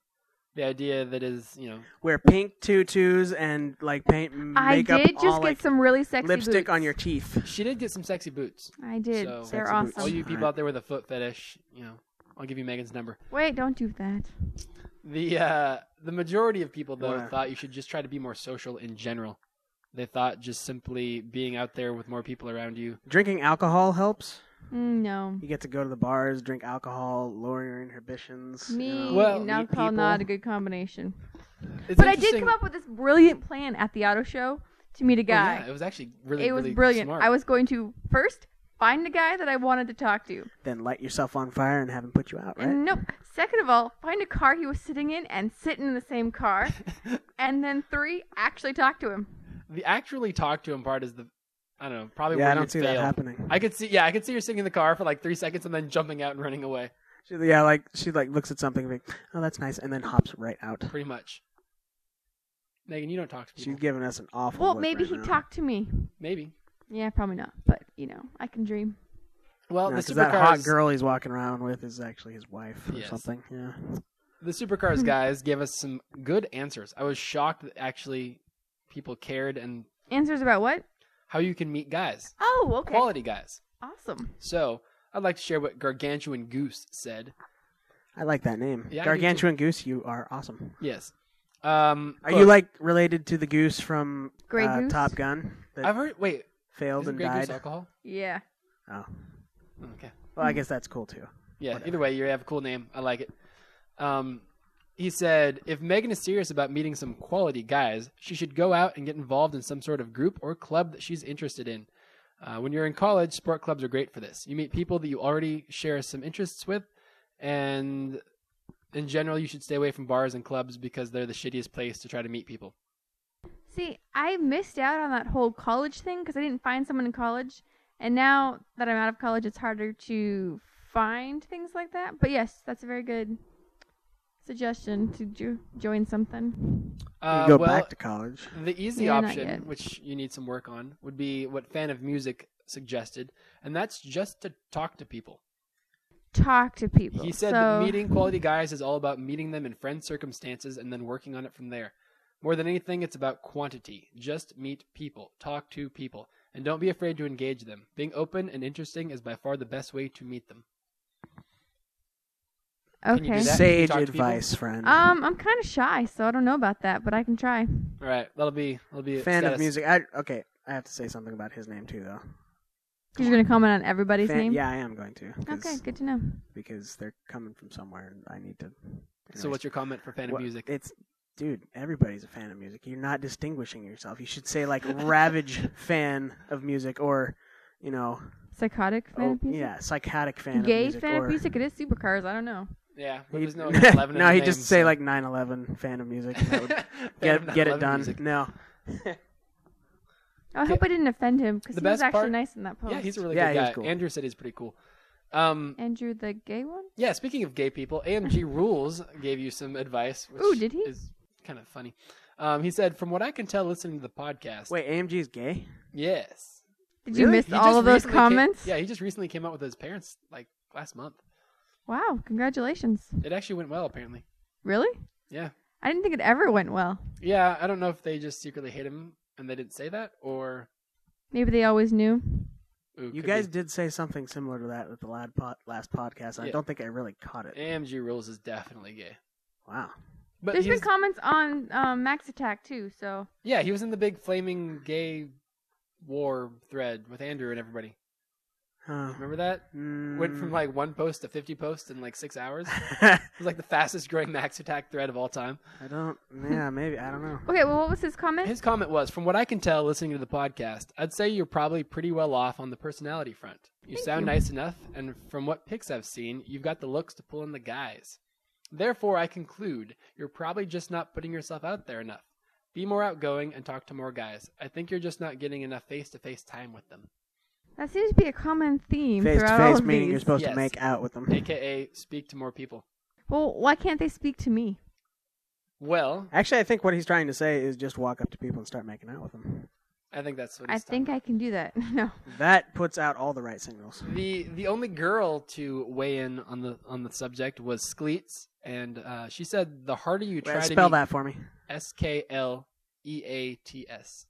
Speaker 1: The idea that is, you know,
Speaker 3: Wear pink tutus and like paint m-
Speaker 2: I
Speaker 3: makeup
Speaker 2: did just
Speaker 3: all
Speaker 2: get
Speaker 3: like
Speaker 2: some really sexy
Speaker 3: lipstick
Speaker 2: boots.
Speaker 3: on your teeth.
Speaker 1: she did get some sexy boots.
Speaker 2: I did.
Speaker 1: So-
Speaker 2: They're
Speaker 3: Sexy boots.
Speaker 2: awesome.
Speaker 1: All you people
Speaker 3: Alright.
Speaker 1: out there with a foot fetish, you know, I'll give you Megan's number.
Speaker 2: Wait, don't do that.
Speaker 1: The uh, the majority of people though
Speaker 3: Wow.
Speaker 1: thought you should just try to be more social in general. They thought just simply being out there with more people around you.
Speaker 3: Drinking alcohol helps.
Speaker 2: Mm, no.
Speaker 3: You get to go to the bars, drink alcohol, lower your inhibitions. you
Speaker 2: Me
Speaker 3: know,
Speaker 1: Well-
Speaker 2: and
Speaker 3: meet
Speaker 2: alcohol
Speaker 3: people.
Speaker 2: not a good combination.
Speaker 1: It's
Speaker 2: but I did
Speaker 1: interesting-
Speaker 2: come up with this brilliant plan at the auto show to meet a
Speaker 1: Oh, yeah,
Speaker 2: guy.
Speaker 1: it was actually really
Speaker 2: it was
Speaker 1: really
Speaker 2: brilliant.
Speaker 1: smart.
Speaker 2: I was going to first find a guy that I wanted to talk to.
Speaker 3: Then light yourself on fire and have him put you out, right?
Speaker 2: And nope. Second of all, find a car he was sitting in and sit in the
Speaker 1: *laughs*
Speaker 2: same car. and then three, actually talk to him.
Speaker 1: the actually talk to him part is the I don't know probably
Speaker 3: yeah,
Speaker 1: where
Speaker 3: I
Speaker 1: you
Speaker 3: don't see
Speaker 1: failed.
Speaker 3: that happening.
Speaker 1: I could see yeah I could see her sitting in the car for like three seconds and then jumping out and running away
Speaker 3: She, yeah, like she like looks at something like, oh, that's nice, and then hops right out.
Speaker 1: pretty much. Megan, you don't talk to people.
Speaker 3: She's giving us an awful.
Speaker 2: Well,
Speaker 3: look
Speaker 2: maybe
Speaker 3: right
Speaker 2: he
Speaker 3: now.
Speaker 2: talked to me.
Speaker 1: Maybe.
Speaker 2: Yeah, probably not. But you know, I can dream.
Speaker 1: Well,
Speaker 3: No,
Speaker 1: the
Speaker 3: 'cause that hot
Speaker 1: supercars-
Speaker 3: girl he's walking around with is actually his wife or
Speaker 1: Yes.
Speaker 3: something. Yeah.
Speaker 1: the supercars
Speaker 3: *laughs*
Speaker 1: guys gave us some good answers. I was shocked that actually people cared and
Speaker 2: Answers about what?
Speaker 1: how you can meet guys,
Speaker 2: Oh, okay.
Speaker 1: quality guys.
Speaker 2: Awesome.
Speaker 1: So I'd like to share what Gargantuan Goose said.
Speaker 3: I like that name.
Speaker 1: Yeah, I do
Speaker 3: Gargantuan Goose, you are awesome.
Speaker 1: Yes. Um,
Speaker 3: Are
Speaker 1: quote,
Speaker 3: you like related to the goose from
Speaker 2: Grey
Speaker 3: uh,
Speaker 2: Goose?
Speaker 3: Top Gun that
Speaker 1: I've heard. Wait,
Speaker 3: failed
Speaker 1: isn't
Speaker 3: and
Speaker 1: Grey Goose
Speaker 3: died?
Speaker 1: alcohol?
Speaker 2: Yeah.
Speaker 3: Oh,
Speaker 1: Okay.
Speaker 3: well, I guess that's cool too.
Speaker 1: Yeah.
Speaker 3: Whatever.
Speaker 1: Either way, you have a cool name. I like it. Um, he said, if Megan is serious about meeting some quality guys, she should go out and get involved in some sort of group or club that she's interested in. Uh, when you're in college, sport clubs are great for this. You meet people that you already share some interests with, and in general, you should stay away from bars and clubs because they're the shittiest place to try to meet people.
Speaker 2: See, I missed out on that whole college thing because I didn't find someone in college, and now that I'm out of college, it's harder to find things like that. But yes, that's a very good suggestion to jo- join something.
Speaker 1: Uh,
Speaker 3: you go
Speaker 1: well,
Speaker 3: back to college.
Speaker 1: The easy
Speaker 2: Yeah, not yet.
Speaker 1: option, which you need some work on, would be what fan of music suggested, and that's just to talk to people.
Speaker 2: Talk to people.
Speaker 1: He said
Speaker 2: So-
Speaker 1: that meeting quality guys is all about meeting them in friend circumstances and then working on it from there. More than anything, it's about quantity. Just meet people, talk to people, and don't be afraid to engage them. Being open and interesting is by far the best way to meet them.
Speaker 2: Okay.
Speaker 1: can you do that? Can you
Speaker 3: Sage
Speaker 1: talk to people?
Speaker 3: advice, friend.
Speaker 2: Um, I'm kind of shy, so I don't know about that, but I can try.
Speaker 1: All right, that'll be that'll be a
Speaker 3: Fan of
Speaker 1: status.
Speaker 3: music. I, okay, I have to say something about his name too, though.
Speaker 2: You're gonna comment on everybody's
Speaker 3: Fan-
Speaker 2: name.
Speaker 3: Yeah, I am going to. 'cause-
Speaker 2: Okay, good to know.
Speaker 3: Because they're coming from somewhere, and I need to.
Speaker 1: So, what's your comment for fan of
Speaker 3: What-
Speaker 1: music?
Speaker 3: It's dude, everybody's a fan of music. You're not distinguishing yourself. You should say like
Speaker 1: *laughs*
Speaker 3: ravage fan of music or you know
Speaker 2: Psychotic fan
Speaker 3: oh,
Speaker 2: of music.
Speaker 3: yeah, psychotic fan
Speaker 2: Gay
Speaker 3: of music.
Speaker 2: fan
Speaker 3: or,
Speaker 2: of music. It is supercars. I don't know.
Speaker 1: Yeah, but
Speaker 3: He,
Speaker 1: there's
Speaker 3: *laughs*
Speaker 1: no 11 in
Speaker 3: no,
Speaker 1: the
Speaker 3: he
Speaker 1: name,
Speaker 3: just say
Speaker 1: so-
Speaker 3: like 9/11 fan of music. and that would
Speaker 1: *laughs* Fan of
Speaker 3: get get it
Speaker 1: 9/11
Speaker 3: done.
Speaker 1: music. *laughs*
Speaker 3: No,
Speaker 2: I hope I didn't offend him because
Speaker 1: The
Speaker 2: he was
Speaker 1: best
Speaker 2: actually
Speaker 1: part-
Speaker 2: nice in that post.
Speaker 1: Yeah, he's a really
Speaker 3: Oh, Yeah,
Speaker 1: good
Speaker 3: he's
Speaker 1: guy.
Speaker 3: cool.
Speaker 1: Andrew said he's pretty cool. Um,
Speaker 2: Andrew, the gay one.
Speaker 1: Yeah, speaking of gay people,
Speaker 2: *laughs*
Speaker 1: AMG Rules gave you some advice. Which
Speaker 2: Ooh, Oh, did he?
Speaker 1: Is kind of funny. Um, he said, "From what I can tell, listening to the podcast,
Speaker 3: wait, AMG is gay.
Speaker 1: yes,
Speaker 2: Did you
Speaker 3: Really?
Speaker 2: miss
Speaker 1: He
Speaker 2: all
Speaker 1: just
Speaker 2: of those
Speaker 1: recently came-
Speaker 2: comments?
Speaker 1: yeah, he just recently came out with his parents like last month.
Speaker 2: Wow, congratulations.
Speaker 1: It actually went well, apparently.
Speaker 2: Really?
Speaker 1: Yeah,
Speaker 2: I didn't think it ever went well.
Speaker 1: yeah. I don't know if they just secretly hate him and they didn't say that, or
Speaker 2: Maybe they always knew.
Speaker 1: ooh,
Speaker 3: You
Speaker 1: could
Speaker 3: guys
Speaker 1: be.
Speaker 3: did say something similar to that with the lad pod, last podcast. and
Speaker 1: Yeah.
Speaker 3: I don't think I really caught it.
Speaker 1: AMG Rules is definitely gay.
Speaker 3: Wow.
Speaker 1: But
Speaker 2: There's
Speaker 1: he
Speaker 2: been
Speaker 1: was-
Speaker 2: comments on um, Max Attack too, so
Speaker 1: yeah, he was in the big flaming gay war thread with Andrew and everybody.
Speaker 3: Huh.
Speaker 1: Remember that? Went from
Speaker 3: *laughs* Mm.
Speaker 1: like one post to 50 posts in like six hours. It was like the fastest growing *laughs* Max Attack thread of all time.
Speaker 3: I don't. Yeah, maybe I don't know.
Speaker 2: okay. Well, what was his comment?
Speaker 1: His comment was From what I can tell listening to the podcast, I'd say you're probably pretty well off on the personality front. You sound nice enough, and from what pics I've seen, you've got the looks to pull in the guys. Therefore, I conclude you're probably just not putting yourself out there enough. Be more outgoing and talk to more guys. I think you're just not getting enough face to face time with them,
Speaker 2: that seems to be a common theme
Speaker 3: Face to
Speaker 2: throughout all
Speaker 3: face
Speaker 2: of
Speaker 3: meaning
Speaker 2: these.
Speaker 3: you're supposed
Speaker 1: Yes.
Speaker 3: to make out with them.
Speaker 1: aka speak to more people.
Speaker 2: Well, why can't they speak to me?
Speaker 1: Well,
Speaker 3: Actually, I think what he's trying to say is just walk up to people and start making out with them.
Speaker 1: I think that's what
Speaker 2: I
Speaker 1: he's talking
Speaker 2: think I can do that. *laughs* No.
Speaker 3: That puts out all the right signals.
Speaker 1: The the only girl to weigh in on the on the subject was Skleets, and uh, she said the harder you try
Speaker 3: Wait,
Speaker 1: to
Speaker 3: spell
Speaker 1: be-
Speaker 3: that for me.
Speaker 1: S K L E A T S.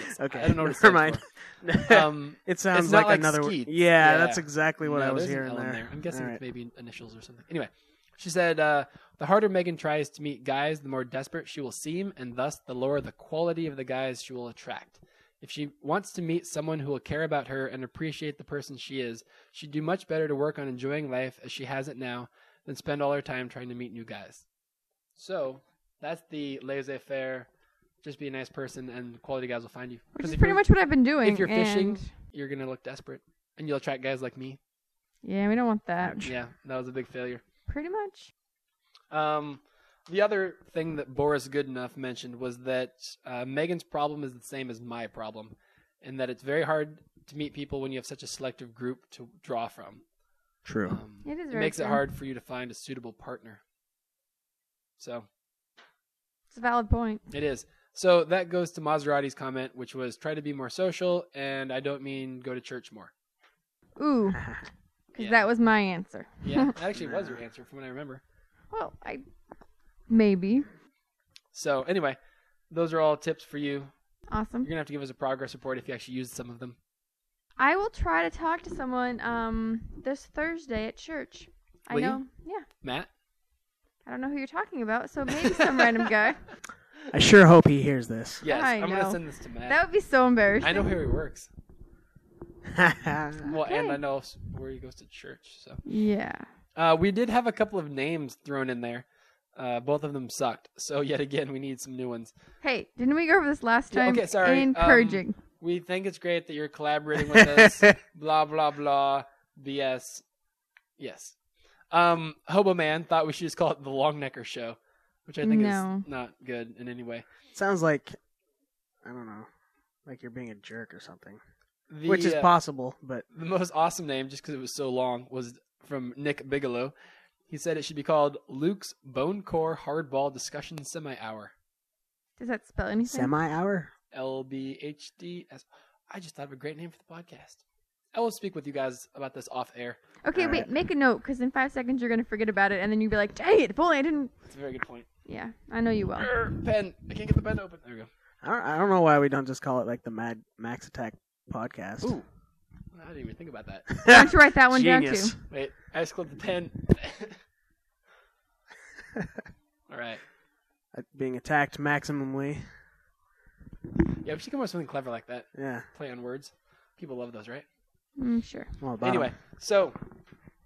Speaker 1: Yes,
Speaker 3: Okay,
Speaker 1: I don't know what it
Speaker 3: *laughs* never
Speaker 1: stands
Speaker 3: mind. *laughs*
Speaker 1: for. Um,
Speaker 3: It sounds
Speaker 1: It's not
Speaker 3: like,
Speaker 1: like
Speaker 3: another. word.
Speaker 1: skeet.
Speaker 3: Yeah,
Speaker 1: Yeah.
Speaker 3: that's exactly what
Speaker 1: no,
Speaker 3: I was
Speaker 1: there's an
Speaker 3: hearing
Speaker 1: L in
Speaker 3: there.
Speaker 1: I'm guessing
Speaker 3: All
Speaker 1: it's
Speaker 3: right.
Speaker 1: maybe initials or something. Anyway, she said uh, the harder Megan tries to meet guys, the more desperate she will seem, and thus the lower the quality of the guys she will attract. If she wants to meet someone who will care about her and appreciate the person she is, she'd do much better to work on enjoying life as she has it now than spend all her time trying to meet new guys. So that's the laissez faire. Just be a nice person, and quality guys will find you.
Speaker 2: Which
Speaker 1: 'Cause
Speaker 2: is
Speaker 1: if
Speaker 2: pretty
Speaker 1: you're-
Speaker 2: much what I've been doing.
Speaker 1: if you're fishing,
Speaker 2: and-
Speaker 1: you're gonna look desperate, and you'll attract guys like me.
Speaker 2: Yeah, we don't want that. *laughs*
Speaker 1: Yeah, that was a big failure.
Speaker 2: Pretty much.
Speaker 1: Um, the other thing that Boris Goodenough mentioned was that uh, Megan's problem is the same as my problem, and that it's very hard to meet people when you have such a selective group to draw from.
Speaker 3: True.
Speaker 1: *laughs* Um,
Speaker 2: It is
Speaker 1: it
Speaker 2: very
Speaker 1: makes it
Speaker 2: true.
Speaker 1: hard for you to find a suitable partner. So
Speaker 2: It's a valid point.
Speaker 1: It is. So that goes to Maserati's comment, which was try to be more social, and I don't mean go to church more.
Speaker 2: Ooh, because
Speaker 1: Yeah.
Speaker 2: that was my answer.
Speaker 1: yeah, that actually was your answer from what I remember.
Speaker 2: *laughs* Well, I maybe.
Speaker 1: So anyway, those are all tips for you. You're
Speaker 2: Awesome.
Speaker 1: gonna have to give us a progress report if you actually used some of them.
Speaker 2: I will try to talk to someone um this Thursday at church.
Speaker 1: Will
Speaker 2: I
Speaker 1: you?
Speaker 2: know. Yeah.
Speaker 1: Matt,
Speaker 2: I don't know who you're talking about, so maybe some random
Speaker 1: *laughs*
Speaker 2: guy.
Speaker 3: I sure hope he hears this. *laughs*
Speaker 1: yes,
Speaker 2: I
Speaker 1: am gonna
Speaker 2: know.
Speaker 1: send this to Matt.
Speaker 2: That would be so embarrassing.
Speaker 1: I know where he works.
Speaker 3: That's
Speaker 1: Well, and
Speaker 2: Okay.
Speaker 1: I know s- where he goes to church. So
Speaker 2: Yeah.
Speaker 1: uh, we did have a couple of names thrown in there. Uh, both of them sucked. So *laughs* yet again, we need some new ones.
Speaker 2: Hey, didn't we go over this last
Speaker 1: Yeah,
Speaker 2: time?
Speaker 1: okay, sorry. Um,
Speaker 2: Encouraging.
Speaker 1: We think it's great that you're collaborating with
Speaker 2: *laughs*
Speaker 1: us. blah blah blah BS. Yes. Um, Hobo Man thought we should just call it the Long Necker Show, which I think
Speaker 2: No.
Speaker 1: is not good in any way.
Speaker 3: Sounds like I don't know, like you're being a jerk or something,
Speaker 1: The,
Speaker 3: which is
Speaker 1: uh,
Speaker 3: possible. But
Speaker 1: the most awesome name, just because it was so long, was from Nick Bigelow. He said it should be called Luke's Bone Core Hardball Discussion Semi Hour.
Speaker 2: Does that spell anything?
Speaker 3: semi-hour.
Speaker 1: LBHDS. I just thought of a great name for the podcast. I will speak with you guys about this off air.
Speaker 2: okay,
Speaker 3: All
Speaker 2: wait.
Speaker 3: right.
Speaker 2: Make a note, because in five seconds you're gonna forget about it, and then you'll be like, "Dang it, if only I didn't."
Speaker 1: It's a very good point.
Speaker 2: Yeah, I know you
Speaker 1: *laughs*
Speaker 2: will.
Speaker 1: Er, pen. I can't get the pen open. There we go.
Speaker 3: I don't, I don't know why we don't just call it like the Mad Max Attack podcast.
Speaker 1: Ooh. I didn't even think about that.
Speaker 2: Why don't you write that one down
Speaker 3: Genius.
Speaker 2: too?
Speaker 1: Wait, I just clipped the pen. All right.
Speaker 3: Uh, Being attacked maximally.
Speaker 1: Yeah, we should come up with something clever like that.
Speaker 3: Yeah,
Speaker 1: Play on words. People love those, right?
Speaker 2: Mm, sure.
Speaker 3: well, about 'em.
Speaker 1: Anyway, so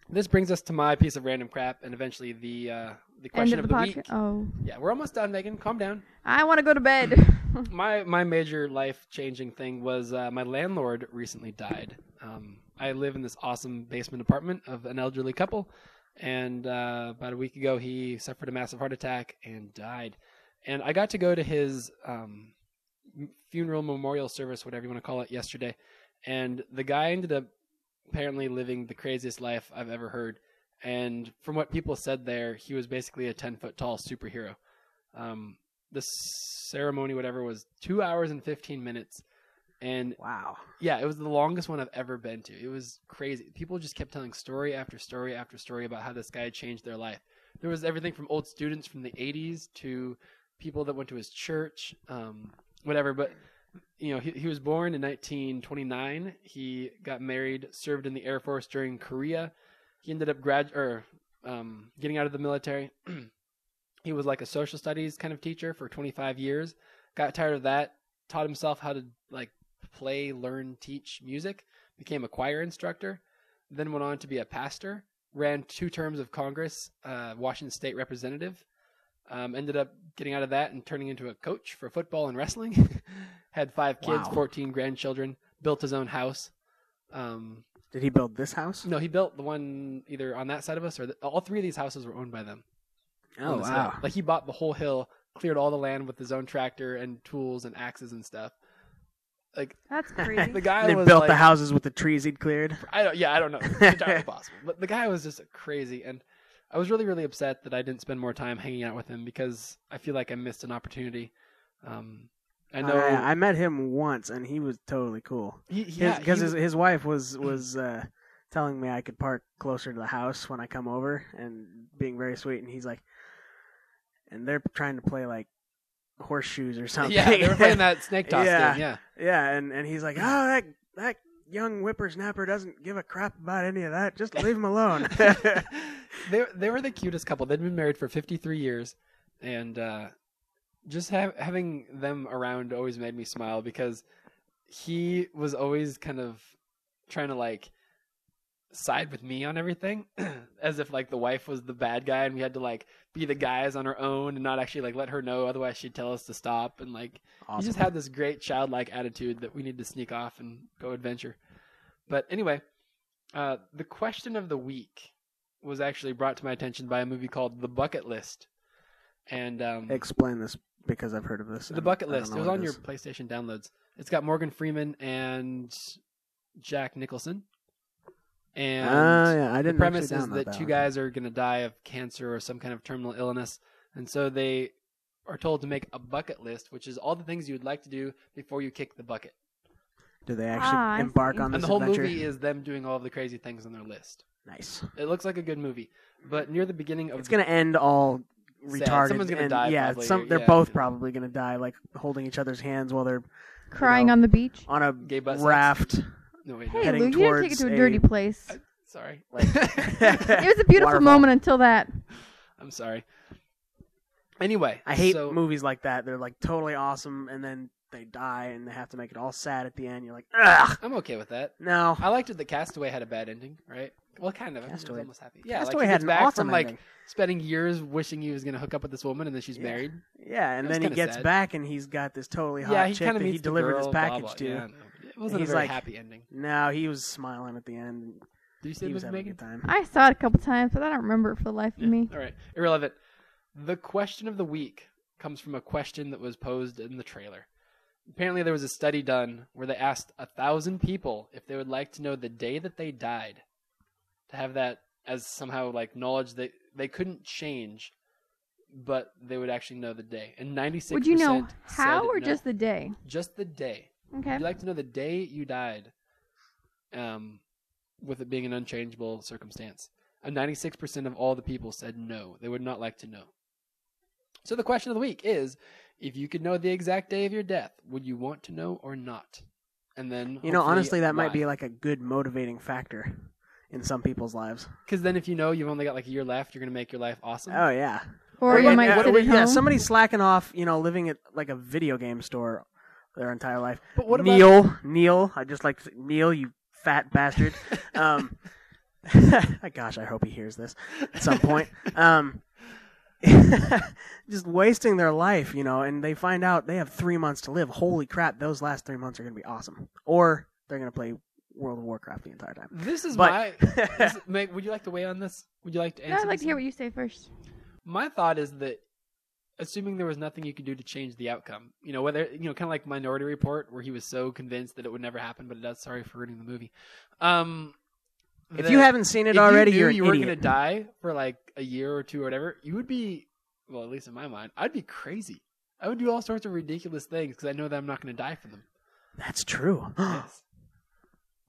Speaker 1: this brings us to my piece of random crap and eventually the uh, the question of
Speaker 2: End of,
Speaker 1: the,
Speaker 2: the,
Speaker 1: week.
Speaker 2: podcast. Oh,
Speaker 1: Yeah, we're almost done, Megan. Calm down.
Speaker 2: I want to go
Speaker 1: *laughs*
Speaker 2: to bed.
Speaker 1: My my major life changing thing was uh, my landlord recently died. Um, I live in this awesome basement apartment of an elderly couple, and uh, about a week ago he suffered a massive heart attack and died. And I got to go to his um, funeral memorial service, whatever you want to call it, yesterday. And the guy ended up apparently living the craziest life I've ever heard. And from what people said there, he was basically a ten foot tall superhero. Um, the ceremony, whatever, was two hours and fifteen minutes, and
Speaker 3: wow.
Speaker 1: yeah, it was the longest one I've ever been to. It was crazy. People just kept telling story after story after story about how this guy changed their life. There was everything from old students from the 80s to people that went to his church, um, whatever. But, you know, he, he was born in 1929. He got married, served in the Air Force during Korea. He ended up grad- or, um, getting out of the military. *clears throat* he was like a social studies kind of teacher for 25 years. Got tired of that, taught himself how to, like, play, learn, teach music, became a choir instructor, then went on to be a pastor, ran two terms of Congress, uh, Washington State representative, um, ended up getting out of that and turning into a coach for football and wrestling, *laughs* had five kids,
Speaker 3: Wow.
Speaker 1: 14 grandchildren, built his own house. Um,
Speaker 3: Did he build this house?
Speaker 1: no, he built the one either on that side of us or the, all three of these houses were owned by them on
Speaker 3: Oh
Speaker 1: this
Speaker 3: wow.
Speaker 1: hill. Like he bought the whole hill, cleared all the land with his own tractor and tools and axes and stuff. Like *laughs*
Speaker 2: That's crazy.
Speaker 1: the guy
Speaker 3: They
Speaker 1: was
Speaker 3: built
Speaker 1: like,
Speaker 3: the houses with the trees he'd cleared.
Speaker 1: I don't. Yeah, I don't know. It's
Speaker 3: *laughs*
Speaker 1: entirely possible. But the guy was just crazy, and I was really, really upset that I didn't spend more time hanging out with him because I feel like I missed an opportunity. Um, I know.
Speaker 3: I, I met him once, and he was totally cool.
Speaker 1: he, yeah,
Speaker 3: because
Speaker 1: he-
Speaker 3: his, his wife was was uh, telling me I could park closer to the house when I come over, and being very sweet. And he's like, and they're trying to play like horseshoes or
Speaker 1: *laughs*
Speaker 3: something.
Speaker 1: yeah, they were
Speaker 3: *laughs*
Speaker 1: playing that snake toss
Speaker 3: Yeah.
Speaker 1: game. Yeah,
Speaker 3: Yeah, and and
Speaker 1: *clears throat*
Speaker 3: he's like, oh, that that young whippersnapper doesn't give a crap about any of
Speaker 1: *laughs*
Speaker 3: that. Just leave him *laughs* alone.
Speaker 1: they they were the cutest couple. They'd been married for 53 years, and uh, just ha- having them around always made me smile because he was always kind of trying to like side with me on everything, *clears throat* as if like the wife was the bad guy and we had to like be the guys on our own and not actually like let her know, otherwise she'd tell us to stop. And like he
Speaker 3: *laughs*
Speaker 1: just had this great childlike attitude that we need to sneak off and go adventure. But anyway, uh, the question of the week was actually brought to my attention by a movie called The Bucket List. And um,
Speaker 3: Explain this because I've heard of this.
Speaker 1: The
Speaker 3: and
Speaker 1: Bucket
Speaker 3: I don't
Speaker 1: List.
Speaker 3: know
Speaker 1: It was
Speaker 3: what
Speaker 1: on your
Speaker 3: is.
Speaker 1: PlayStation downloads. It's got Morgan Freeman and Jack Nicholson. And
Speaker 3: Ah, yeah, I
Speaker 1: the
Speaker 3: didn't.
Speaker 1: premise
Speaker 3: actually
Speaker 1: is
Speaker 3: download
Speaker 1: that,
Speaker 3: that
Speaker 1: two
Speaker 3: one.
Speaker 1: guys are going to die of cancer or some kind of terminal illness, and so they are told to make a bucket list, which is all the things you would like to do before you kick the bucket.
Speaker 3: Do they actually
Speaker 2: Ah, I
Speaker 3: embark
Speaker 2: see.
Speaker 3: on
Speaker 2: And
Speaker 3: this
Speaker 1: and the whole
Speaker 3: adventure?
Speaker 1: movie is them doing all of the crazy things on their list.
Speaker 3: nice.
Speaker 1: It looks like a good movie, but near the beginning of
Speaker 3: It's gonna end all
Speaker 1: Sad.
Speaker 3: retarded.
Speaker 1: Someone's gonna
Speaker 3: and-
Speaker 1: die
Speaker 3: Yeah,
Speaker 1: probably,
Speaker 3: some
Speaker 1: or-
Speaker 3: they're
Speaker 1: yeah.
Speaker 3: both probably gonna die, like holding each other's hands while they're
Speaker 2: Crying
Speaker 3: know,
Speaker 2: on the beach.
Speaker 3: on a
Speaker 1: Gay butt sex.
Speaker 3: raft.
Speaker 1: no wait, no.
Speaker 2: Hey,
Speaker 3: heading
Speaker 2: Luke, you didn't take it
Speaker 3: towards
Speaker 2: to a
Speaker 3: a-
Speaker 2: dirty place.
Speaker 1: I- sorry,
Speaker 3: *laughs*
Speaker 2: It was a beautiful
Speaker 3: Waterfall.
Speaker 2: moment until that.
Speaker 1: *laughs* I'm sorry. Anyway,
Speaker 3: *laughs* I hate
Speaker 1: so,
Speaker 3: movies like that. They're like totally awesome, and then they die, and they have to make it all sad at the end. You're like, ugh,
Speaker 1: I'm okay with that.
Speaker 3: no.
Speaker 1: I liked it that Castaway had a bad ending, right? Well, kind of. I mean, it was
Speaker 3: Castaway-
Speaker 1: almost happy. Yeah,
Speaker 3: Castaway
Speaker 1: like, he
Speaker 3: had
Speaker 1: gets
Speaker 3: an
Speaker 1: back
Speaker 3: awesome
Speaker 1: from like
Speaker 3: ending.
Speaker 1: spending years wishing he was going to hook up with this woman, and then she's
Speaker 3: Yeah.
Speaker 1: married.
Speaker 3: Yeah, and
Speaker 1: That was
Speaker 3: then he
Speaker 1: kinda
Speaker 3: gets
Speaker 1: sad.
Speaker 3: back, and he's got this totally hot
Speaker 1: yeah, he
Speaker 3: chick
Speaker 1: kind
Speaker 3: that
Speaker 1: of
Speaker 3: he
Speaker 1: meets the
Speaker 3: delivered
Speaker 1: girl,
Speaker 3: his
Speaker 1: blah,
Speaker 3: package
Speaker 1: blah,
Speaker 3: to.
Speaker 1: yeah, no. it wasn't
Speaker 3: he's
Speaker 1: a very
Speaker 3: like-
Speaker 1: happy ending.
Speaker 3: No, he was smiling at the end.
Speaker 1: Do you see
Speaker 3: He
Speaker 1: the
Speaker 3: was
Speaker 1: movie,
Speaker 3: having a
Speaker 1: Megan?
Speaker 3: good time.
Speaker 2: I saw it a couple times, but I don't remember it for the life of me.
Speaker 1: All right, irrelevant. The question of the week comes from a question that was posed in the trailer. Apparently, there was a study done where they asked a thousand people if they would like to know the day that they died, to have that as somehow like knowledge that they couldn't change, but they would actually know the day. And ninety six.
Speaker 2: Would you know how or just the day?
Speaker 1: just the day?
Speaker 2: Okay.
Speaker 1: You'd like to know the day you died, um, with it being an unchangeable circumstance. And 96% of all the people said no. They would not like to know. So the question of the week is if you could know the exact day of your death, would you want to know or not? And then.
Speaker 3: You know, honestly, that might be like a good motivating factor in some people's lives.
Speaker 1: Because then if you know you've only got like a year left, you're going to make your life awesome.
Speaker 3: Oh yeah.
Speaker 2: Mm. Or you
Speaker 3: yeah,
Speaker 2: might
Speaker 3: yeah,
Speaker 2: sit at
Speaker 3: yeah,
Speaker 2: home.
Speaker 3: somebody slacking off, you know, living at like a video game store their entire life.
Speaker 1: But what about.
Speaker 3: Neil, Neil, I just like to say, Neil, you
Speaker 1: *laughs*
Speaker 3: fat bastard. Um, *laughs* gosh, I hope he hears this at some point. Um, *laughs* just wasting their life, you know, and they find out they have three months to live. Holy crap, those last three months are going to be awesome. Or they're going to play World of Warcraft the entire time.
Speaker 1: This is
Speaker 3: But-
Speaker 1: my. *laughs* This,
Speaker 3: *laughs*
Speaker 1: Meg, would you like to weigh on this? Would you like to
Speaker 2: No,
Speaker 1: answer?
Speaker 2: I'd like
Speaker 1: this
Speaker 2: to hear
Speaker 1: one?
Speaker 2: what you say first.
Speaker 1: my thought is that assuming there was nothing you could do to change the outcome you know whether you know kind of like minority report where he was so convinced that it would never happen but it does sorry for ruining the movie um
Speaker 3: If
Speaker 1: that
Speaker 3: you haven't seen
Speaker 1: if
Speaker 3: it already,
Speaker 1: you, knew
Speaker 3: are an
Speaker 1: you were
Speaker 3: idiot.
Speaker 1: gonna die for like a year or two or whatever you would be well at least in my mind i'd be crazy i would do all sorts of ridiculous things because i know that i'm not gonna die for
Speaker 3: *gasps*
Speaker 1: them
Speaker 3: That's true. *gasps*
Speaker 1: yes.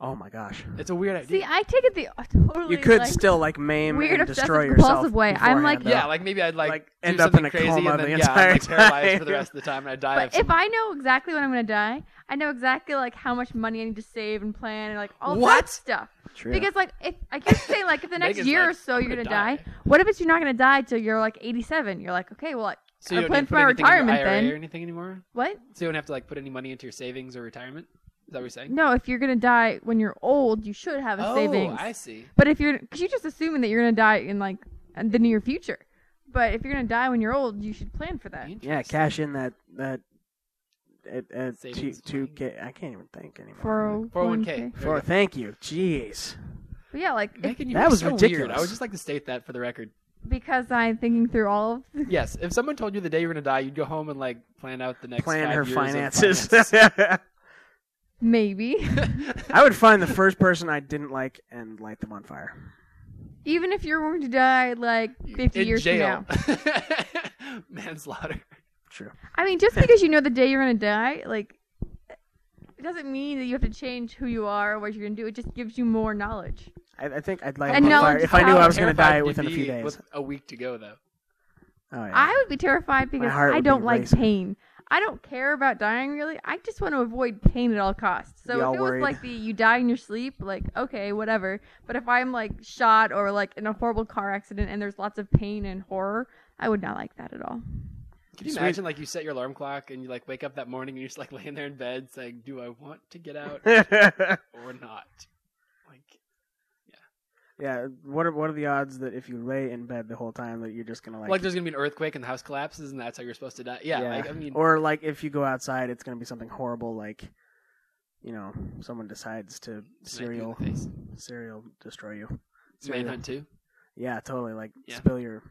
Speaker 3: oh my gosh.
Speaker 1: it's a weird idea
Speaker 2: See, I take it the uh, totally
Speaker 3: You could
Speaker 2: like,
Speaker 3: still like maim
Speaker 2: weird
Speaker 3: and destroy
Speaker 2: obsessive
Speaker 3: yourself.
Speaker 2: compulsive way. I'm like-
Speaker 3: beforehand, though.
Speaker 1: yeah like maybe i'd like,
Speaker 3: Like,
Speaker 1: do
Speaker 3: end up in
Speaker 1: something
Speaker 3: a
Speaker 1: crazy
Speaker 3: coma
Speaker 1: and then
Speaker 3: the
Speaker 1: yeah, I'm, like,
Speaker 3: entire
Speaker 1: paralyzed for
Speaker 3: time.
Speaker 1: the rest of the time and i'd die of
Speaker 2: But
Speaker 1: some
Speaker 2: if I know exactly when I'm going to die, I know exactly like how much money I need to save and plan and like all
Speaker 1: What?
Speaker 2: that stuff.
Speaker 3: True.
Speaker 2: Because like if I keep saying like if
Speaker 1: *laughs*
Speaker 2: the next
Speaker 1: Megan's
Speaker 2: year or
Speaker 1: like,
Speaker 2: so
Speaker 1: "I'm
Speaker 2: you're
Speaker 1: gonna
Speaker 2: gonna die.
Speaker 1: die."
Speaker 2: what if it's you're not gonna die till you're like 87? You're like, okay, well, like,
Speaker 1: so
Speaker 2: I
Speaker 1: you don't
Speaker 2: plan
Speaker 1: need to
Speaker 2: for
Speaker 1: put
Speaker 2: my
Speaker 1: anything in your
Speaker 2: retirement
Speaker 1: IRA
Speaker 2: then.
Speaker 1: or anything anymore
Speaker 2: what?
Speaker 1: So you don't have to like put any money into your savings or retirement. Is that what you're saying?
Speaker 2: No, if you're gonna die when you're old, you should have a
Speaker 1: oh,
Speaker 2: savings.
Speaker 1: I see.
Speaker 2: But if you're, cause you're just assuming that you're gonna die in like in the near future. But if you're gonna die when you're old, you should plan for that.
Speaker 3: Yeah,
Speaker 1: Interesting.
Speaker 3: cash in that that at, at two
Speaker 1: Savings
Speaker 3: two
Speaker 1: plan.
Speaker 3: k. I can't even think anymore.
Speaker 2: 401
Speaker 1: 401k.
Speaker 3: For thank you, jeez.
Speaker 2: But yeah, like if,
Speaker 1: Making you
Speaker 3: oh That
Speaker 1: were
Speaker 3: was
Speaker 1: so Weird.
Speaker 3: ridiculous.
Speaker 1: I would just like to state that for the record.
Speaker 2: because I'm thinking through all of the
Speaker 1: Yes, if someone told you the day you were gonna die, you'd go home and like plan out the next
Speaker 3: Plan
Speaker 1: five
Speaker 3: her
Speaker 1: years of
Speaker 3: finances. *laughs*
Speaker 1: finances. *laughs*
Speaker 2: maybe. *laughs*
Speaker 3: I would find the first person I didn't like and light them on fire.
Speaker 2: Even if you're going to die like 50
Speaker 1: in
Speaker 2: years
Speaker 1: jail.
Speaker 2: from now.
Speaker 1: *laughs* Manslaughter.
Speaker 3: True.
Speaker 2: I mean, just because you know the day you're gonna die, like, it doesn't mean that you have to change who you are or what you're gonna do. It just gives you more knowledge.
Speaker 3: I, I think I'd light
Speaker 2: And
Speaker 3: him on
Speaker 2: no
Speaker 3: fire
Speaker 2: one's
Speaker 3: if I knew I was going to
Speaker 1: Terrified
Speaker 3: die
Speaker 1: you'd
Speaker 3: within a few
Speaker 1: be
Speaker 3: days.
Speaker 1: With a week to go, though.
Speaker 3: oh, yeah.
Speaker 2: I would be terrified because
Speaker 3: heart
Speaker 2: I
Speaker 3: would
Speaker 2: don't
Speaker 3: be
Speaker 2: like
Speaker 3: racing.
Speaker 2: pain. I don't care about dying really. I just want to avoid pain at all costs. So
Speaker 3: Be all
Speaker 2: if it
Speaker 3: worried.
Speaker 2: was like the you die in your sleep, like okay, whatever. But if I'm like shot or like in a horrible car accident and there's lots of pain and horror, I would not like that at all.
Speaker 1: Could you
Speaker 3: Sweet.
Speaker 1: imagine, like, you set your alarm clock and you like wake up that morning and you're just like laying there in bed saying, "Do I want to get out
Speaker 3: *laughs*
Speaker 1: or not?" Like,
Speaker 3: yeah. What are what are the odds that if you lay in bed the whole time that you're just going to like,
Speaker 1: like, there's gonna be an earthquake and the house collapses and that's how you're supposed to die. Yeah, Like, I mean,
Speaker 3: or like if you go outside, it's going to be something horrible like, you know, someone decides to
Speaker 1: smack you in
Speaker 3: serial
Speaker 1: the face.
Speaker 3: serial destroy you. Serial-
Speaker 1: manhunt too.
Speaker 3: Yeah, totally. Like
Speaker 1: Yeah.
Speaker 3: spill your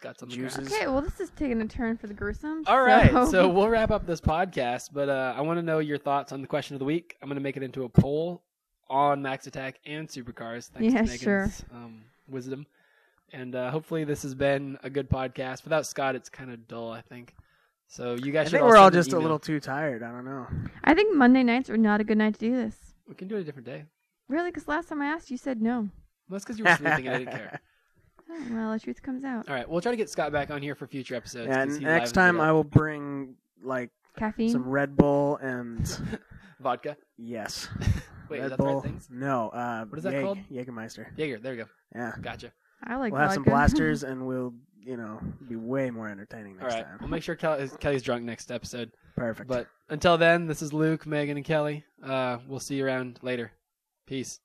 Speaker 1: Got something.
Speaker 3: juices.
Speaker 2: Okay, well this is taking a turn for the gruesome.
Speaker 1: All
Speaker 3: *laughs*
Speaker 1: right, so we'll wrap up this podcast, but uh, I want to know your thoughts on the question of the week. I'm going to make it into a poll on Max Attack and Supercars. Thanks
Speaker 2: Yeah,
Speaker 1: to Megan's um, wisdom, and uh, hopefully this has been a good podcast. Without Scott, it's kind of dull, I think. So you guys,
Speaker 3: I
Speaker 1: should
Speaker 3: think we're all
Speaker 1: send an
Speaker 3: just a
Speaker 1: email.
Speaker 3: little too tired. I don't know.
Speaker 2: *laughs*
Speaker 1: *laughs*
Speaker 2: I think Monday nights are not a good night to do this.
Speaker 1: We can do it a different day.
Speaker 2: Really, because last time I asked, you said no.
Speaker 1: Well, that's because you were sleeping and I didn't
Speaker 3: *laughs*
Speaker 1: care.
Speaker 2: Oh, well, the truth comes out.
Speaker 1: All right, we'll try to get Scott back on here for future episodes. 'cause
Speaker 3: and
Speaker 1: he uh, livens
Speaker 3: next
Speaker 1: it
Speaker 3: time
Speaker 1: up.
Speaker 3: I will bring like
Speaker 2: Caffeine.
Speaker 3: some Red Bull and
Speaker 1: *laughs* vodka.
Speaker 3: yes,
Speaker 1: Wait,
Speaker 3: Red
Speaker 1: is that the
Speaker 3: Bull.
Speaker 1: right things?
Speaker 3: No, uh,
Speaker 1: What is that
Speaker 3: Jag-
Speaker 1: called?
Speaker 3: Jägermeister.
Speaker 1: Jaeger. There we go.
Speaker 3: Yeah,
Speaker 1: Gotcha.
Speaker 2: I like.
Speaker 3: we'll have some
Speaker 2: vodka. *laughs*
Speaker 3: blasters, and we'll you know be way more entertaining
Speaker 1: All
Speaker 3: next
Speaker 1: right, we'll
Speaker 3: time.
Speaker 1: make sure Kelly, Kelly's drunk next episode.
Speaker 3: Perfect.
Speaker 1: But until then, this is Luke, Megan, and Kelly. Uh, we'll see you around later. Peace.